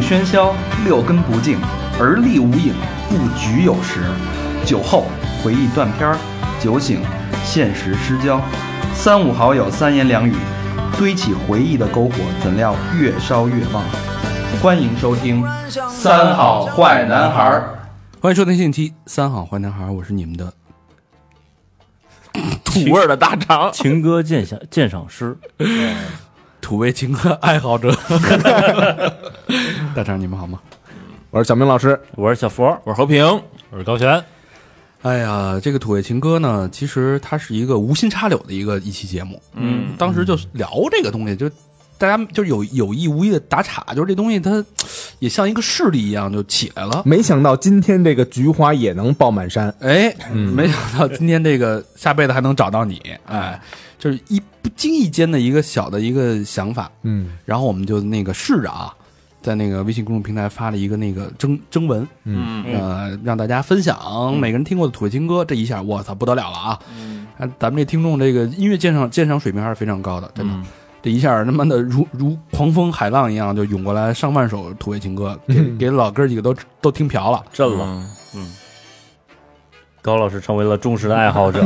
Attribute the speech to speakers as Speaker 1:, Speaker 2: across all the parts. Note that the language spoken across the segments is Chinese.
Speaker 1: 喧嚣，六根不净，而立无影，不局有时。酒后回忆断片儿，酒醒现实失焦。三五好友三言两语，堆起回忆的篝火，怎料越烧越旺。欢迎收听《三好坏男孩儿》。
Speaker 2: 欢迎收听信期《三好坏男孩》，我是你们的
Speaker 3: 土味儿的大肠，
Speaker 4: 情歌鉴赏鉴赏师，
Speaker 2: 土味情歌爱好者 大肠，你们好吗？
Speaker 3: 我是小明老师，
Speaker 4: 我是小佛，
Speaker 3: 我是和平，
Speaker 5: 我是高璇，
Speaker 2: 哎呀，这个土味情歌呢，其实它是一个无心插柳的一个一期节目。
Speaker 3: 嗯，
Speaker 2: 当时就聊这个东西，就大家就是有有意无意的打岔，就是这东西它也像一个势力一样就起来了。
Speaker 3: 没想到今天这个菊花也能爆满山，嗯
Speaker 2: 哎，没想到今天这个下辈子还能找到你，哎，就是一不经意间的一个小的一个想法，
Speaker 3: 嗯
Speaker 2: 然后我们就那个试着啊，在那个微信公众平台发了一个那个征征文，
Speaker 3: 嗯
Speaker 2: 呃，让大家分享每个人听过的土味情歌。这一下，我操，不得了了啊！啊，咱们这听众这个音乐鉴赏鉴赏水平还是非常高的，真的。
Speaker 4: 嗯
Speaker 2: 这一下他妈的如如狂风海浪一样就涌过来上万首土味情歌，给、给老哥几个都都听瓢了。
Speaker 4: 震了，嗯，高老师成为了忠实的爱好者，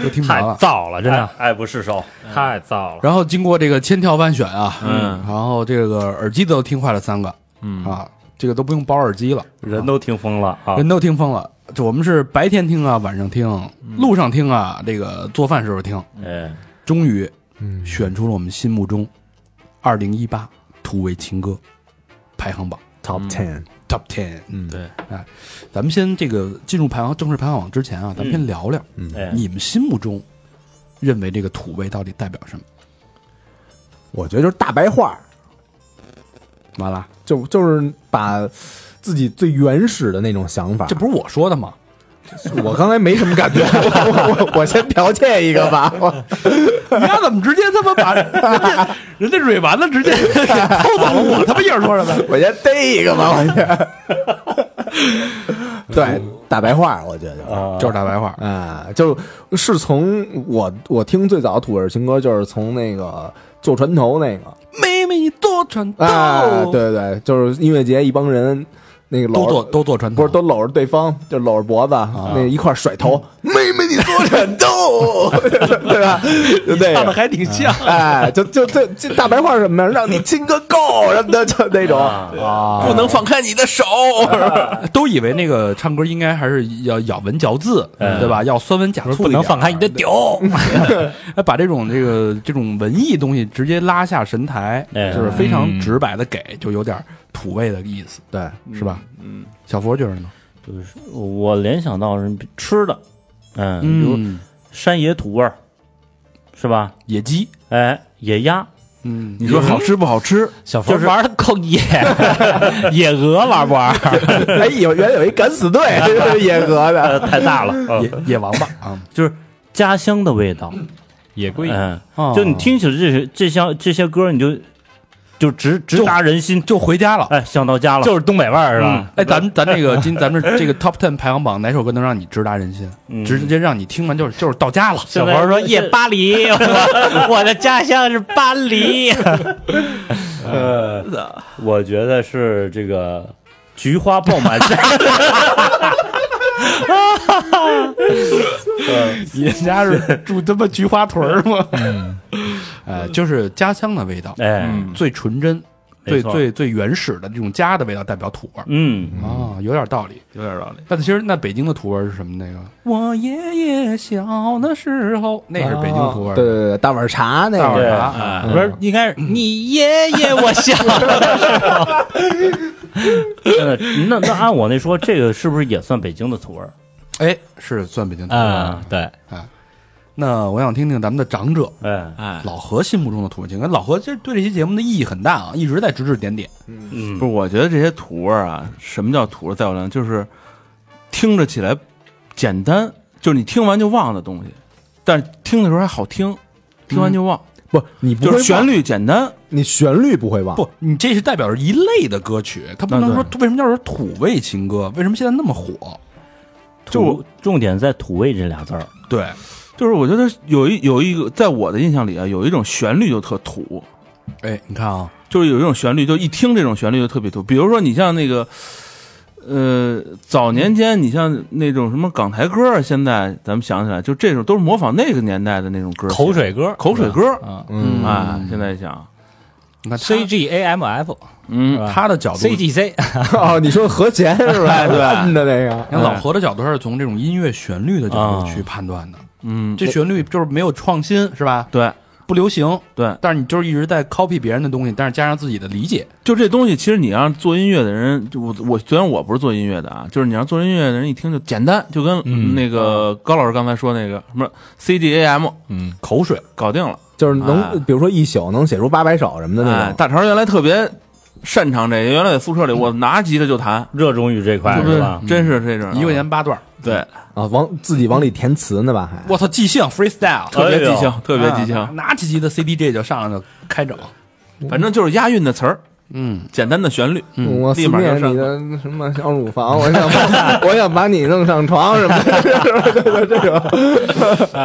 Speaker 2: 都听
Speaker 5: 太
Speaker 2: 瓢了。
Speaker 5: 燥了，真
Speaker 4: 爱
Speaker 5: 的
Speaker 4: 爱不释手，
Speaker 5: 太燥了。
Speaker 2: 然后经过这个千挑万选啊，
Speaker 3: 嗯
Speaker 2: 然后这个耳机都听坏了三个
Speaker 3: 嗯
Speaker 2: 啊，这个都不用包耳机了，
Speaker 4: 人都听疯了啊
Speaker 2: 人，都听疯了。这我们是白天听啊，晚上听，路上听啊，这个做饭时候听。
Speaker 5: 嗯
Speaker 4: 哎，
Speaker 2: 终于
Speaker 3: 嗯，
Speaker 2: 选出了我们心目中二零一八土味情歌排行榜
Speaker 3: Top Ten，
Speaker 2: Top Ten。哎
Speaker 3: 嗯
Speaker 5: 对
Speaker 2: 咱们先这个进入排行正式排行榜之前啊，咱们先聊聊、
Speaker 3: 嗯
Speaker 4: 哎，
Speaker 2: 你们心目中认为这个土味到底代表什么？
Speaker 3: 我觉得就是大白话，
Speaker 2: 完了，
Speaker 3: 就就是把自己最原始的那种想法，
Speaker 2: 这不是我说的吗？
Speaker 3: 我刚才没什么感觉，我我我先剽窃一个吧，我
Speaker 2: 你丫怎么直接他妈把人家人家蕊完了 直接给偷走了我？他妈一人说什么？
Speaker 3: 我先逮一个吧，我先，对，大白话，我觉得
Speaker 4: 啊，
Speaker 2: 嗯就是大白话，
Speaker 3: 啊，就是从我我听最早的土味情歌，就是从那个坐船头那个
Speaker 2: 妹妹你坐船头，
Speaker 3: 啊，对对，就是音乐节一帮人那
Speaker 2: 都
Speaker 3: 个搂着
Speaker 2: 坐都坐船头，
Speaker 3: 不是都搂着对方，就搂着脖子，
Speaker 2: 啊
Speaker 3: 那一块甩 头，妹妹你坐船头，对吧？就那
Speaker 2: 唱的
Speaker 3: 个。
Speaker 2: 还挺像
Speaker 3: 哎，就就这这大白话是什么呀？让你亲个够什么的，就那种
Speaker 2: 啊
Speaker 3: 不能放开你 的手。
Speaker 2: 都以为那个唱歌应该还是要咬文嚼字，
Speaker 4: 嗯
Speaker 2: 对吧？要酸文假醋，
Speaker 5: 不能放开你的
Speaker 2: 屌， 哎把这种这个这种文艺东西直接拉下神台，
Speaker 5: 嗯
Speaker 4: 哎
Speaker 2: 就是非常直白的给，就有点土味的意思，
Speaker 3: 对，
Speaker 2: 是吧？嗯，小佛觉得呢？
Speaker 4: 就是我联想到是吃的，嗯，比如，山野土味儿，是吧？
Speaker 2: 野鸡，
Speaker 4: 哎，野鸭，
Speaker 2: 嗯，
Speaker 6: 你说好吃不好吃？
Speaker 5: 小佛玩的够野， 野鹅玩不玩？
Speaker 3: 哎，有原来有一敢死队，野哥的，
Speaker 4: 呃，太大了，嗯
Speaker 2: 野野王八啊，
Speaker 4: 就是 家乡的味道，
Speaker 5: 野龟
Speaker 4: 嗯，
Speaker 2: 哦
Speaker 4: 就你听起来这些这些这些歌，你就就直直达人心，
Speaker 2: 就回家了。
Speaker 4: 哎，想到家了，嗯
Speaker 5: 就是东北味儿是吧？
Speaker 2: 哎，咱咱这个今咱们 这个 top ten 排行榜哪首歌能让你直达人心？
Speaker 4: 嗯
Speaker 2: 直接让你听完就是就是到家了。
Speaker 4: 现
Speaker 5: 小
Speaker 4: 在
Speaker 5: 佛说夜 巴黎，我 我的家乡是巴黎。
Speaker 4: 呃，我觉得是这个菊花爆满山，
Speaker 2: 你们家是住他妈菊花屯儿吗？呃，就是家乡的味道，
Speaker 4: 哎，
Speaker 2: 最纯真、最
Speaker 4: 没错
Speaker 2: 最最原始的这种家的味道，代表土味儿
Speaker 4: 嗯，
Speaker 2: 啊，有点道理。
Speaker 6: 有点道理。
Speaker 2: 但其实那北京的土味儿是什么？那个我爷爷小的时候，那是北京土味
Speaker 3: 对
Speaker 2: 儿。
Speaker 3: 对对，大碗茶那
Speaker 2: 大碗
Speaker 3: 个，
Speaker 2: 茶，
Speaker 5: 啊，
Speaker 4: 嗯
Speaker 5: 不是，应该是你爷爷我想，
Speaker 4: 呃那那按我那说，这个是不是也算北京的土味儿？
Speaker 2: 哎，是算北京土味儿。
Speaker 4: 啊
Speaker 5: 嗯，对，
Speaker 3: 啊
Speaker 2: 那我想听听咱们的长者
Speaker 4: 哎，
Speaker 6: 哎，
Speaker 2: 老何心目中的土味情感。老何这对这期节目的意义很大啊，一直在指指点点。
Speaker 4: 嗯
Speaker 6: 不，是，我觉得这些土味儿啊，什么叫土味儿？在我来讲，就是听着起来简单，就是你听完就忘的东西，但是听的时候还好听，听完就忘，
Speaker 4: 嗯
Speaker 3: 不，你不
Speaker 6: 就是
Speaker 3: 会
Speaker 6: 旋
Speaker 3: 忘，
Speaker 6: 律简单。
Speaker 3: 你旋律不会忘，
Speaker 2: 不，你这是代表着一类的歌曲，它不能说为什么叫做土味情歌？为什么现在那么火？
Speaker 4: 就重点在“土味”这俩 字儿，
Speaker 2: 对，
Speaker 6: 就是我觉得有一有一个，在我的印象里啊，有一种旋律就特土，
Speaker 2: 哎，你看啊，
Speaker 6: 就是有一种旋律，就一听这种旋律就特别土。比如说你像那个，呃，早年间你像那种什么港台歌啊，现在咱们想起来，就这种都是模仿那个年代的那种歌，
Speaker 5: 口水歌
Speaker 6: 口水歌
Speaker 5: 啊
Speaker 3: 嗯
Speaker 6: 啊。现在想，
Speaker 2: 你看他
Speaker 5: ，C G A M F
Speaker 6: 嗯，
Speaker 2: 他的角度，
Speaker 5: C
Speaker 2: 你
Speaker 5: G C，
Speaker 3: 哦，你说和 弦是吧？对，摁的那个，
Speaker 2: 看老
Speaker 6: 哎
Speaker 2: 何的角度，他是从这种音乐旋律的角度去判断的。
Speaker 6: 啊嗯，
Speaker 2: 这旋律就是没有创新，是吧？
Speaker 6: 对
Speaker 2: 不流行，
Speaker 6: 对，
Speaker 2: 但是你就是一直在 copy 别人的东西，但是加上自己的理解。
Speaker 6: 就这东西，其实你让做音乐的人，就我我虽然我不是做音乐的啊，就是你让做音乐的人一听就简单，就
Speaker 2: 嗯
Speaker 6: 跟那个高老师刚才说那个什么 C D A M
Speaker 2: 嗯，口水，
Speaker 6: 搞定了。
Speaker 3: 就是
Speaker 6: 哎
Speaker 2: 啊
Speaker 3: 能，比如说一宿能写出八百首什么的那
Speaker 6: 哎，
Speaker 3: 种。
Speaker 6: 大肠原来特别擅长这个，原来在宿舍里我拿吉他就弹，
Speaker 4: 热衷于这块
Speaker 6: 对不嗯
Speaker 4: 是吧
Speaker 6: 对？？真是这种
Speaker 2: 啊一块钱八段儿，
Speaker 6: 对，
Speaker 3: 啊，往自己往里填词呢吧？还
Speaker 2: 我操，即兴 freestyle，
Speaker 6: 特别
Speaker 4: 哎呦
Speaker 6: 即兴，特别即
Speaker 2: 啊
Speaker 6: 兴，
Speaker 2: 拿起吉的 CDJ 就上来就开整。
Speaker 6: 反正就是押韵的词儿，
Speaker 2: 嗯，
Speaker 6: 简单的旋律，
Speaker 2: 嗯
Speaker 3: 我思
Speaker 6: 立马就
Speaker 3: 念
Speaker 6: 上
Speaker 3: 你的什么小乳房，我想把我想把你弄上床什么的，就是这种。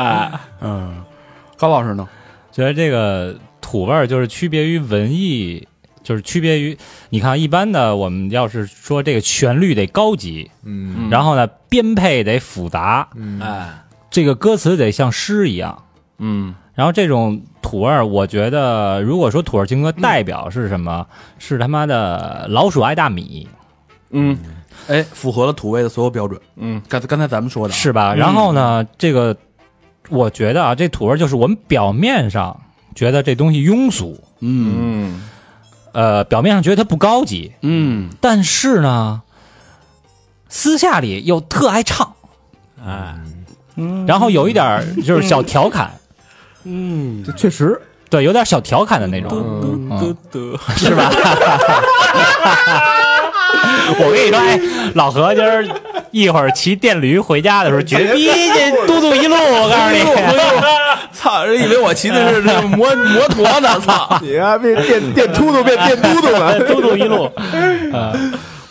Speaker 2: 高老师呢？
Speaker 5: 啊觉得这个土味儿就是区别于文艺，就是区别于你看一般的，我们要是说这个旋律得高级，
Speaker 3: 嗯，
Speaker 5: 然后呢编配得复杂，
Speaker 6: 哎，
Speaker 5: 这个歌词得像诗一样。
Speaker 6: 嗯，
Speaker 5: 然后这种土味儿，我觉得如果说土味情歌代表是什么，是他妈的老鼠爱大米，
Speaker 6: 嗯
Speaker 2: 哎，符合了土味的所有标准。
Speaker 6: 嗯，
Speaker 2: 刚才刚才咱们说的啊，
Speaker 5: 是吧？然后呢，这个我觉得啊，这土味儿就是我们表面上觉得这东西庸俗，
Speaker 2: 嗯
Speaker 6: 嗯，
Speaker 5: 呃，表面上觉得它不高级，
Speaker 2: 嗯，
Speaker 5: 但是呢，私下里又特爱唱，哎，然后有一点儿就是小调侃，
Speaker 3: 这确实，
Speaker 5: 对，有点小调侃的那种。
Speaker 3: 嗯，
Speaker 6: 嘟嘟，
Speaker 5: 我跟你说，哎，老何今儿一会儿骑电驴回家的时候，绝逼这嘟嘟一路，我告诉你，
Speaker 6: 操，人以为我骑的是这
Speaker 3: 嗯
Speaker 6: 摩摩托呢，操，
Speaker 3: 你啊变变变秃噜变变嘟嘟了。
Speaker 5: 嘟嘟一路，
Speaker 2: 呃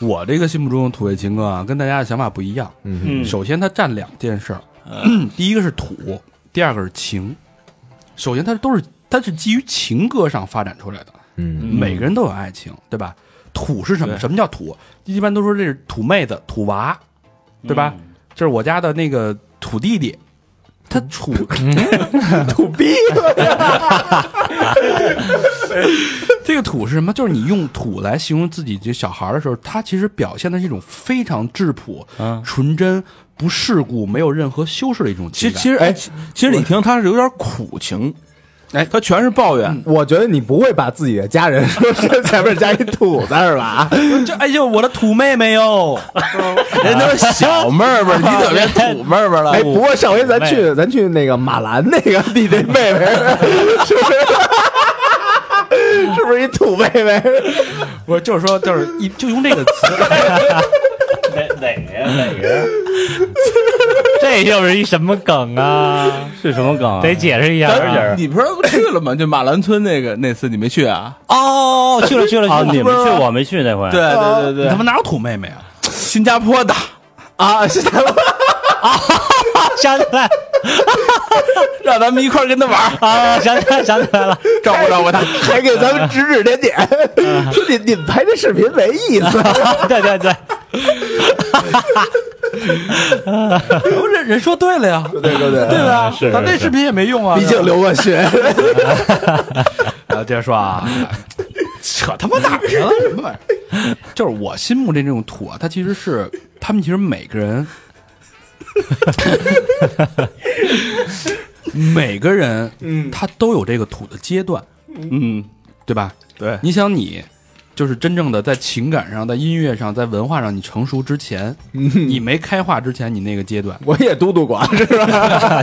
Speaker 2: 我这个心目中的土味情歌啊，跟大家的想法不一样。
Speaker 3: 嗯，
Speaker 2: 首先它占两件事儿， 第一个是土，第二个是情。首先它都是它是基于情歌上发展出来的，
Speaker 3: 嗯，
Speaker 2: 每个人都有爱情，对吧？土是什么？什么叫土？一般都说这是土妹子、土娃，对吧？这是我家的那个土弟弟，他土
Speaker 3: 土逼，
Speaker 2: 这个土是什么？就是你用土来形容自己这小孩儿的时候，他其实表现的是一种非常质朴、纯真、不世故、没有任何修饰的一种
Speaker 6: 其
Speaker 2: 情
Speaker 6: 实
Speaker 2: 感。
Speaker 6: 其实哎，其其实你听他是有点苦情，
Speaker 2: 哎
Speaker 6: 他全是抱怨，
Speaker 3: 我觉得你不会把自己的家人说是前面加一土字儿吧？
Speaker 2: 这哎呦，我的土妹妹 哟！
Speaker 6: 人都是小妹儿们儿，你怎么变土妹儿们儿了
Speaker 3: 哎，？不过上回咱去咱去那个马兰那个弟弟妹妹，是 不是？是不是一土妹妹？
Speaker 2: 我就是说，就是一就用这个词，
Speaker 4: 哪哪个呀？哪个呀？
Speaker 5: 这又是一什么梗啊？
Speaker 4: 是什么梗啊？
Speaker 5: 得解释一下。
Speaker 6: 咱你不是去了吗？ 就马兰村那个那次你没去啊？
Speaker 5: 哦，去了去了去
Speaker 4: 啊，
Speaker 5: 了，
Speaker 4: 你们去我没去那回。
Speaker 6: 对，对
Speaker 2: 你
Speaker 6: 对
Speaker 2: 他
Speaker 6: 对，
Speaker 2: 妈哪有土妹妹啊？
Speaker 6: 新加坡的，
Speaker 3: 啊，是他们
Speaker 5: 啊想起 来
Speaker 6: 让咱们一块儿跟他玩儿，
Speaker 5: 啊，想起来想起来了，
Speaker 6: 照顾照顾他。
Speaker 3: 还给咱们指指点点，说你你们拍这视频没意思。
Speaker 5: 嗯 对 对对，
Speaker 2: 不是哦人说对了呀，
Speaker 3: 对对对，
Speaker 2: 对
Speaker 7: 啊
Speaker 2: 吧？
Speaker 4: 啊是
Speaker 2: 咱这视频也没用啊，
Speaker 3: 毕竟留过学。
Speaker 2: 啊，接着说啊， 扯他妈哪儿去了？什么玩意儿？ 就是我心目中这种土啊，它其实是他们其实每个人，每个人，嗯，他都有这个土的阶段，
Speaker 4: 嗯，
Speaker 2: 对吧？
Speaker 6: 对
Speaker 2: 你想你。就是真正的在情感上、在音乐上、在文化上，你成熟之前，你没开化之前，你那个阶段，
Speaker 3: 嗯我也嘟嘟 过，是吧？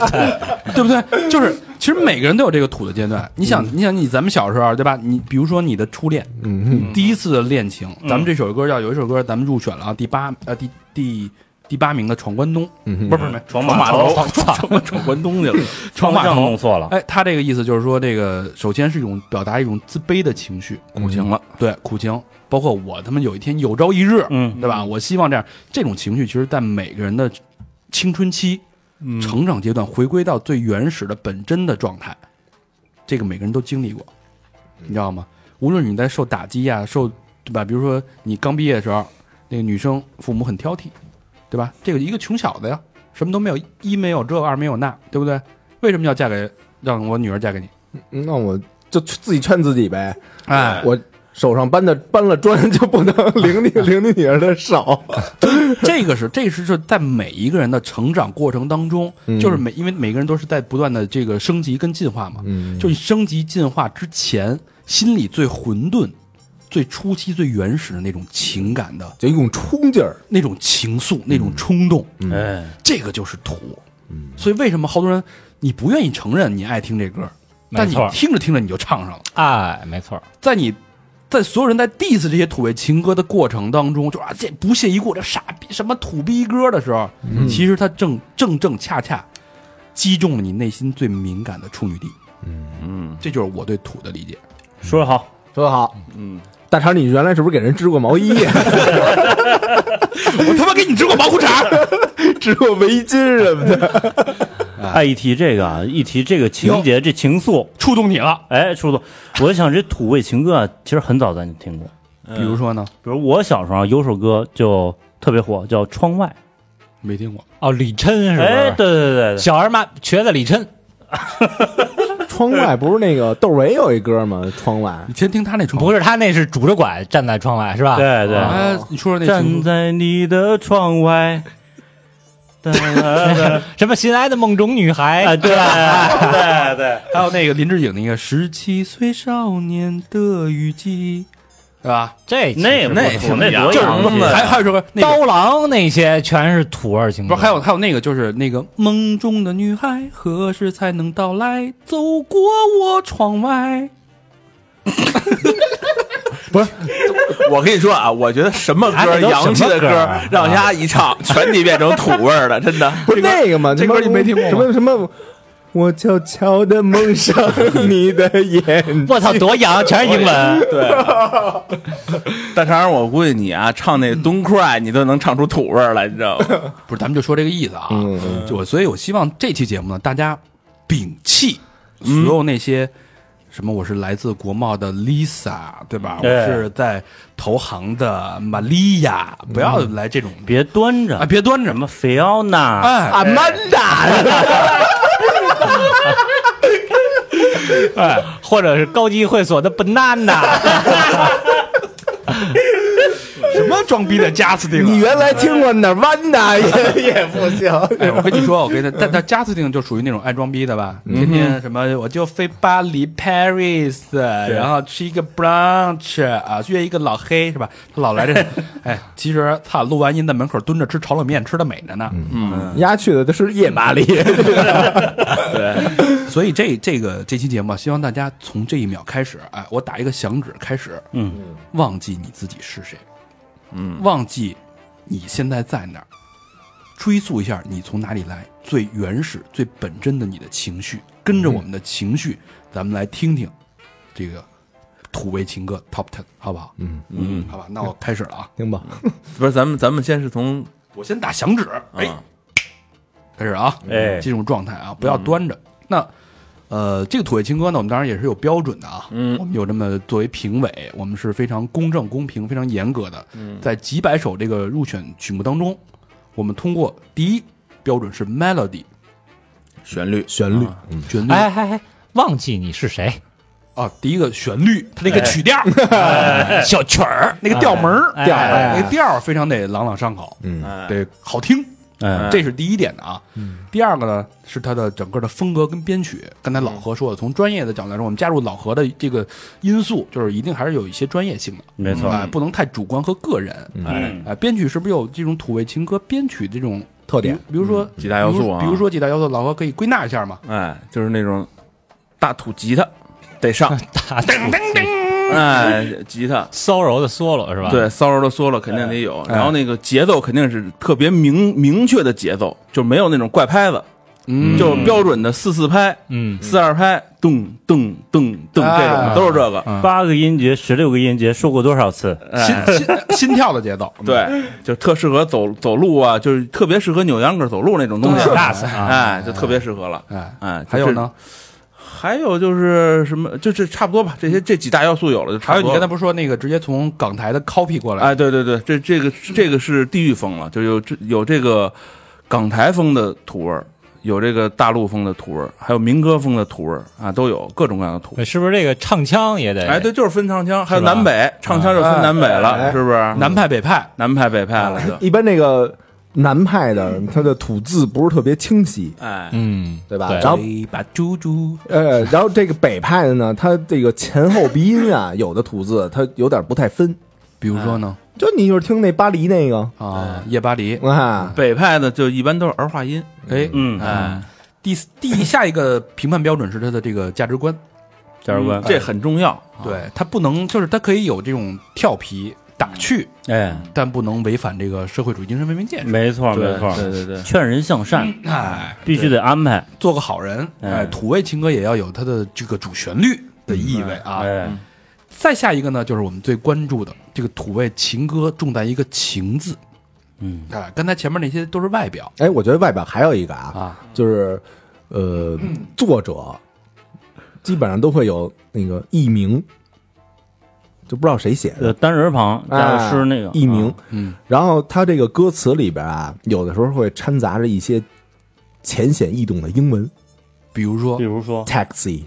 Speaker 2: 对不 对？就是其实每个人都有这个土的阶段。你想，你想你咱们小时候，啊对吧？你比如说你的初恋，
Speaker 3: 嗯，
Speaker 2: 第一次的恋情，
Speaker 4: 嗯
Speaker 2: 咱们这首歌叫有一首歌，咱们入选了啊，第八呃第第第八名的《闯关东》，
Speaker 6: 嗯
Speaker 2: 不是不是
Speaker 4: 闯码头，
Speaker 6: 我闯关东 去了，
Speaker 2: 《闯码
Speaker 4: 方向
Speaker 2: 头
Speaker 4: 弄》。错了。
Speaker 2: 哎，他这个意思就是说，这个首先是一种表达一种自卑的情绪，嗯
Speaker 6: 苦情了。
Speaker 2: 对苦情，包括我他妈有一天有朝一日，
Speaker 4: 嗯，
Speaker 2: 对吧？我希望这样，这种情绪其实，在每个人的青春期、
Speaker 6: 嗯
Speaker 2: 成长阶段，回归到
Speaker 6: 嗯
Speaker 2: 最原始的本真的状态，这个每个人都经历过，你知道吗？无论你在受打击呀、受对吧？比如说你刚毕业的时候，那个女生父母很挑剔，对吧？这个一个穷小子呀，什么都没有，一没有这，二没有那，对不对？为什么要嫁给让我女儿嫁给你？
Speaker 3: 嗯那我就自己劝自己呗。
Speaker 2: 哎，
Speaker 3: 我手上搬的搬了砖，就不能 领你领你女儿的手。
Speaker 2: 这个是这个、是是在每一个人的成长过程当中，
Speaker 3: 嗯
Speaker 2: 就是每因为每个人都是在不断的这个升级跟进化嘛，
Speaker 3: 嗯
Speaker 2: 就是升级进化之前，心里最混沌、最初期、最原始的那种情感的
Speaker 3: 就一种冲劲儿。嗯
Speaker 2: 那种情愫、那种冲动，
Speaker 4: 哎，
Speaker 2: 这个就是土。所以为什么好多人你不愿意承认你爱听这歌，
Speaker 5: 没
Speaker 2: 但你
Speaker 5: 错儿，
Speaker 2: 听着听着你就唱上了，
Speaker 5: 哎，没错儿，
Speaker 2: 在你。在所有人在 diss 这些土味情歌的过程当中，就啊这不屑一顾，这傻逼什么土逼歌的时候，
Speaker 5: 嗯
Speaker 2: 其实它正正正恰恰击中了你内心最敏感的处女地。
Speaker 6: 嗯
Speaker 2: 这就是我对土的理解。
Speaker 4: 说得好，
Speaker 3: 说得好，
Speaker 6: 嗯，
Speaker 3: 大肠，你原来是不是给人织过毛衣呀、
Speaker 2: 我他妈给你织过毛 裤衩，
Speaker 3: 织过围巾什么的？
Speaker 4: 爱一提这个啊，一提这个情节，这情愫，
Speaker 2: 触动你了。
Speaker 4: 哎，初总，我想这土味情歌啊，其实很早咱就听过，
Speaker 2: 比如说呢，
Speaker 4: 比如我小时候啊有首歌就特别火，叫《窗外
Speaker 2: 没听过。
Speaker 5: 哦，李琛》。是不
Speaker 4: 哎，
Speaker 5: 是？
Speaker 4: 对对对对，
Speaker 5: 小儿麻瘸子李琛，
Speaker 3: 窗外不是那个窦唯有一歌吗？窗外
Speaker 2: 你先听他那床，
Speaker 5: 不是他那是拄着拐哎站在窗外是吧？
Speaker 4: 对对
Speaker 5: 啊
Speaker 2: 哎，你说说那
Speaker 4: 站
Speaker 2: 情歌
Speaker 4: 在你的窗 外，哒哒哒
Speaker 5: 什么心爱的梦中女孩
Speaker 3: 哎
Speaker 4: 啊，对对 对，
Speaker 2: 还有那个林志颖那个十七岁少年的雨季，是吧？
Speaker 5: 这
Speaker 4: 那不
Speaker 6: 那
Speaker 4: 土那多
Speaker 6: 就是
Speaker 4: 洋气
Speaker 6: 对
Speaker 2: 还还有一首歌，那个
Speaker 5: 啊刀郎那些全是土味情
Speaker 2: 不
Speaker 5: 歌，
Speaker 2: 是还有还有那个就是那个梦中的女孩何时才能到来？走过我窗外，
Speaker 6: 我跟你说啊，我觉得什么
Speaker 5: 哎
Speaker 6: 歌
Speaker 5: 这都
Speaker 6: 洋气的
Speaker 5: 什么歌啊
Speaker 6: 让丫一唱，全得变成土味儿了，真的。
Speaker 3: 不是那个吗？
Speaker 6: 这歌
Speaker 3: 你
Speaker 6: 你没听过吗
Speaker 3: 什么什么？我悄悄的梦上你的眼
Speaker 5: 我操多 洋，全是英文。
Speaker 6: 大肠，我估计你啊，唱那《Don't Cry》，你都能唱出土味儿来，你知道吗？
Speaker 2: 不是咱们就说这个意思啊。
Speaker 3: 嗯
Speaker 2: 就我所以，我希望这期节目呢，大家摒弃所有那些、什么，我是来自国贸的 Lisa，
Speaker 6: 哎
Speaker 2: 对吧？
Speaker 4: 对
Speaker 2: 我是在投行的玛利亚，不要来这
Speaker 6: 嗯
Speaker 2: 种、
Speaker 4: 别端着
Speaker 2: 啊，别端着
Speaker 4: 什
Speaker 2: 嘛，
Speaker 4: 么菲奥娜，
Speaker 5: 啊
Speaker 2: 哎，
Speaker 3: 阿曼 达，
Speaker 2: 哎
Speaker 5: 或者是高级会所的 banana，
Speaker 2: 什么装逼的加斯汀
Speaker 3: 你
Speaker 2: 啊？
Speaker 3: 原来听过哪弯的也也不行。
Speaker 2: 哎，我跟你说，我跟他，但但加斯汀就属于那种爱装逼的吧，
Speaker 3: 嗯
Speaker 2: 天天什么我就飞巴黎 Paris，然后吃一个 brunch 啊，约一个老黑是吧？他老来这，哎，其实操，录完音在门口蹲着吃炒冷面，吃的美着呢。
Speaker 3: 丫嗯去的都是夜巴黎，
Speaker 2: 所以这这个这期节目啊，希望大家从这一秒开始，哎，我打一个响指开始，
Speaker 4: 嗯，
Speaker 2: 忘记你自己是谁，嗯，忘记你现在在哪儿，追溯一下你从哪里来，最原始、最本真的你的情绪，跟
Speaker 3: 嗯
Speaker 2: 着我们的情绪，咱们来听听这个土味情歌 Top Ten，好不好？
Speaker 3: 嗯
Speaker 2: 嗯，好吧，那我开始了啊，
Speaker 3: 听吧。
Speaker 6: 不是，咱们咱们先是从
Speaker 2: 我先打响指，哎，
Speaker 6: 啊
Speaker 2: 开始啊，
Speaker 4: 哎
Speaker 2: 进入状态啊，不要端着。
Speaker 6: 嗯
Speaker 2: 那呃，这个土味情歌呢，我们当然也是有标准的啊，嗯，我们有这么作为评委，我们是非常公正、公平、非常严格的。
Speaker 6: 嗯
Speaker 2: 在几百首这个入选曲目当中，我们通过第一标准是 melody 啊
Speaker 6: 旋律，
Speaker 3: 旋律，嗯
Speaker 2: 旋律
Speaker 5: 哎哎哎，忘记你是谁，
Speaker 2: 啊，第一个旋律，它那个曲 调、哎小曲儿，那个调门儿
Speaker 5: 哎
Speaker 3: 调
Speaker 5: 哎
Speaker 3: 哎
Speaker 2: 那个调儿非常得朗朗上口，
Speaker 3: 嗯
Speaker 2: 得好听。
Speaker 8: 嗯
Speaker 4: 哎，
Speaker 2: 这是第一点的啊。第二个呢是它的整个的风格跟编曲。刚才老何说的，从专业的角度来说，我们加入老何的这个因素，就是一定还是有一些专业性的，
Speaker 4: 没错
Speaker 2: 啊，不能太主观和个人。
Speaker 6: 嗯
Speaker 4: 哎，
Speaker 2: 啊，编曲是不是有这种土味情歌编曲这种
Speaker 3: 特点，
Speaker 2: 比如说
Speaker 6: 几大要素啊
Speaker 2: 比如比如说几大要素，老何可以归纳一下嘛？
Speaker 6: 哎，就是那种大土吉他得上，
Speaker 5: 大
Speaker 6: 嗯
Speaker 5: 噔噔噔，
Speaker 6: 哎，吉他。
Speaker 5: 骚柔的 solo 是吧？
Speaker 6: 对，骚扰的嗦了肯定得
Speaker 2: 哎
Speaker 6: 有，然后那个节奏肯定是特别明明确的节奏，就没有那种怪拍子，
Speaker 2: 嗯
Speaker 6: 就标准的四四拍、
Speaker 5: 嗯，
Speaker 6: 四二拍，咚咚咚咚这种的
Speaker 2: 哎
Speaker 6: 都是这个。
Speaker 5: 嗯
Speaker 6: 哎
Speaker 4: 八个音节，十六个音节，说过多少次？
Speaker 2: 心心心跳的节奏，
Speaker 6: 对，就特适合走走路啊，就是特别适合扭秧歌走路那种东西，
Speaker 2: 对
Speaker 6: 哎，就特别适合了。
Speaker 2: 哎，
Speaker 6: 哎，
Speaker 2: 还有呢，
Speaker 6: 还有就是什么，就是差不多吧，这些这几大要素有了就
Speaker 2: 还
Speaker 6: 差
Speaker 2: 有
Speaker 6: 不多
Speaker 2: 你刚才
Speaker 6: 了。
Speaker 2: 不是说那个直接从港台的 copy 过来？
Speaker 6: 哎，对对对，这这个这个是地域风了，就有这有这个港台风的土味儿，有这个大陆风的土味儿，还有民歌风的土味儿啊，都有各种各样的土味儿。
Speaker 5: 哎是不是这个唱腔也得？
Speaker 6: 哎，对，就是分唱腔，还有
Speaker 5: 是吧
Speaker 6: 南北唱腔就分南北
Speaker 3: 哎
Speaker 6: 了，是不是？
Speaker 2: 南派北派，
Speaker 6: 南派北派了就，
Speaker 3: 一般这个南派的他的吐字不是特别清晰，
Speaker 6: 哎，
Speaker 5: 嗯，
Speaker 3: 对吧？
Speaker 5: 对
Speaker 3: 然后
Speaker 2: 一把猪猪，
Speaker 3: 呃，然后这个北派的呢，它这个前后鼻 音啊，有的吐字它有点不太分。哎
Speaker 2: 比如说呢
Speaker 3: 就你就是听那巴黎那个
Speaker 9: 哎
Speaker 2: 啊，夜巴黎，
Speaker 3: 啊，
Speaker 6: 北派的就一般都是儿化音，
Speaker 2: 哎，
Speaker 9: 嗯，
Speaker 2: 哎，第第下一个评判标准是他的这个价值观，嗯
Speaker 9: 价值观，嗯
Speaker 6: 这很重要。
Speaker 2: 对他不能就是他可以有这种调皮打趣，
Speaker 9: 哎，
Speaker 2: 但不能违反这个社会主义精神文明建设。
Speaker 9: 没错
Speaker 6: 对
Speaker 9: 没错，
Speaker 6: 对对对，
Speaker 9: 劝人向善，
Speaker 2: 哎，
Speaker 9: 必须得安排，
Speaker 2: 做个好人，
Speaker 9: 哎
Speaker 2: 哎，土味情歌也要有它的这个主旋律的意味啊。
Speaker 9: 哎，
Speaker 2: 再下一个呢，就是我们最关注的这个土味情歌重在一个“情”字。
Speaker 9: 嗯，
Speaker 2: 哎，刚才前面那些都是外表
Speaker 3: 哎，我觉得外表还有 一个啊，
Speaker 2: 啊，
Speaker 3: 就是呃，
Speaker 2: 嗯
Speaker 3: 作者基本上都会有那个艺名，就不知道谁写
Speaker 9: 呃，
Speaker 3: 的。
Speaker 9: 单人旁加个
Speaker 3: 哎
Speaker 9: 诗那个啊
Speaker 3: 艺名，，
Speaker 2: 嗯，
Speaker 3: 然后他这个歌词里边啊，有的时候会掺杂着一些浅显易懂的英文
Speaker 2: 比如说
Speaker 9: 比如说
Speaker 3: ，taxi，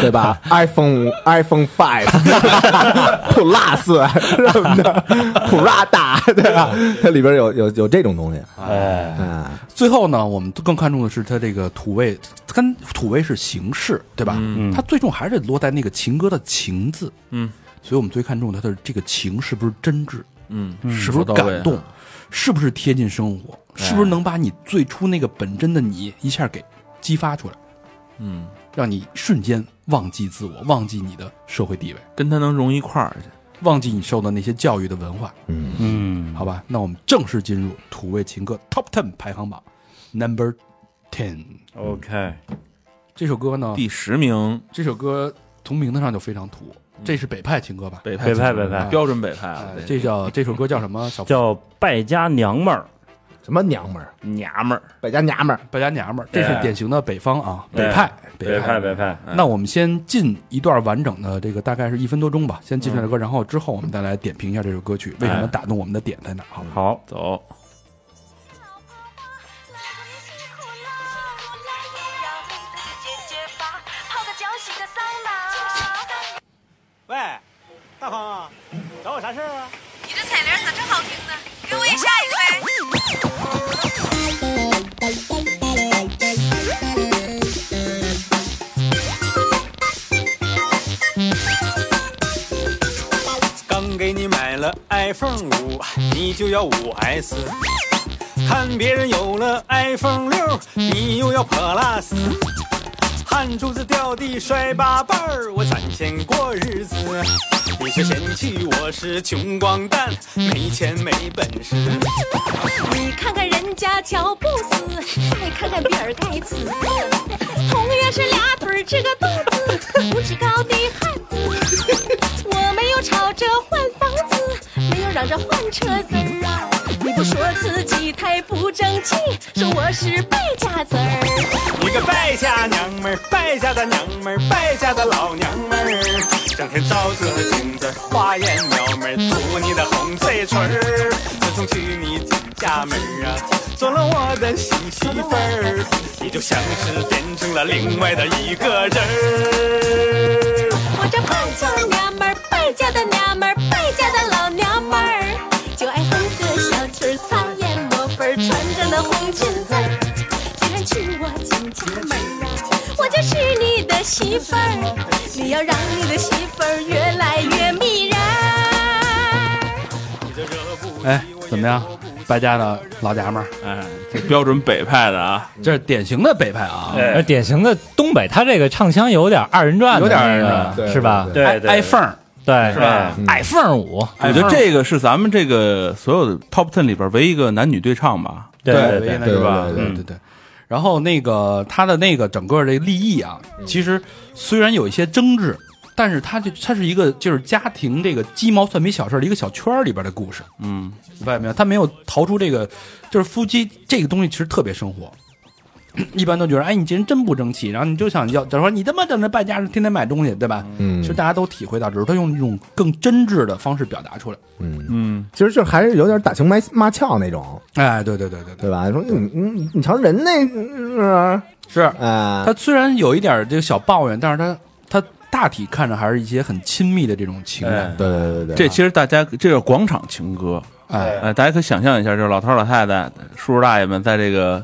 Speaker 3: 对吧？iPhone iPhone Five Plus 什么的，Prada，对吧？它里边有有有这种东西，
Speaker 9: 哎，
Speaker 3: 啊，
Speaker 2: 最后呢，我们更看重的是它这个土味，跟土味是形式，对吧？
Speaker 9: 嗯
Speaker 2: 它最终还是得落在那个情歌的“情”字。
Speaker 6: 嗯，
Speaker 2: 所以我们最看重它的这个情是不是真挚，
Speaker 6: 嗯，
Speaker 2: 是不
Speaker 6: 说
Speaker 2: 是
Speaker 6: 到位哎
Speaker 2: 感动，是不是贴近生活，是不是能把你最初那个本真的你一下给激发出来，
Speaker 6: 嗯，
Speaker 2: 让你瞬间忘记自我，忘记你的社会地位，
Speaker 6: 跟他能融一块儿去。
Speaker 2: 忘记你受的那些教育的文化，
Speaker 9: 嗯，
Speaker 2: 好吧？那我们正式进入土味情歌 Top Ten 排行榜 Number Ten。
Speaker 9: ，OK，
Speaker 2: 这首歌呢，
Speaker 6: 第十名，嗯
Speaker 2: 这首歌从名字上就非常土，这是北派情歌吧？
Speaker 6: 北派
Speaker 9: 北派
Speaker 6: 情歌
Speaker 9: 北派
Speaker 6: 标准北派啊
Speaker 2: 哎，
Speaker 6: 对
Speaker 2: 这叫这首歌叫什么？小
Speaker 9: 叫败家娘们儿，
Speaker 3: 什么娘们儿，
Speaker 6: 娘们儿，
Speaker 3: 百家娘们儿，
Speaker 2: 败家娘们儿，这是典型的北方啊，
Speaker 5: 哎
Speaker 9: 对
Speaker 2: 北
Speaker 9: 派
Speaker 2: 派，派。
Speaker 9: 北派，
Speaker 6: 嗯
Speaker 2: 那我们先进一段完整的这个，大概是一分多钟吧，先进这首歌，然后之后我们再来点评一下这首歌曲为什么
Speaker 9: 哎
Speaker 2: 打动我们的点在哪？好吧？
Speaker 9: 好，
Speaker 6: 哎走，
Speaker 10: 苦了，让你自己解决吧，泡个脚洗个桑拿。
Speaker 7: 喂，大鹏啊，找我啥事儿啊？
Speaker 10: 你这彩铃咋这好听呢？给我也下一个呗。
Speaker 7: 刚给你买了 iPhone 五，你就要五 S。看别人有了 iPhone 六，你又要 Plus。汗珠子掉地摔八瓣儿，我攒钱过日子。你是嫌弃我是穷光蛋，没钱没本事。
Speaker 10: 你看看人家乔布斯，再看看比尔盖茨，同样是俩腿儿这个肚子，五尺高的汉子。我没有吵着换房子，没有嚷着换车子儿啊！你不说自己太不争气，说我是败家子儿。
Speaker 7: 你个败家娘们儿，败家的娘们儿，败家的老娘们儿，整天照着镜子花言巧语，涂你的红嘴唇儿。自从娶你进家门儿啊，做了我的新媳妇儿，你就像是变成了另外的一个人儿。
Speaker 10: 我这败家娘们儿，败家的娘们儿，败家的老娘们儿，就爱哼歌小曲儿，苍烟抹粉儿，穿着那红裙子儿。既然娶我进家门儿啊，我就是你的媳妇儿，你要让你的媳妇儿越来越迷人儿。
Speaker 7: 你就惹不
Speaker 2: 哎
Speaker 7: 起我，
Speaker 2: 怎么样？败家的老娘们儿，
Speaker 6: 哎，这标准北派的啊，
Speaker 2: 这是典型的北派啊，
Speaker 5: 呃，典型的东北，他这个唱腔有点二人转的那个，
Speaker 2: 有点儿
Speaker 3: 对
Speaker 5: 是吧？
Speaker 3: 对嗯
Speaker 9: 对
Speaker 2: 挨挨缝儿，
Speaker 5: 对，
Speaker 9: 是吧
Speaker 5: 哎矮缝儿舞，
Speaker 6: 我
Speaker 2: 哎
Speaker 6: 觉得这个是咱们这个所有的 top ten 里边唯一一个男女对唱吧，
Speaker 9: 对对
Speaker 2: 唯一
Speaker 9: 对
Speaker 2: 的是吧？
Speaker 3: 对
Speaker 9: 对对
Speaker 2: 对嗯对。然后那个他的那个整个这个立意啊，其实虽然有一些争执，但是他这他是一个就是家庭这个鸡毛蒜皮小事儿的一个小圈儿里边的故事，
Speaker 6: 嗯，
Speaker 2: 明白没有？他没有逃出这个，就是夫妻这个东西其实特别生活，一般都觉得，哎，你这人真不争气，然后你就想要，假如说你他妈整这败家，天天买东西，对吧？
Speaker 3: 嗯
Speaker 2: 其实大家都体会到，只是他用一种更真挚的方式表达出来。
Speaker 3: 嗯，
Speaker 6: 嗯，
Speaker 3: 其实就还是有点打情骂骂俏那种，
Speaker 2: 哎，对对对对对，
Speaker 3: 对吧？说你你你瞧人那嗯是
Speaker 2: 是
Speaker 3: 啊，
Speaker 2: 他虽然有一点这个小抱怨，但是他他大体看着还是一些很亲密的这种情感。
Speaker 6: 哎，
Speaker 3: 对对对对，
Speaker 6: 这其实大家这是广场情歌，
Speaker 2: 哎，
Speaker 6: 哎，大家可以想象一下，就是老头儿老太太、叔叔大爷们在这个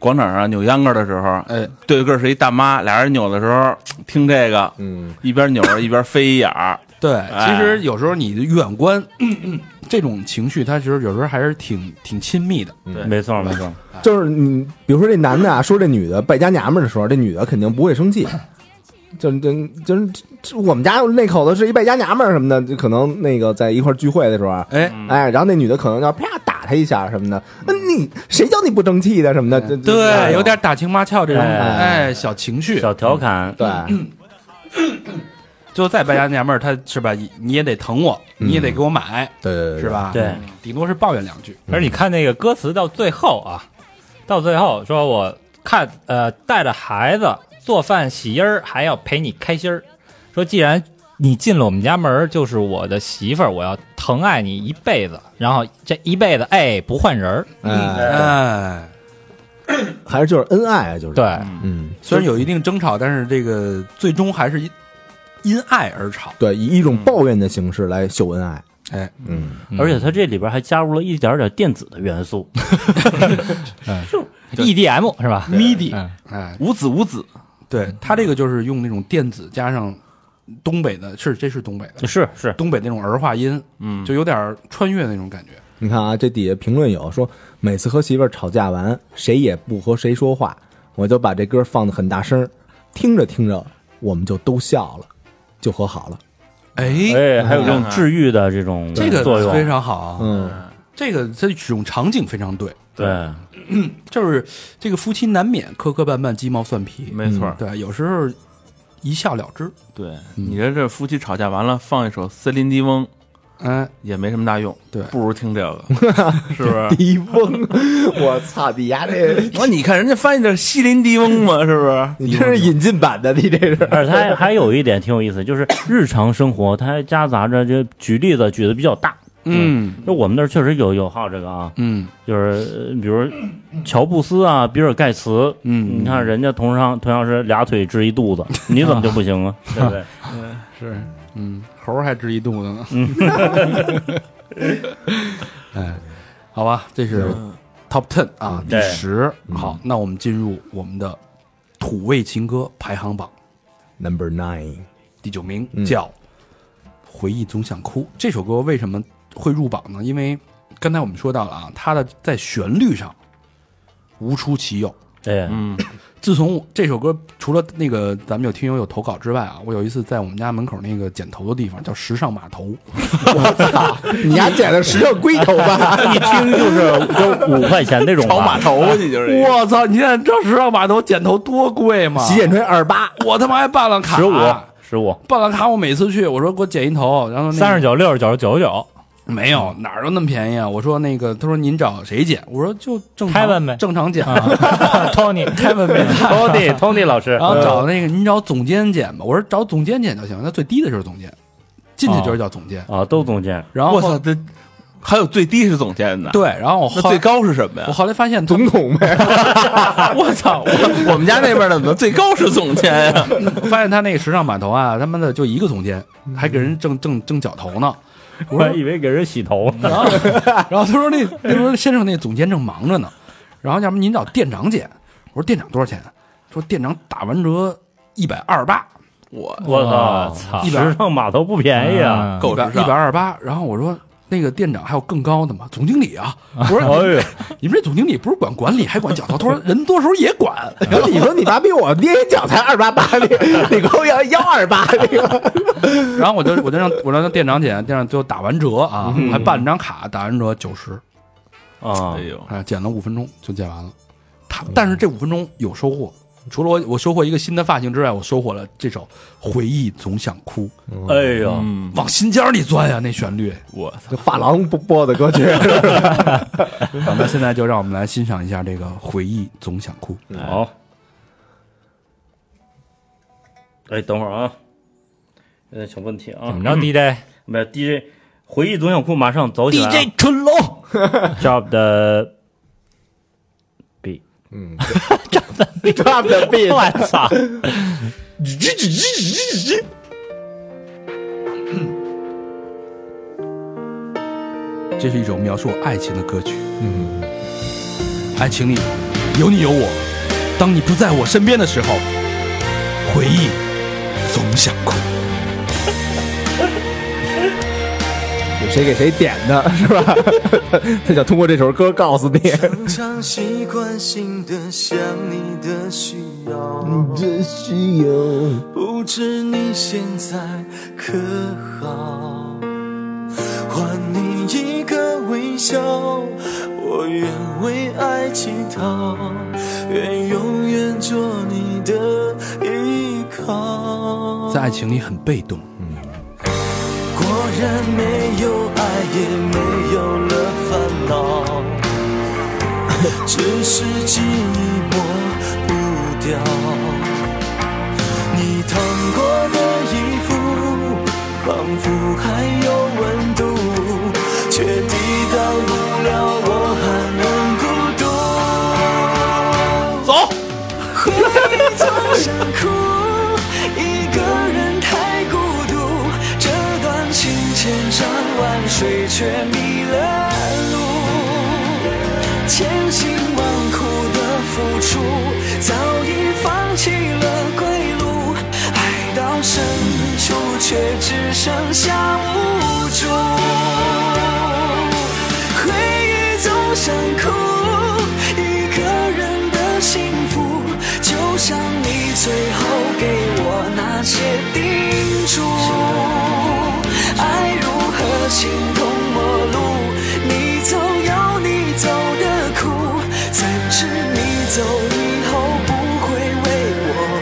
Speaker 6: 广场上扭秧歌的时候，
Speaker 2: 哎，
Speaker 6: 对个儿是一大妈，俩人扭的时候听这个，
Speaker 3: 嗯
Speaker 6: 一边扭着一边飞一眼儿，
Speaker 2: 对，
Speaker 6: 哎
Speaker 2: 其实有时候你的远观、 咳咳这种情绪，它其实有时候还是挺挺亲密的。
Speaker 3: 嗯
Speaker 4: 没错没错，
Speaker 3: 就是你，比如说这男的啊，说这女的败家娘们儿的时候，这女的肯定不会生气。就就就是就我们家那口子是一败家娘们儿什么的，就可能那个在一块儿聚会的时候，
Speaker 2: 哎，
Speaker 3: 哎，然后那女的可能要啪打他一下什么的，那你谁叫你不争气的什么的，这这
Speaker 2: 哎对，有点打情骂俏这种
Speaker 3: 哎
Speaker 2: 哎小情绪。
Speaker 4: 小调侃，
Speaker 3: 对，
Speaker 2: 就再败家娘们儿，她是吧？你也得疼我，你也得给我买，
Speaker 3: 嗯对对对
Speaker 2: 是？吧？嗯
Speaker 4: 对，
Speaker 2: 顶多是抱怨两句。
Speaker 5: 而你看那个歌词到最后啊，到最后说我看呃带着孩子做饭洗衣儿，还要陪你开心儿。说既然你进了我们家门儿，就是我的媳妇儿，我要疼爱你一辈子，然后这一辈子哎不换人儿。
Speaker 3: 哎，
Speaker 2: 哎，
Speaker 3: 还是就是恩爱啊，就是
Speaker 5: 对，，
Speaker 3: 嗯，
Speaker 2: 虽然有一定争吵，但是这个最终还是因因爱而吵。
Speaker 3: 对，以一种抱怨的形式来秀恩爱，
Speaker 2: 哎，
Speaker 3: 嗯，
Speaker 4: 而且它这里边还加入了一点点电子的元 素，嗯 E
Speaker 5: EDM 是吧？MIDI，嗯
Speaker 2: 哎，
Speaker 6: 无子无子，
Speaker 2: 对
Speaker 3: 嗯
Speaker 2: 他这个就是用那种电子加上东北的，是这是东北的，
Speaker 4: 是是，
Speaker 2: 东北那种儿化音，嗯，就有点穿越那种感觉。
Speaker 3: 你看啊，这底下评论有说，每次和媳妇儿吵架完，谁也不和谁说话，我就把这歌放的很大声，听着听着，我们就都笑了，就和好了。
Speaker 2: 哎，
Speaker 4: 哎，还有这种治愈的这种
Speaker 2: 这个
Speaker 4: 作
Speaker 2: 非
Speaker 4: 用，
Speaker 2: 常好，
Speaker 3: 嗯，
Speaker 2: 这个它使用场景非常对，
Speaker 4: 对，
Speaker 2: 就是这个夫妻难免磕磕绊绊、鸡毛蒜皮，嗯
Speaker 6: 没错儿，
Speaker 2: 对，有时候一笑了之，
Speaker 6: 对你这这夫妻吵架完了，放一首森林迪翁
Speaker 2: 哎，
Speaker 6: 也没什么大用，
Speaker 2: 对
Speaker 6: 不如听这 个，是不 是？
Speaker 3: 迪翁，我操，你丫这，
Speaker 6: 我说你看人家翻译的西林迪翁 嘛，是不是？
Speaker 3: 你这是引进版的，你这是。
Speaker 4: 而且它还还有一点挺有意思，就是日常生活它还夹杂着，就举例子举的比较大。
Speaker 2: 嗯
Speaker 4: 那我们那儿确实有有好这个啊，
Speaker 2: 嗯
Speaker 4: 就是呃比如乔布斯啊、比尔盖茨，
Speaker 2: 嗯
Speaker 4: 你看人家同样同样是俩腿治一肚子，你怎么就不行 啊？ 对不对？
Speaker 2: 是，嗯，猴儿还治一肚子呢，
Speaker 4: 嗯
Speaker 2: 哎，好吧，这是 top ten 啊，
Speaker 4: 嗯
Speaker 2: 第
Speaker 4: 对嗯
Speaker 2: 十，好，那我们进入我们的土味情歌排行榜。
Speaker 3: Number nine，
Speaker 2: 第九名
Speaker 3: 嗯
Speaker 2: 叫《回忆总想哭》。这首歌为什么会入榜呢？因为刚才我们说到了啊，它的在旋律上无出其右。嗯
Speaker 4: 对，
Speaker 2: 自从我这首歌除了那个咱们有听友有投稿之外啊，我有一次在我们家门口那个剪头的地方叫时尚码头，
Speaker 3: 你丫捡的时尚龟头 吧？
Speaker 4: 一听就是就五块钱那种
Speaker 6: 炒码
Speaker 4: 吧，
Speaker 6: 头，你就是一个
Speaker 2: 我操！啊你现在知道时尚码头剪头多贵吗？
Speaker 3: 洗剪吹二八，
Speaker 2: 我他妈还办了卡，啊
Speaker 4: 十五十五，
Speaker 2: 办了卡，我每次去我说给我剪一头，然后那个
Speaker 5: 三十九、六十九、九十九，
Speaker 2: 没有，哪儿都那么便宜啊！我说那个，他说您找谁剪？我说就正常
Speaker 5: Kevin 呗啊
Speaker 2: 正常剪。
Speaker 5: Tony
Speaker 2: 开门 没看，
Speaker 4: Tony Tony 老师
Speaker 2: 然，后找那个您找总监剪吧。我说找总监剪就行，那最低的就是总监，进去就是叫总监。
Speaker 5: 哦
Speaker 4: 啊，都总监，
Speaker 2: 然后
Speaker 6: 我操，这还有最低是总监的，
Speaker 2: 对，然后我
Speaker 6: 那
Speaker 2: 后
Speaker 6: 最高是什么呀
Speaker 2: 我？后来发现
Speaker 3: 总统呗。
Speaker 6: 我操，我我们家那边的怎么 最高是总监呀？
Speaker 2: 我 发现他那个时尚码头啊，他妈的就一个总监，还给人挣挣挣脚头呢。
Speaker 4: 我
Speaker 2: 我
Speaker 4: 还
Speaker 2: 说
Speaker 4: 以为给人洗头呢，
Speaker 2: 然后然后他说那他说先生那总监正忙着呢，然后要不您找店长剪？我说店长多少钱？啊说店长打完折一百二十八。
Speaker 6: 我
Speaker 4: 我
Speaker 5: 我
Speaker 4: 操，
Speaker 5: 操，
Speaker 2: 一百
Speaker 4: 时尚码头不便宜啊，
Speaker 5: 嗯
Speaker 6: 够
Speaker 2: 一百
Speaker 6: 时尚
Speaker 2: 一百二十八。然后我说那个店长还有更高的吗？总经理啊，我说
Speaker 4: 哎呦，
Speaker 2: 你们这总经理不是管管理还管脚头，他说人多时候也管。
Speaker 3: 然后你说你妈逼我捏一脚才二八八，你你给我要幺二八，你
Speaker 2: 然后我就我就让我让店长剪，店长最后打完折啊，还办了张卡，打完折九十，
Speaker 4: 啊
Speaker 6: 哎，呦，
Speaker 2: 哎，剪了五分钟就剪完了。他但是这五分钟有收获，除了我我收获一个新的发型之外，我收获了这首《回忆总想哭》，
Speaker 4: 哎呦，
Speaker 6: 嗯
Speaker 2: 往心尖儿里钻呀，那旋律。
Speaker 6: 我操，
Speaker 3: 这发廊播播的歌曲，
Speaker 2: 好，那现在就让我们来欣赏一下这个《回忆总想哭》。
Speaker 4: 好。哎，等会儿啊，有点小问题啊。
Speaker 5: 怎么着，DJ？
Speaker 4: 没有 DJ，回忆总想哭，马上走起来、DJ 啊
Speaker 5: 春龙，
Speaker 4: job 的 B，
Speaker 3: 嗯 抓不的 b
Speaker 5: 我操！
Speaker 2: 这是一首描述爱情的歌曲。嗯，爱情里有你有我，当你不在我身边的时候，回忆总想哭。
Speaker 3: 谁给谁点的，是吧？ 他想通过这首歌告诉你，
Speaker 10: 常常习惯性的想你的需要，
Speaker 3: 真需要。
Speaker 10: 不知你现在可好？还你一个微笑，我愿为爱乞讨，愿永远做你的依靠。
Speaker 2: 在爱情里很被动，
Speaker 10: 果然没有爱，也没有了烦恼， 只是记忆抹不掉。你烫过的衣服，仿佛还有温度，却抵挡不了我寒冷孤独。 回忆总想哭，一个人太孤独。这段情千山万水却迷了路，千辛万苦的付出，早已放弃了归路。爱到深处，却只剩下无助。回忆总想哭，一个人的幸福，就像你最后给我那些叮嘱。爱如何形同陌路？你走有你走的苦，怎知你走以后不会为我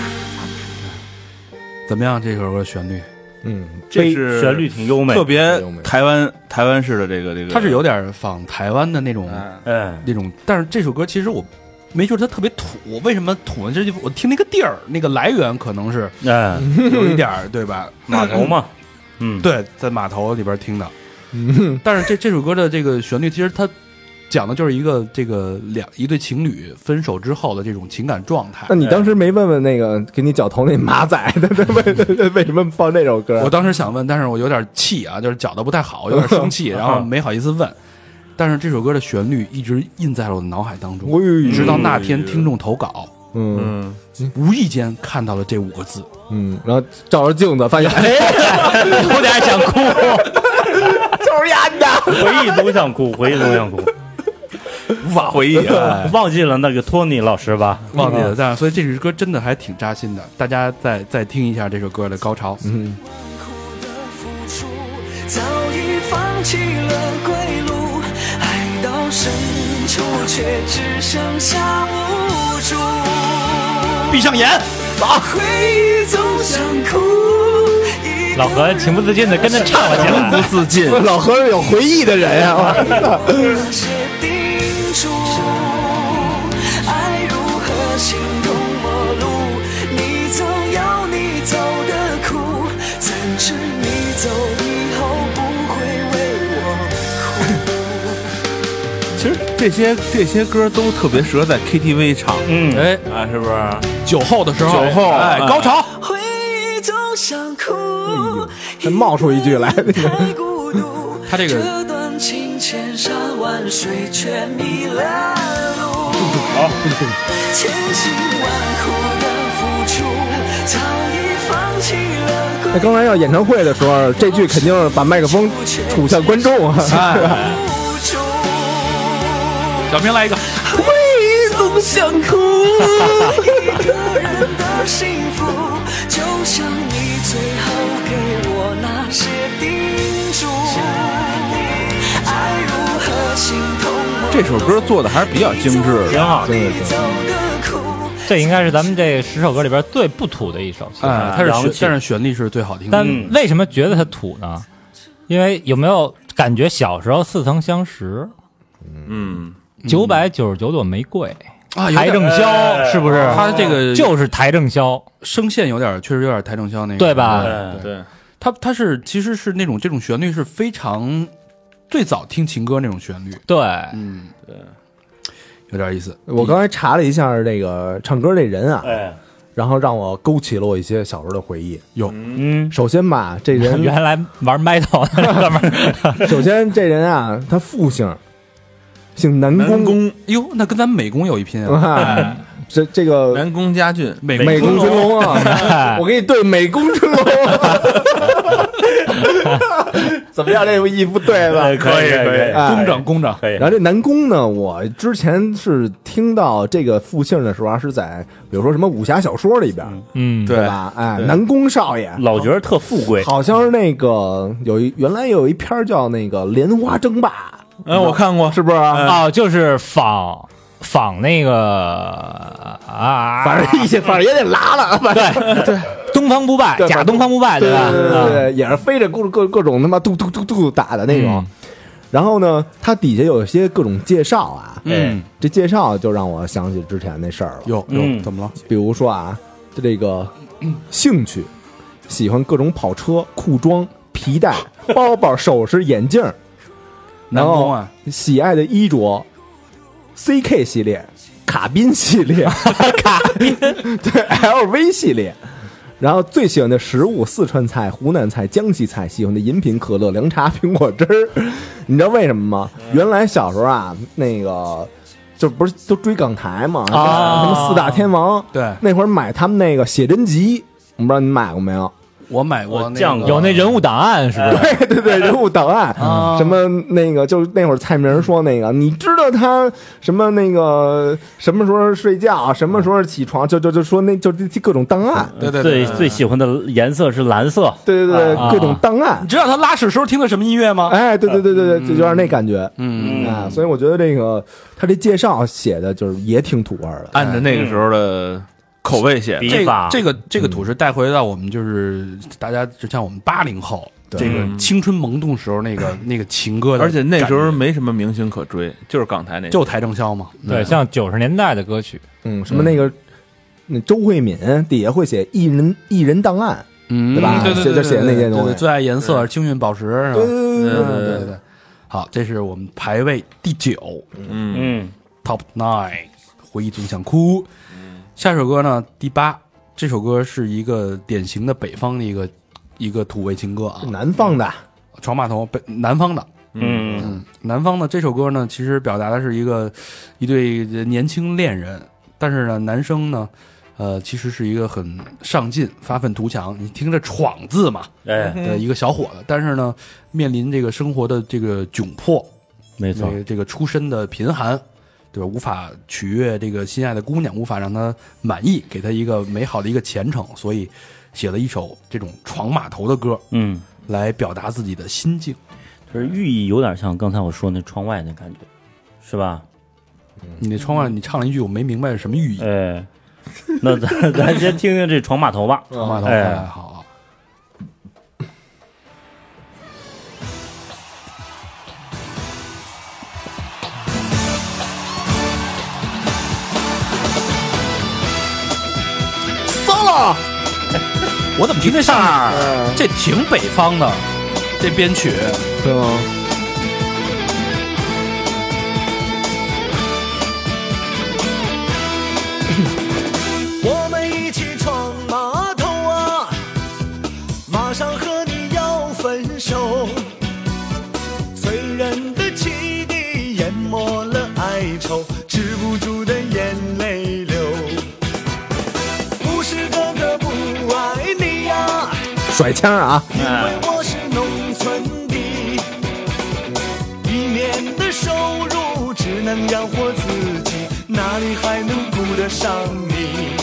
Speaker 10: 哭？
Speaker 2: 怎么样？这首歌的旋律，
Speaker 3: 嗯，
Speaker 6: 这是
Speaker 4: 旋律挺优美，
Speaker 6: 特别
Speaker 3: 优美
Speaker 6: 台湾台湾式的这个这嗯个，
Speaker 2: 它是有点仿台湾的那种、
Speaker 4: 哎，
Speaker 2: 那种，但是这首歌其实我没觉得它特别土。为什么土呢？就是我听那个地儿，那个来源可能是
Speaker 4: 哎，
Speaker 2: 有一点儿，对 吧？
Speaker 4: 码头嘛，嗯，
Speaker 2: 对，在码头里边听的。但是这这首歌的这个旋律，其实它讲的就是一个这个两一对情侣分手之后的这种情感状态
Speaker 3: 那。你当时没问问那个给你绞头那马仔，他他为为什么放这首歌
Speaker 2: 我？当时想问，但是我有点气啊，就是搅得不太好，有点生气，然后没好意思问。但是这首歌的旋律一直印在了我的脑海当中，
Speaker 3: 我
Speaker 2: 直到那天听众投稿，
Speaker 3: 嗯
Speaker 2: 无意间看到了这五个字。
Speaker 3: 嗯，然后照着镜子 发现，哎，
Speaker 4: 有点想哭，
Speaker 3: 就是丫的。
Speaker 4: 回忆总想哭，回忆总想哭，
Speaker 6: 无法回忆啊。
Speaker 3: 哎
Speaker 4: 忘记了那个托尼老师吧？
Speaker 2: 忘记了，但所以这首歌真的还挺扎心的，大家再再听一下这首歌的高潮。哎
Speaker 3: 嗯，
Speaker 10: 苦的付出，早已放弃了归路，爱到深处却只剩下无助。
Speaker 2: 闭上眼，
Speaker 10: 回忆总想哭，一个
Speaker 5: 老何情不自禁的跟着唱了起来。
Speaker 2: 不 自禁。
Speaker 3: 老何是有回忆的人啊呀、
Speaker 10: 那些叮嘱，爱如何形同陌路？你总有你走的苦，怎知你走以后不会为我哭？
Speaker 6: 其实这些这些歌都特别适合在 KTV 唱，
Speaker 4: 嗯，
Speaker 2: 哎，
Speaker 6: 啊，是不是？
Speaker 2: 酒后的时候，
Speaker 6: 酒后
Speaker 2: 哎，高潮，
Speaker 10: 回忆总想哭，
Speaker 3: 还冒出一句来
Speaker 10: 一个人太孤独
Speaker 2: 他这个
Speaker 10: 这段情千山万水却迷了路。千辛万苦的付出，早已放弃了归
Speaker 3: 那刚才要演唱会的时候，这句肯定是把麦克风杵向观众啊！
Speaker 10: 哎 处。
Speaker 2: 哎小明来一个，
Speaker 10: 回忆总想哭，一个人的幸福，就像你最后给我那些叮嘱，爱如何形同陌路
Speaker 6: 这首歌做的还是比较精致的，
Speaker 4: 挺好，
Speaker 10: 你走的苦
Speaker 5: 这应该是咱们这十首歌里边最不土的一首。其实
Speaker 2: 哎，它
Speaker 5: 它是旋
Speaker 2: 是旋，但是旋律是最好听的。
Speaker 5: 嗯但为什么觉得它土呢？因为有没有感觉小时候似曾相识？
Speaker 6: 嗯，
Speaker 5: 九百九十九朵玫瑰，
Speaker 2: 啊，有
Speaker 5: 台
Speaker 2: 点
Speaker 5: 正宵是不是？
Speaker 2: 他这个
Speaker 5: 就是台正宵，
Speaker 2: 声线有点，确实有点台正宵那个，
Speaker 5: 对吧
Speaker 4: 对对，
Speaker 2: 它它是其实是那种这种旋律是非常最早听情歌那种旋律，
Speaker 5: 对，
Speaker 2: 嗯，对，有点意思。
Speaker 3: 我刚才查了一下这个唱歌这人啊，
Speaker 4: 哎，
Speaker 3: 然后让我勾起了我一些小时候的回忆。
Speaker 4: 嗯，
Speaker 3: 首先吧，这 人
Speaker 5: 原来玩 metal 的那哥们儿，
Speaker 3: 首先这人啊，他父姓姓南宫，
Speaker 6: 宫
Speaker 2: 哟，哦那跟咱美工有一拼 啊，
Speaker 3: 啊，这这个
Speaker 6: 南宫家俊，
Speaker 2: 美
Speaker 3: 美
Speaker 2: 工
Speaker 3: 宫春龙啊， 我给你对美宫春龙，怎么样？这一不对吧？
Speaker 4: 可以可以
Speaker 3: 哎
Speaker 2: 工整工整，
Speaker 4: 可以，
Speaker 3: 然后这南宫呢，我之前是听到这个复姓的时候啊，是在比如说什么武侠小说里边，
Speaker 5: 嗯，
Speaker 3: 对吧？哎，南宫少爷，
Speaker 4: 老觉得特富贵，
Speaker 3: 好像是那个有一原来有一篇叫那个《莲花争霸
Speaker 6: 嗯，我看过，》，
Speaker 3: 是不是？
Speaker 5: 哦，就是仿仿那个啊，
Speaker 3: 反正一些，反正也得拉了，反正
Speaker 5: 对对，东方不败，
Speaker 3: 对
Speaker 5: 假东方不败，
Speaker 3: 对
Speaker 5: 吧？
Speaker 3: 对对
Speaker 5: 啊
Speaker 3: 对，也是飞着各各各种他妈嘟嘟嘟嘟打的那
Speaker 5: 嗯
Speaker 3: 种。然后呢，它底下有一些各种介绍啊，
Speaker 2: 嗯，
Speaker 3: 这介绍就让我想起之前那事儿了。
Speaker 2: 哟哟，
Speaker 4: 嗯
Speaker 2: 怎么了？
Speaker 3: 比如说啊，这个兴趣，喜欢各种跑车、裤装、皮带、包包、首饰、眼镜儿，
Speaker 2: 南
Speaker 3: 然后
Speaker 2: 宫啊，
Speaker 3: 喜爱的衣着，CK 系列、卡宾系列、 卡宾对 LV 系列，然后最喜欢的食物四川菜、湖南菜、江西菜，喜欢的饮品可乐、凉茶、苹果汁儿。你知道为什么吗？原来小时候啊，那个就不是都追港台嘛，
Speaker 5: 啊
Speaker 3: 什么四大天王，
Speaker 2: 对
Speaker 3: 那会儿买他们那个写真集。我不知道你买过没有？
Speaker 2: 我买过
Speaker 4: 我
Speaker 2: 那
Speaker 4: 见
Speaker 2: 个
Speaker 4: 过
Speaker 5: 有那人物档案是不是？
Speaker 3: 对对对，人物档案，
Speaker 2: 啊
Speaker 3: 什么那个，就是那会儿蔡明说那个，你知道他什么那个什么时候睡觉，什么时候起床，就就就说那就这这各种档案，
Speaker 2: 对对
Speaker 4: 呃最
Speaker 2: 对，
Speaker 4: 最喜欢的颜色是蓝色，
Speaker 3: 对对对，
Speaker 5: 啊
Speaker 3: 各种档案
Speaker 2: 你，知道他拉屎时候听的什么音乐吗？
Speaker 3: 哎，对对对对对，就有点那感觉，
Speaker 2: 嗯，
Speaker 3: 啊，所以我觉得这个他这介绍写的就是也挺土味儿的，
Speaker 6: 按着
Speaker 2: 嗯
Speaker 6: 那个时候的口味写的，
Speaker 2: 这
Speaker 4: 笔
Speaker 2: 个
Speaker 4: 法，
Speaker 2: 这个这个土是带回到我们就是大家，就像我们八零后
Speaker 3: 对
Speaker 2: 这
Speaker 4: 嗯
Speaker 2: 个青春萌动时候那个那个情歌的
Speaker 6: 而
Speaker 2: 感觉，
Speaker 6: 且那时候没什么明星可追，就是港台那
Speaker 2: 就台正宵嘛，嗯
Speaker 5: 对，像九十年代的歌曲，
Speaker 3: 嗯，什么那个那周慧敏底下会写艺人艺人档案，
Speaker 2: 嗯
Speaker 3: 对吧
Speaker 2: 对对
Speaker 3: 写
Speaker 2: 对
Speaker 3: 就
Speaker 2: 对
Speaker 3: 写那些
Speaker 2: 对
Speaker 3: 东西
Speaker 2: 对最爱颜色、青运宝石，是吧
Speaker 3: 对对对
Speaker 2: 对对
Speaker 3: 对
Speaker 2: 对对对。好，这是我们排位第九
Speaker 6: 嗯
Speaker 4: 嗯，
Speaker 2: ，Top Nine，回忆总想哭。下首歌呢，第八，这首歌是一个典型的北方的一个一个土味情歌啊嗯
Speaker 3: 是，南方的，
Speaker 2: 床码头北南方的，
Speaker 4: 嗯，
Speaker 2: 嗯，南方的这首歌呢，其实表达的是一个一对年轻恋人，但是呢，男生呢，呃，其实是一个很上进、发愤图强，你听着“闯”字嘛
Speaker 4: 哎，
Speaker 2: 的一个小伙子，但是呢，面临这个生活的这个窘迫，
Speaker 4: 没
Speaker 2: 这
Speaker 4: 错，
Speaker 2: 个这个出身的贫寒，对吧？无法取悦这个心爱的姑娘，无法让她满意，给她一个美好的一个前程，所以写了一首这种闯码头的歌
Speaker 4: 嗯，
Speaker 2: 来表达自己的心境。
Speaker 4: 就是寓意有点像刚才我说那窗外那感觉，是吧？
Speaker 2: 你那窗外你唱了一句，我没明白是什么寓意。
Speaker 4: 哎，那咱咱先听听这闯码头 吧，
Speaker 2: 床码头
Speaker 4: 哎
Speaker 2: 哎，好，
Speaker 3: 糟了，
Speaker 2: 我怎么听这像这挺北方的，这编曲
Speaker 3: 对吗？
Speaker 10: 我们一起闯码头啊，马上和你要分手。醉人的汽笛淹没了哀愁，止不住的眼泪流。不是哥哥不爱你呀、
Speaker 3: 甩腔啊，
Speaker 10: 因
Speaker 2: 哎
Speaker 10: 为我是农村的，一年的收入只能养活自己，哪里还能顾得上你？